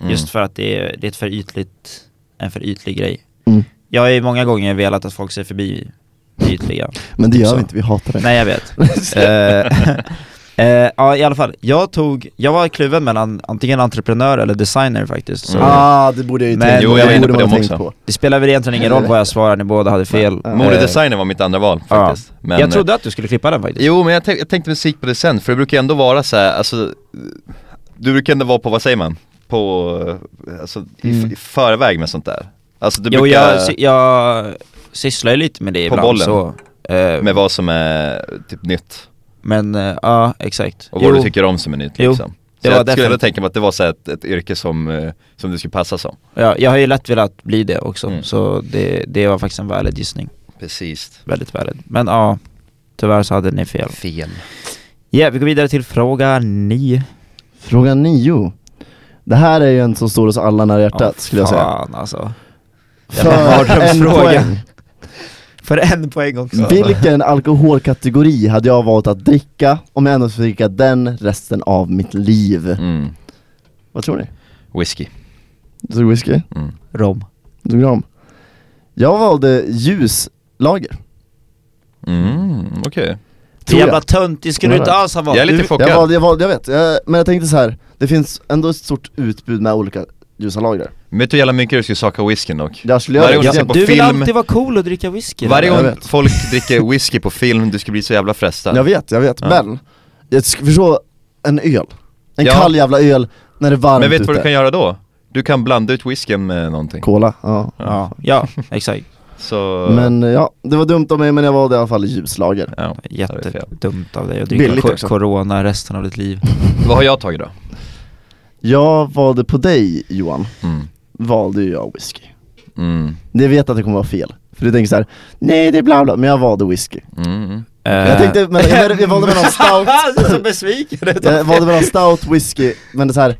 Speaker 2: Mm.
Speaker 3: Just för att det är, det är ett för ytligt, en för ytlig grej.
Speaker 1: Mm.
Speaker 3: Jag har ju många gånger velat att folk ser förbi det ytliga.
Speaker 1: Men det gör
Speaker 3: Så.
Speaker 1: vi inte, vi hatar det
Speaker 3: Nej jag vet. Eh, eh, ja i alla fall, jag tog, jag var kluven mellan antingen entreprenör eller designer faktiskt. Så
Speaker 2: Mm.
Speaker 1: Ah, det borde jag ju
Speaker 3: Men-
Speaker 1: tänkt
Speaker 3: Jo,
Speaker 1: på,
Speaker 3: jag var
Speaker 1: det
Speaker 2: inne
Speaker 1: borde
Speaker 2: på
Speaker 1: man
Speaker 2: dem
Speaker 1: tänkt
Speaker 2: också.
Speaker 1: på
Speaker 3: det spelar väl egentligen ingen roll vad jag svarar, ni båda hade fel. Eh,
Speaker 1: Nej.
Speaker 2: Modedesigner var mitt andra val
Speaker 3: Ja.
Speaker 2: eh, faktiskt. Men, eh,
Speaker 3: jag trodde att du skulle klippa den faktiskt.
Speaker 2: Jo, men jag, tänk, jag tänkte musikproducent, för det brukar ändå vara så här, alltså, du brukar ändå vara på, vad säger man? På, eh, alltså, i,
Speaker 1: Mm.
Speaker 2: i förväg med sånt där. Alltså du
Speaker 3: Jo,
Speaker 2: brukar,
Speaker 3: jag, sy- jag sysslar ju lite med det
Speaker 2: På
Speaker 3: ibland
Speaker 2: bollen.
Speaker 3: så. eh,
Speaker 2: med vad som är typ nytt.
Speaker 3: Men eh, ja, exakt.
Speaker 2: Och vad du tycker om som är nytt
Speaker 3: Jo.
Speaker 2: liksom. Så
Speaker 3: Det var
Speaker 2: jag skulle ändå
Speaker 3: definitivt-
Speaker 2: tänka mig att det var så här ett, ett yrke som, eh, som du skulle passa som.
Speaker 3: ja, jag har ju lätt velat bli det också,
Speaker 2: Mm.
Speaker 3: så det, det var faktiskt en valid gissning.
Speaker 2: Precis.
Speaker 3: Väldigt valid. Men ja, tyvärr så hade ni fel.
Speaker 2: Fel.
Speaker 3: Ja, vi går vidare till fråga nio.
Speaker 1: Fråga nio Det här är ju en som står oss alla nära hjärtat
Speaker 3: Ja,
Speaker 1: skulle jag säga
Speaker 3: Fan alltså.
Speaker 1: För en
Speaker 3: mardrömsfråga.
Speaker 1: poäng
Speaker 3: För en poäng också.
Speaker 1: Vilken alkoholkategori hade jag valt att dricka om jag ändå fick dricka den resten av mitt liv?
Speaker 2: Mm.
Speaker 1: Vad tror ni?
Speaker 2: Whisky.
Speaker 1: Du tog whisky?
Speaker 2: Mm.
Speaker 3: Rom.
Speaker 1: Du tog rom? Jag valde ljuslager,
Speaker 2: Mm, okej.
Speaker 1: tror
Speaker 3: Jävla
Speaker 1: jag
Speaker 3: töntig skulle du inte alls ha
Speaker 2: Jag
Speaker 3: varit.
Speaker 2: är lite
Speaker 3: Du-
Speaker 2: chockad.
Speaker 1: jag, valde, jag, valde, jag vet, jag, men jag tänkte så här. det finns ändå ett stort utbud med olika ljusa lager
Speaker 2: Men Vet du hur jävla mycket du skulle saka whiskyn dock?
Speaker 1: Jag skulle
Speaker 2: Varje
Speaker 1: göra
Speaker 2: gång
Speaker 1: det,
Speaker 2: jag
Speaker 3: ja,
Speaker 2: ser på
Speaker 3: du vill
Speaker 2: film-
Speaker 3: alltid vara cool och dricka whisky.
Speaker 2: Varje
Speaker 1: jag
Speaker 2: gång
Speaker 1: vet.
Speaker 2: folk dricker whisky på film, du ska bli så jävla frestad.
Speaker 1: jag vet, jag vet,
Speaker 2: Ja.
Speaker 1: men jag ska förstå en öl, en
Speaker 2: Ja.
Speaker 1: kall jävla öl när det är varmt
Speaker 2: Men vet du vad
Speaker 1: ute
Speaker 2: du kan göra då? Du kan blanda ut whiskyn med någonting.
Speaker 1: Cola, ja.
Speaker 3: Ja, ja exakt.
Speaker 2: Så...
Speaker 1: Men eh, ja, det var dumt av mig men jag valde i alla fall ljuslager
Speaker 2: Ja. det är fel.
Speaker 3: Jättedumt av dig att
Speaker 1: Billigt
Speaker 3: dricka
Speaker 1: också.
Speaker 3: ko- corona resten av ditt liv.
Speaker 2: Vad har jag tagit då?
Speaker 1: Jag valde på dig Johan,
Speaker 2: Mm.
Speaker 1: valde ju jag whisky
Speaker 2: Mm.
Speaker 1: Det vet att det kommer vara fel, för du tänker så här: nej det är bla bla, men jag valde whisky
Speaker 2: Mm.
Speaker 1: Jag tänkte, men, jag, jag valde mellan stout,
Speaker 3: Du Eh, är så besviken
Speaker 1: jag valde mellan stout, whisky, men det är så här,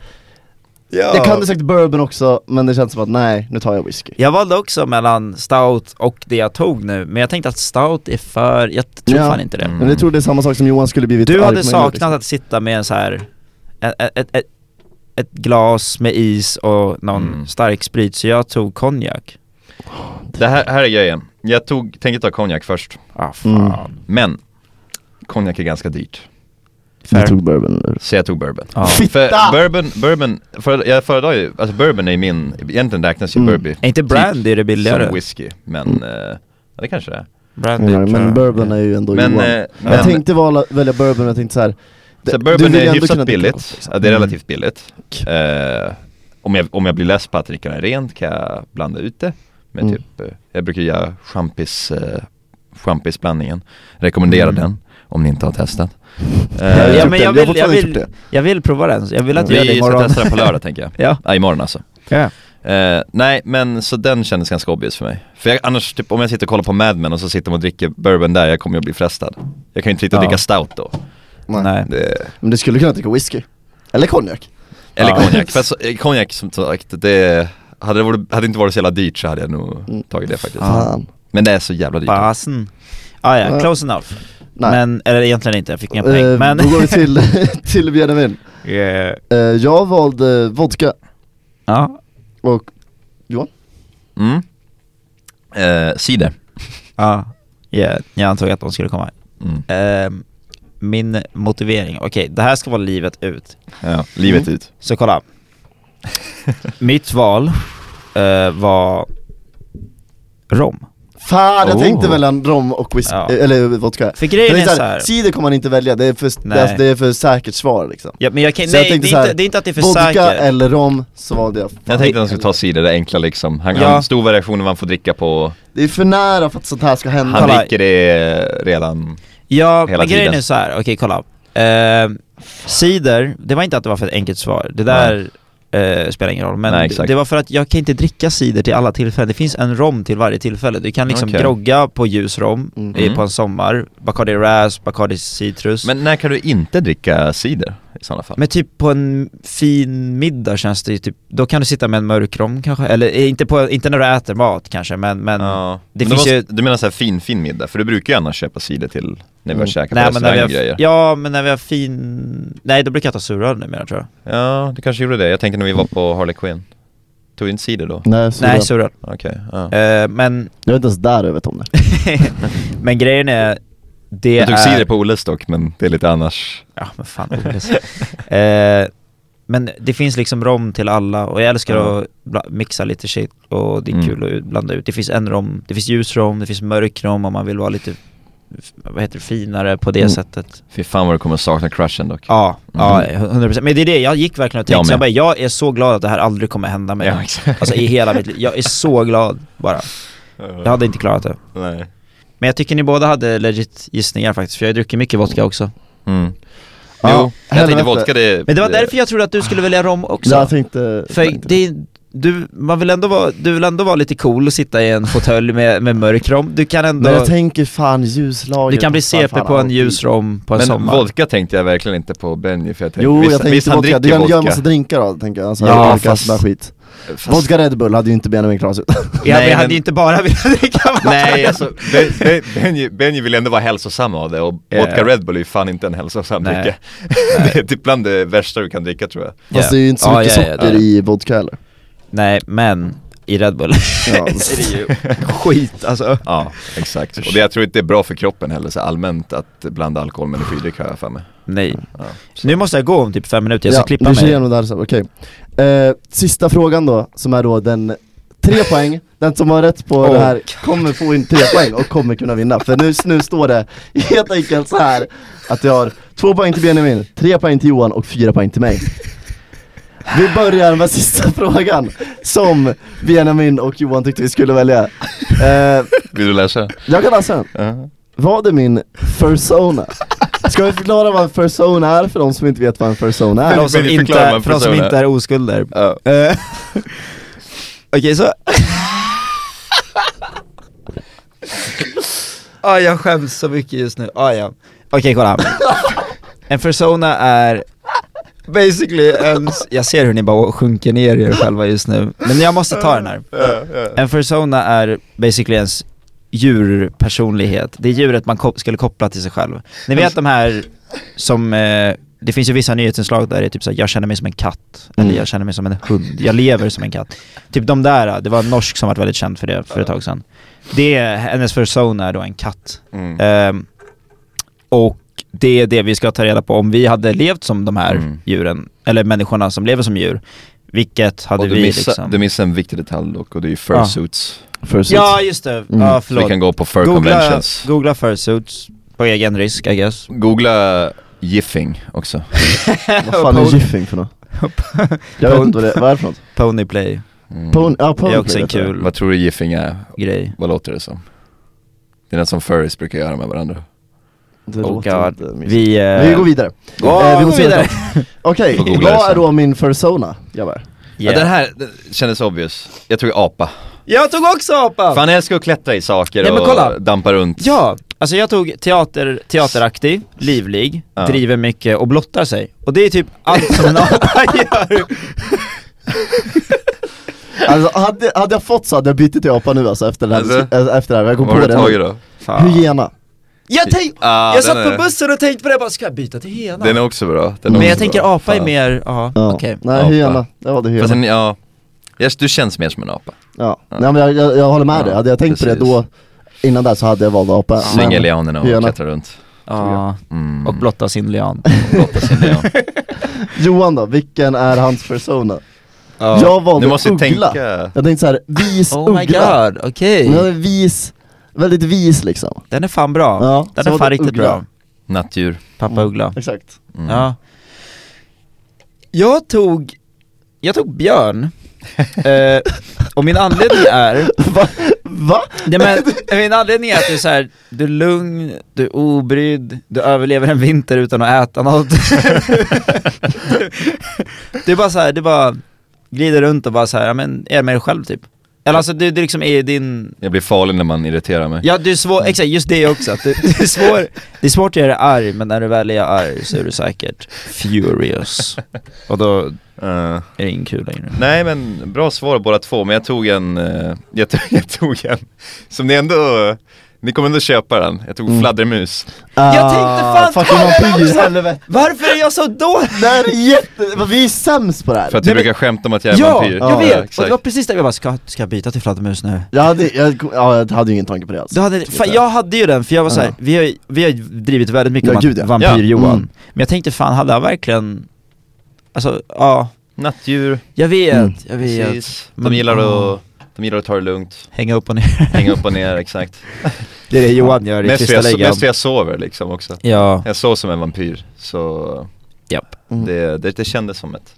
Speaker 2: Ja.
Speaker 1: jag kunde sagt bourbon också, men det känns som att nej, nu tar jag
Speaker 2: Mm.
Speaker 1: whisky
Speaker 3: Jag valde också mellan stout och det jag tog nu, men jag tänkte att stout är för, jag tror
Speaker 1: Ja.
Speaker 3: fan inte det.
Speaker 2: Mm.
Speaker 1: Men jag tror det är samma sak som Johan skulle blivit
Speaker 3: Du
Speaker 1: arg
Speaker 3: hade
Speaker 1: på mig
Speaker 3: saknat
Speaker 1: med, liksom.
Speaker 3: att sitta med en så här ett, ett, ett, ett glas med is och någon
Speaker 2: Mm.
Speaker 3: stark sprit, så jag tog konjak.
Speaker 2: Det här, här är grejen. Jag tog, tänkte ta konjak först.
Speaker 3: Ah fan.
Speaker 2: Men, konjak är ganska dyrt.
Speaker 1: Jag tog bourbon eller?
Speaker 2: Så jag tog bourbon.
Speaker 3: Ja.
Speaker 2: För bourbon, bourbon, för, jag föredrar ju, alltså bourbon är ju min, egentligen räknas ju
Speaker 1: Mm.
Speaker 2: bourbon
Speaker 3: Är inte brandy det billigare?
Speaker 2: som whisky, men eh, ja, det kanske det är.
Speaker 3: Brandy,
Speaker 1: Nej,
Speaker 3: tror
Speaker 1: men
Speaker 3: jag.
Speaker 1: bourbon är ju ändå
Speaker 2: Men,
Speaker 1: Johan
Speaker 2: eh,
Speaker 1: Jag
Speaker 2: men-
Speaker 1: tänkte vala, välja bourbon, men jag tänkte så här. det-
Speaker 2: Så
Speaker 1: du vill
Speaker 2: bourbon
Speaker 1: ju
Speaker 2: är
Speaker 1: ändå
Speaker 2: hyfsat
Speaker 1: kunna dricka
Speaker 2: billigt,
Speaker 1: alkohol.
Speaker 2: ja, det är
Speaker 3: Mm.
Speaker 2: relativt billigt. Eh, om, jag, om jag blir less på att dricka den rent kan jag blanda ut det med
Speaker 1: Mm.
Speaker 2: typ, eh, jag brukar göra champis, eh, champisblandningen. Rekommenderar
Speaker 3: Mm.
Speaker 2: den om ni inte har testat. Eh,
Speaker 1: Jag har gjort
Speaker 3: Ja, men
Speaker 1: det.
Speaker 3: jag
Speaker 1: Jag har
Speaker 3: vill, jag,
Speaker 1: fortfarande inte
Speaker 3: vill,
Speaker 1: gjort
Speaker 3: jag vill prova den, jag vill att vi gör det
Speaker 2: vi ska
Speaker 3: imorgon.
Speaker 2: testa den på lördag tänker jag.
Speaker 3: Ja.
Speaker 2: Ja, imorgon alltså.
Speaker 3: Ja.
Speaker 2: Eh, nej men så den kändes ganska obvious för mig. För jag, annars, typ, om jag sitter och kollar på Mad Men och så sitter man och dricker bourbon där, jag kommer ju bli frestad. Jag kan ju inte sitta och
Speaker 3: Ja.
Speaker 2: dricka stout då.
Speaker 3: Nej.
Speaker 2: Det,
Speaker 1: Men du skulle kunna dricka whisky, eller konjak
Speaker 2: eller
Speaker 3: Ja.
Speaker 2: konjak, för så, eh, konjak som sagt, det, hade det varit, hade det inte varit så jävla dyrt så hade jag nog
Speaker 1: Mm.
Speaker 2: tagit det faktiskt.
Speaker 3: Ja.
Speaker 1: Fan,
Speaker 2: Men det är så jävla dyrt.
Speaker 3: Basen. Ah, ja,
Speaker 1: Ja.
Speaker 3: close enough.
Speaker 1: nej
Speaker 3: Men, eller egentligen inte, jag fick inga poäng.
Speaker 1: Eh,
Speaker 3: men...
Speaker 1: Då går vi till, till Benjamin
Speaker 3: Eh,
Speaker 1: Eh, Jag valde vodka
Speaker 3: Ja,
Speaker 1: och
Speaker 2: Mm. Eh, cider.
Speaker 3: ja. ja, jag antog att de skulle komma.
Speaker 2: Mm.
Speaker 3: Ehm, min motivering, okej det här ska vara livet ut.
Speaker 2: Ja, livet ut.
Speaker 3: Så kolla. Mitt val eh, var rom.
Speaker 1: Fan, jag
Speaker 3: Oh.
Speaker 1: tänkte mellan rom och whisky, eh,
Speaker 3: Ja.
Speaker 1: eller vodka
Speaker 3: För grejen
Speaker 1: Men det
Speaker 3: är
Speaker 1: är såhär,
Speaker 3: såhär,
Speaker 1: Cider kommer man inte välja, det är för, det är,
Speaker 3: Nej.
Speaker 1: det är för säkert svar liksom
Speaker 3: ja, men jag kan,
Speaker 1: Så jag
Speaker 3: nej
Speaker 1: tänkte
Speaker 3: det, är
Speaker 1: så
Speaker 3: inte,
Speaker 1: här,
Speaker 3: det är inte att det är för
Speaker 1: Vodka
Speaker 3: säkert.
Speaker 1: eller rom, så valde jag fan.
Speaker 2: Jag tänkte att han skulle ta sidor, det enkla liksom. Han
Speaker 3: Ja.
Speaker 2: har stor variation när man får dricka på.
Speaker 1: Det är för nära för att sånt här ska hända
Speaker 2: Han
Speaker 3: Kolla.
Speaker 2: dricker det redan.
Speaker 3: Ja,
Speaker 2: hela
Speaker 3: men grejen
Speaker 2: tiden.
Speaker 3: är så här. okej kolla. Eh, cider, det var inte att det var för ett enkelt svar, det där eh, spelar ingen roll. Men
Speaker 2: Nej, exakt.
Speaker 3: det var för att jag kan inte dricka cider till alla tillfällen, det finns en rom till varje tillfälle. Du kan liksom
Speaker 2: Okej.
Speaker 3: grogga på ljus rom
Speaker 1: Mm.
Speaker 3: eh, på en sommar, Bacardi Ras, Bacardi Citrus. Men,
Speaker 2: Men när kan du inte dricka cider i sådana fall?
Speaker 3: typ på en fin middag känns det ju typ, då kan du sitta med en mörk rom kanske, eller eh, inte, på, inte när du äter mat kanske men, men
Speaker 2: Ja.
Speaker 3: det
Speaker 2: Men
Speaker 3: finns
Speaker 2: då
Speaker 3: ju
Speaker 2: måste- Du menar såhär fin, fin middag? För du brukar ju annars köpa cider till när vi
Speaker 1: Mm.
Speaker 2: har käkat på
Speaker 3: men när vi
Speaker 2: restaurang och
Speaker 3: har,
Speaker 2: grejer.
Speaker 3: ja men när vi har fin, nej då brukar jag ta suröl numera tror jag
Speaker 2: Ja, du kanske gjorde det. Jag tänker när vi var på Harley Quinn. Tog du inte cider då?
Speaker 1: Nej, så
Speaker 3: Nej
Speaker 1: jag,
Speaker 3: suröl,
Speaker 2: Okej, ja.
Speaker 3: Mm. Eh, men,
Speaker 1: jag var inte ens där över Tom det
Speaker 3: men grejen är det
Speaker 2: Jag tog
Speaker 3: är,
Speaker 2: cider på Oles dock, men det är lite annars.
Speaker 3: Ja men fan Oles. eh, Men det finns liksom rom till alla och jag älskar
Speaker 2: Ja.
Speaker 3: att bla- mixa lite shit och det är
Speaker 2: Mm.
Speaker 3: kul att blanda ut Det finns en rom, det finns ljus rom, det finns mörk rom om man vill vara lite f- vad heter det, finare på det
Speaker 1: Mm.
Speaker 3: sättet
Speaker 2: Fy fan vad du kommer sakna crushen dock.
Speaker 3: Ja, ja,
Speaker 2: Mm.
Speaker 3: 100% Men det är det, jag gick verkligen och
Speaker 2: Jag
Speaker 3: tänkte
Speaker 2: med.
Speaker 3: jag, jag bara, jag är så glad att det här aldrig kommer hända mig
Speaker 2: Ja, exakt.
Speaker 3: Alltså i hela mitt liv, jag är så glad bara Jag hade inte klarat det
Speaker 2: Nej.
Speaker 3: Men jag tycker ni båda hade legit gissningar faktiskt, för jag har druckit mycket vodka också
Speaker 2: Mm. Jo,
Speaker 1: Ja,
Speaker 2: jag
Speaker 1: helvete.
Speaker 2: tänkte vodka det...
Speaker 3: Men det var därför jag trodde att du skulle välja rom också
Speaker 1: Jag tänkte...
Speaker 3: För det, är- du, man vill ändå vara, du vill ändå vara lite cool och sitta i en fåtölj med, med mörk rom Du kan
Speaker 1: Men
Speaker 3: ändå,
Speaker 1: jag tänker fan ljuslager
Speaker 3: du kan bli
Speaker 1: fan,
Speaker 3: CP
Speaker 1: fan,
Speaker 3: på en
Speaker 1: alltid.
Speaker 3: ljus rom på en
Speaker 2: Men
Speaker 3: sommar
Speaker 2: vodka tänkte jag verkligen inte på Benny för jag tänkte,
Speaker 1: Jo
Speaker 2: visst,
Speaker 1: jag tänkte
Speaker 2: visst, han
Speaker 1: vodka, du
Speaker 2: dricker
Speaker 1: kan
Speaker 2: vodka.
Speaker 1: göra en massa drinkar av tänker jag, alltså,
Speaker 3: Ja,
Speaker 1: ja,
Speaker 2: fast-
Speaker 1: fast... skit
Speaker 2: Fast-
Speaker 1: Vodka Red Bull hade ju inte Benjamin klarat sig utan
Speaker 3: Ja, men
Speaker 2: Nej,
Speaker 3: jag hade
Speaker 2: men-
Speaker 3: ju inte bara velat dricka vodka
Speaker 2: Nej alltså, Ben- Ben- Benny, Benny vill ändå vara hälsosam av det och
Speaker 3: Ja.
Speaker 2: vodka Red Bull är ju fan inte en hälsosam
Speaker 3: Nej.
Speaker 2: dryck Det är typ bland det värsta du kan dricka tror jag
Speaker 1: Fast det är ju inte så
Speaker 3: Ja,
Speaker 1: mycket
Speaker 3: ja, ja,
Speaker 1: socker
Speaker 3: det är det.
Speaker 1: i vodka heller
Speaker 3: Nej, men i Red Bull
Speaker 1: ja.
Speaker 3: är det ju skit alltså
Speaker 2: Ja, exakt. Och det, jag tror inte det är bra för kroppen heller så allmänt att blanda alkohol med energidryck har jag för mig
Speaker 3: Nej,
Speaker 2: ja.
Speaker 3: nu måste jag gå om typ fem minuter, jag ska
Speaker 1: Ja,
Speaker 3: klippa
Speaker 1: du kör
Speaker 3: mig
Speaker 1: igenom det här sen, okej eh, Sista frågan då, som är då den Tre poäng, den som har rätt på det här kommer få in tre poäng och kommer kunna vinna För nu, nu står det helt enkelt så här att jag har två poäng till Benjamin, tre poäng till Johan och fyra poäng till mig Vi börjar med sista frågan som Benjamin och Johan tyckte vi skulle välja eh,
Speaker 2: Vill du läsa?
Speaker 1: Jag kan läsa den,
Speaker 2: Ja.
Speaker 1: vad är min persona? Ska vi förklara vad en persona är för de som inte vet vad en persona är?
Speaker 3: För de som
Speaker 2: Vill du förklara
Speaker 3: inte,
Speaker 2: vad en
Speaker 3: för de som
Speaker 2: person är?
Speaker 3: inte är oskulder
Speaker 2: Ja.
Speaker 3: Eh, Okej så... ah, jag skäms så mycket just nu, ah, ja. Okej kolla En persona är basically en... Jag ser hur ni bara sjunker ner i er själva just nu, men jag måste ta den här En persona är basically ens djurpersonlighet, det är djuret man ko- skulle koppla till sig själv Ni vet de här som, eh, det finns ju vissa nyhetsinslag där det är typ såhär, jag känner mig som en katt,
Speaker 2: Mm.
Speaker 3: eller jag känner mig som en hund, jag lever som en katt Typ de där, det var en norsk som var väldigt känd för det för ett tag sedan Det, är- hennes persona är då en katt
Speaker 2: Mm.
Speaker 3: Ehm, Och det är det vi ska ta reda på om vi hade levt som de här
Speaker 2: Mm.
Speaker 3: djuren, eller människorna som lever som djur Vilket hade
Speaker 2: Och du,
Speaker 3: vi
Speaker 2: missar,
Speaker 3: liksom
Speaker 2: du missar en viktig detalj dock och det är ju
Speaker 3: Ja.
Speaker 2: fursuits
Speaker 3: Ja just det, ja
Speaker 2: Så Mm. Vi
Speaker 3: förlåt
Speaker 2: kan gå på fur
Speaker 3: Googla,
Speaker 2: conventions
Speaker 3: googla fursuits på egen risk I guess
Speaker 2: Googla jiffing också
Speaker 1: Vad fan är jiffing för något? Jag vet inte vad det är, vad är det för något?
Speaker 3: Ponyplay,
Speaker 2: Mm.
Speaker 1: Pony, ja,
Speaker 3: det
Speaker 1: pony
Speaker 3: är också en kul
Speaker 2: Vad tror du jiffing är?
Speaker 3: grej
Speaker 2: Vad låter det som? Det är något som furries brukar göra med varandra
Speaker 1: Det
Speaker 3: Oh
Speaker 1: låter
Speaker 3: god.
Speaker 1: inte mysigt.
Speaker 3: Vi, eh,
Speaker 1: Vi går vidare
Speaker 3: Ja,
Speaker 1: Eh,
Speaker 3: vi går
Speaker 1: måste vidare.
Speaker 3: vidare.
Speaker 1: Okej,
Speaker 2: Får googla det
Speaker 1: vad är
Speaker 2: sen.
Speaker 1: då min persona grabbar?
Speaker 2: Ja, den här den kändes obvious. Jag tog apa.
Speaker 3: Jag tog också apa!
Speaker 2: Fan jag älskar att klättra i saker
Speaker 3: Nej, men kolla.
Speaker 2: och dampa runt.
Speaker 3: Ja, alltså jag tog teater, teateraktig, livlig,
Speaker 2: Ja.
Speaker 3: driver mycket och blottar sig. Och det är typ allt som en apa gör.
Speaker 1: Alltså hade, hade jag fått så hade jag bytt till apa nu alltså efter det här,
Speaker 2: Alltså?
Speaker 1: eh, efter det här. jag kom
Speaker 2: Vad har
Speaker 1: på
Speaker 2: du
Speaker 1: det nu.
Speaker 2: tagit då?
Speaker 3: Fan.
Speaker 1: Hygiena,
Speaker 3: Jag, tänk,
Speaker 2: Ah,
Speaker 3: jag
Speaker 2: den
Speaker 3: satt på
Speaker 2: är-
Speaker 3: bussen och tänkte på det, jag bara ska jag byta till hena?
Speaker 2: Den är också bra. Den är
Speaker 3: Men
Speaker 2: också
Speaker 3: jag
Speaker 2: bra.
Speaker 3: tänker apa är
Speaker 2: Fan.
Speaker 3: mer, ja,
Speaker 1: ja.
Speaker 3: okej.
Speaker 1: nej
Speaker 2: Apa.
Speaker 1: hygiena, det var det hygiena
Speaker 2: Fast den, ja. Jag, du känns mer som en apa.
Speaker 1: ja. Nej men jag, jag, jag håller med
Speaker 2: Ja,
Speaker 1: dig, hade jag tänkt på det
Speaker 2: precis.
Speaker 1: då innan där så hade jag valt apa
Speaker 2: Svinga i lianerna och
Speaker 1: hyena.
Speaker 2: klättra runt.
Speaker 3: Ja,
Speaker 2: Mm.
Speaker 3: och blotta sin lian.
Speaker 2: blotta sin lian.
Speaker 1: Johan då, vilken är hans persona?
Speaker 3: Ja.
Speaker 1: Jag valde
Speaker 2: Du måste
Speaker 1: uggla
Speaker 2: tänka.
Speaker 1: Jag tänkte såhär, vis
Speaker 3: Oh my
Speaker 1: uggla
Speaker 3: god, okej.
Speaker 1: Men jag hade vis Väldigt vis liksom.
Speaker 3: Den är fan bra.
Speaker 1: Ja,
Speaker 3: den
Speaker 1: så
Speaker 3: är
Speaker 1: var
Speaker 3: fan
Speaker 1: det
Speaker 3: riktigt
Speaker 1: Uggla.
Speaker 3: bra.
Speaker 2: Nattdjur.
Speaker 3: Pappa Uggla.
Speaker 1: Exakt.
Speaker 2: Mm.
Speaker 3: Ja. Jag tog, jag tog björn. eh, och min anledning är,
Speaker 1: Va? Va?
Speaker 3: nej men, min anledning är att du är så här, du är lugn, du är obrydd, du överlever en vinter utan att äta något. du, du är bara så här, du bara glider runt och bara så här, ja, men är med dig själv typ. Eller alltså du, du liksom är i din,
Speaker 2: Jag blir farlig när man irriterar mig.
Speaker 3: ja du är svår, exakt just det också, att du, du är svår, det är svårt att göra dig arg men när du väl är arg så är du säkert furious. Och då,
Speaker 2: Eh,
Speaker 3: är det ingen kul längre.
Speaker 2: nej men bra svar båda två, men jag tog en, eh, jag, tog, jag tog en som ni ändå, ni kommer ändå köpa den. Jag
Speaker 3: Mm.
Speaker 2: tog fladdermus.
Speaker 3: Jag tänkte fan
Speaker 1: Ah, fucking
Speaker 3: ta den
Speaker 1: vampyr,
Speaker 3: också!
Speaker 1: helvete!
Speaker 3: Varför är jag så dålig?
Speaker 1: Det här är jätte... Vi är sämst på det här!
Speaker 2: För att du
Speaker 3: Nej, men-
Speaker 2: brukar skämta om att jag är
Speaker 3: ja,
Speaker 2: vampyr.
Speaker 3: jag
Speaker 1: Ja,
Speaker 3: vet! och
Speaker 2: exakt.
Speaker 3: det var precis där jag bara, ska, ska jag byta till fladdermus nu?
Speaker 1: Jag hade, jag, ja, jag hade ju ingen tanke på det alls
Speaker 3: Du hade, fan, jag hade ju den, för jag var såhär,
Speaker 1: Ja.
Speaker 3: vi, har, vi har drivit väldigt mycket
Speaker 1: Ja,
Speaker 3: om att
Speaker 1: gud, ja.
Speaker 3: vampyr-Johan,
Speaker 1: Ja. Mm.
Speaker 3: men jag tänkte fan, hade han verkligen, alltså, ja,
Speaker 2: Nattdjur,
Speaker 3: jag vet,
Speaker 1: Mm.
Speaker 3: jag vet.
Speaker 2: precis.
Speaker 3: Men-
Speaker 2: De gillar att, de gillar att ta det lugnt,
Speaker 3: Hänga upp och ner.
Speaker 2: hänga upp och ner, exakt.
Speaker 3: Det är det Johan gör i
Speaker 2: Mest för, jag,
Speaker 3: Kristaligan.
Speaker 2: mest för jag sover liksom också.
Speaker 3: Ja,
Speaker 2: Jag sov som en vampyr, så
Speaker 3: japp.
Speaker 1: Mm.
Speaker 2: det, det, det kändes som ett.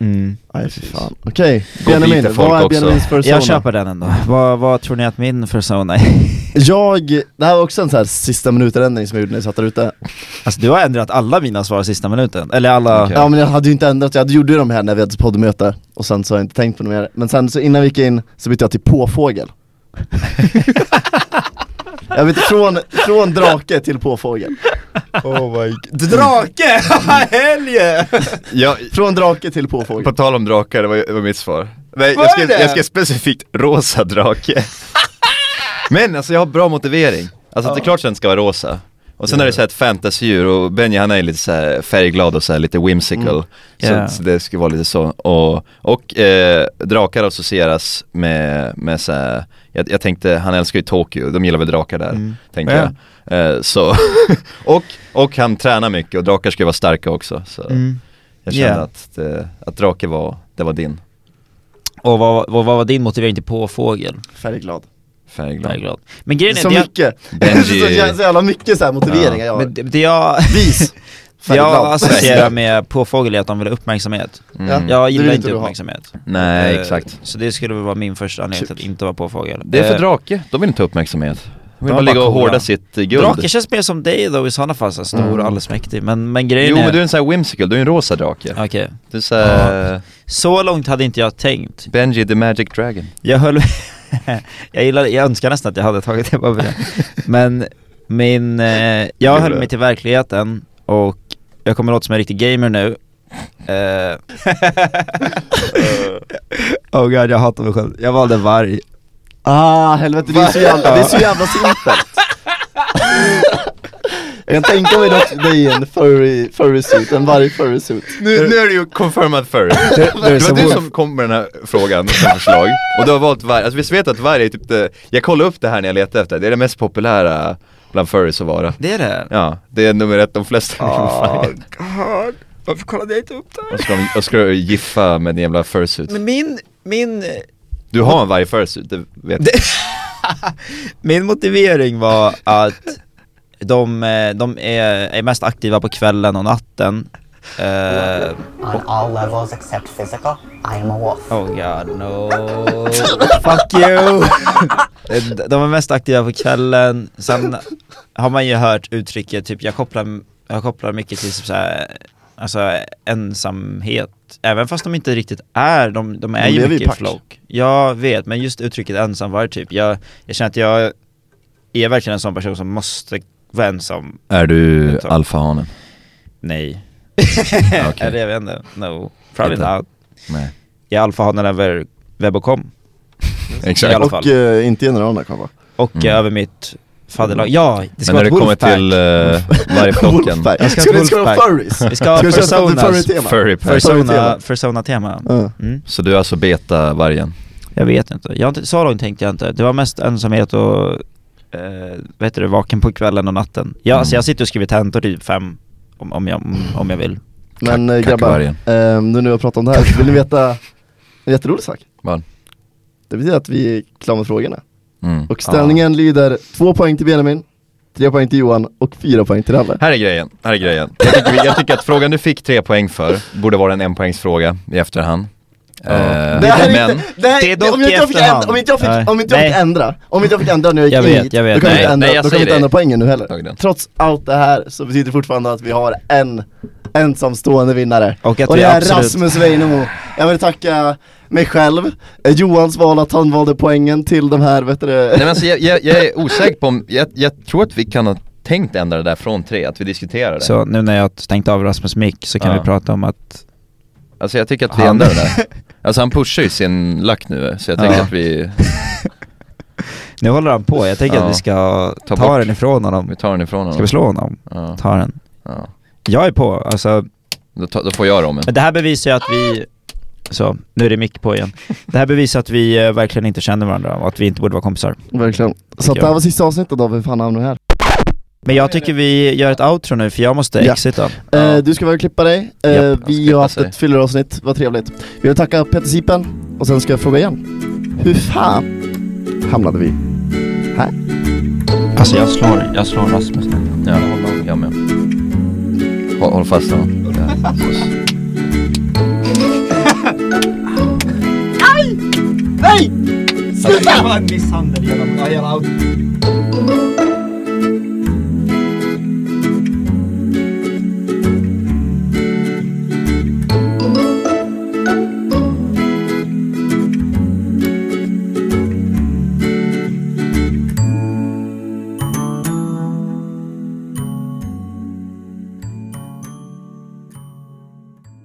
Speaker 3: Mm.
Speaker 1: Nej fy fan, okej,
Speaker 2: Gå och bita
Speaker 1: Benjamin,
Speaker 2: folk
Speaker 1: vad är
Speaker 2: också.
Speaker 1: Benjamins persona?
Speaker 3: Jag köper den ändå. Vad, vad tror ni att min persona är?
Speaker 1: Jag, det här var också en sån här sista minuten-ändring som jag gjorde när jag satt där ute
Speaker 3: Alltså du har ändrat alla mina svar sista minuten, eller alla...
Speaker 2: Okej.
Speaker 1: Ja men jag hade ju inte ändrat, jag hade gjorde ju de här när vi hade poddmöte och sen så har jag inte tänkt på det mer Men sen så innan vi gick in så bytte jag till påfågel Jag bytte från, från drake till påfågel
Speaker 3: Oh my god. Drake! Helge!
Speaker 2: Jag,
Speaker 1: Från drake till
Speaker 2: på
Speaker 1: påfågel
Speaker 2: tal om drakar, det var, det var mitt svar. Nej,
Speaker 3: Var
Speaker 2: jag skrev,
Speaker 3: det?
Speaker 2: jag skrev specifikt rosa drake. Men alltså jag har bra motivering. Alltså det är klart att den ska vara rosa. Och sen är det så här ett fantasydjur och Benji han är ju lite så här färgglad och så här lite whimsical.
Speaker 3: Mm. Yeah.
Speaker 2: Så, så det ska vara lite så. Och, och eh, drakar associeras med, med så här, jag, jag tänkte, han älskar ju Tokyo, de gillar väl drakar där, tänkte
Speaker 3: Mm. Ja.
Speaker 2: jag. Eh, så, och, och han tränar mycket och drakar ska ju vara starka också. Så.
Speaker 3: Mm.
Speaker 2: Jag kände
Speaker 3: Yeah.
Speaker 2: att, det, att drake var, det var din
Speaker 3: Och vad, vad, vad var din motivering till påfågel?
Speaker 1: Färgglad
Speaker 3: Jag är
Speaker 2: färgglad.
Speaker 3: glad. Men grejen är,
Speaker 1: Så
Speaker 3: det jag,
Speaker 1: mycket,
Speaker 2: Benji-
Speaker 1: så, jä- så jävla mycket så här motiveringar jag har
Speaker 3: men alltså- det, det jag,
Speaker 1: Vis!
Speaker 3: det jag
Speaker 1: Färgglad.
Speaker 3: associerar med påfågel är att de vill ha uppmärksamhet.
Speaker 2: Mm.
Speaker 1: Ja.
Speaker 3: Jag
Speaker 1: Det
Speaker 3: gillar
Speaker 1: vill
Speaker 3: inte
Speaker 1: inte du ha.
Speaker 3: uppmärksamhet.
Speaker 2: Nej
Speaker 3: Eh,
Speaker 2: exakt.
Speaker 3: Så det skulle väl vara min första anledning till att inte vara påfågel.
Speaker 2: Det är för
Speaker 3: Eh,
Speaker 2: drake, de vill inte ha uppmärksamhet. De vill
Speaker 3: De
Speaker 2: bara
Speaker 3: är
Speaker 2: ligga
Speaker 3: bara
Speaker 2: och
Speaker 3: coola.
Speaker 2: hårda sitt eh, guld.
Speaker 3: Drake känns mer som dig då i sådana fall, så här stor och allsmäktig. Men, Mm. men grejen
Speaker 2: Jo
Speaker 3: är...
Speaker 2: men du är en sån här whimsical, du är en rosa drake.
Speaker 3: Okej.
Speaker 2: Du är så här, eh,
Speaker 3: Så långt hade inte jag tänkt.
Speaker 2: Benji the magic dragon.
Speaker 3: Jag höll jag, gillade, jag önskar nästan att jag hade tagit det bara för det. Men min, eh, jag höll mig till verkligheten och jag kommer låta som en riktig gamer nu Eh.
Speaker 2: Eh.
Speaker 3: oh god, jag hatar mig själv. Jag valde varg.
Speaker 1: Ah helvete, det är så jävla, det är så jävla simpelt Jag kan tänka mig dock dig i en furry, furry suit, en varg furry suit
Speaker 2: Nu, nu är du ju confirmad furry.
Speaker 3: Det,
Speaker 2: Det var du som kom med den här frågan som förslag, och du har valt varg, alltså visst vet du att varg är typ det, jag kollade upp det här när jag letade efter, det är det mest populära bland furries att vara
Speaker 3: det är det.
Speaker 2: Ja, det är nummer ett, de flesta vill vara
Speaker 3: Oh
Speaker 2: varg.
Speaker 3: god, varför kollade jag inte upp det
Speaker 2: Och ska, de, och ska du giffa med din jävla fursuit
Speaker 3: Men min, min,
Speaker 2: Du har en varg fursuit, det vet jag
Speaker 3: min motivering var att de, eh, de är, är mest aktiva på kvällen och natten. Eh,
Speaker 5: On all levels except physical, I am a wolf.
Speaker 3: Oh god no Fuck you! Eh, De är mest aktiva på kvällen, sen har man ju hört uttrycket typ jag kopplar, jag kopplar mycket till typ, så här, alltså ensamhet Även fast de inte riktigt är, de, de är
Speaker 1: De
Speaker 3: ju
Speaker 1: lever i
Speaker 3: mycket i
Speaker 1: pack.
Speaker 3: flock Jag vet, men just uttrycket ensamvarg typ, jag, jag känner att jag är verkligen en sån person som måste vara ensam
Speaker 2: Är du
Speaker 3: Ett tag.
Speaker 2: alfahanen?
Speaker 3: Nej
Speaker 2: okej.
Speaker 3: Eller jag vet inte, no, probably
Speaker 2: Inte.
Speaker 3: not
Speaker 2: Nej
Speaker 3: Jag är alfahanen över Webocom
Speaker 2: Exakt
Speaker 3: I alla fall.
Speaker 1: Och eh, inte generalerna kanske
Speaker 3: Och
Speaker 2: Mm.
Speaker 3: över mitt fadderlag. Ja, det ska
Speaker 2: Men när
Speaker 3: vara
Speaker 2: du
Speaker 3: ett
Speaker 2: kommer
Speaker 3: wolfpack.
Speaker 2: till uh, vargflocken,
Speaker 1: Wolfpack.
Speaker 3: Jag ska
Speaker 1: Ska
Speaker 3: ha
Speaker 1: det ska vara
Speaker 3: Wolfpack.
Speaker 1: furries?
Speaker 3: Vi ska ha
Speaker 1: Ska det köra ett
Speaker 3: personas.
Speaker 1: furry-tema?
Speaker 2: furry pack
Speaker 3: Persona,
Speaker 1: Persona-tema.
Speaker 3: persona-tema.
Speaker 1: Ja.
Speaker 3: Mm.
Speaker 2: Så du är alltså beta-vargen?
Speaker 3: Jag vet inte. Jag har inte, så långt tänkte jag inte. Det var mest ensamhet och, eh, vad heter det, vaken på kvällen och natten. Jag,
Speaker 2: Mm.
Speaker 3: alltså, jag sitter och skriver tentor typ fem, om, om, jag, om jag vill.
Speaker 1: Men eh,
Speaker 2: Kack-
Speaker 1: grabbar,
Speaker 2: kackvargen.
Speaker 1: eh, nu när vi har pratat om det här, vill ni veta en jätterolig sak?
Speaker 2: Vad?
Speaker 1: Det betyder att vi är klara med frågorna
Speaker 2: Mm.
Speaker 1: Och ställningen lyder två poäng till Benjamin, tre poäng till Johan och fyra poäng till Rabbe.
Speaker 2: Här är grejen, här är grejen. Jag tycker, vi- jag tycker att frågan du fick tre poäng för borde vara en enpoängsfråga i efterhand. Eh,
Speaker 1: Det här är
Speaker 2: men,
Speaker 1: inte, det här,
Speaker 3: det är dock
Speaker 1: om inte jag
Speaker 3: i
Speaker 1: fick ändra,
Speaker 3: efterhand.
Speaker 1: om inte jag
Speaker 3: Nej.
Speaker 1: fick, om inte jag fick
Speaker 3: Nej.
Speaker 1: ändra, om inte jag fick ändra när jag gick
Speaker 3: Jag
Speaker 1: in
Speaker 3: vet,
Speaker 1: hit,
Speaker 3: jag vet.
Speaker 1: då kan vi
Speaker 2: Nej,
Speaker 1: inte ändra,
Speaker 2: nej, jag
Speaker 1: då kan vi
Speaker 2: säger
Speaker 1: inte ändra
Speaker 2: det.
Speaker 1: poängen nu
Speaker 2: Tag den.
Speaker 1: heller. Trots allt det här så betyder det fortfarande att vi har en ensamstående vinnare.
Speaker 3: Och att
Speaker 1: och det
Speaker 3: vi
Speaker 1: är
Speaker 3: absolut-
Speaker 1: Rasmus Weinemo. Jag vill tacka mig själv, eh, Johans val att han valde poängen till de här, vet du
Speaker 2: nej, men alltså, jag, jag, jag är osäker på om, jag, jag tror att vi kan ha tänkt ändra det där från tre, att vi diskuterar det.
Speaker 3: Så nu när jag har stängt av Rasmus mick så kan
Speaker 2: Ja.
Speaker 3: vi prata om att
Speaker 2: Alltså jag tycker att vi
Speaker 3: Han-
Speaker 2: ändrar det där. Alltså han pushar ju sin lack nu, så jag tänker
Speaker 3: Ja.
Speaker 2: att vi,
Speaker 3: Nu håller han på, jag tänker
Speaker 2: Ja.
Speaker 3: att vi ska ta,
Speaker 2: Ta bort.
Speaker 3: den ifrån honom
Speaker 2: vi tar den ifrån honom.
Speaker 3: Ska vi slå honom?
Speaker 2: Ja,
Speaker 3: Ta den
Speaker 2: ja.
Speaker 3: Jag är på, alltså
Speaker 2: Då, ta, då får jag rommen.
Speaker 3: Men det här bevisar ju att vi... Så, nu är det mick på igen. Det här bevisar att vi eh, verkligen inte känner varandra och att vi inte borde vara kompisar.
Speaker 1: Verkligen. Så att det här var sista avsnittet av Hur fan hamnade vi här?
Speaker 3: Men jag tycker vi gör ett outro nu för jag måste
Speaker 1: Ja.
Speaker 3: exita.
Speaker 2: Ja.
Speaker 1: Eh, du ska väl klippa dig, eh,
Speaker 2: Japp, han
Speaker 1: vi
Speaker 2: ska
Speaker 1: har haft
Speaker 2: klippa sig.
Speaker 1: ett fylleravsnitt, vad trevligt. Vi vill tacka Peter Sipen och sen ska jag fråga igen. Hur fan hamnade vi
Speaker 3: Alltså jag slår, jag slår Rasmus nu.
Speaker 2: Ja, jag med. Håll, håll fast honom. Ja, puss.
Speaker 3: Sluta! Det var en misshandel, jag var out.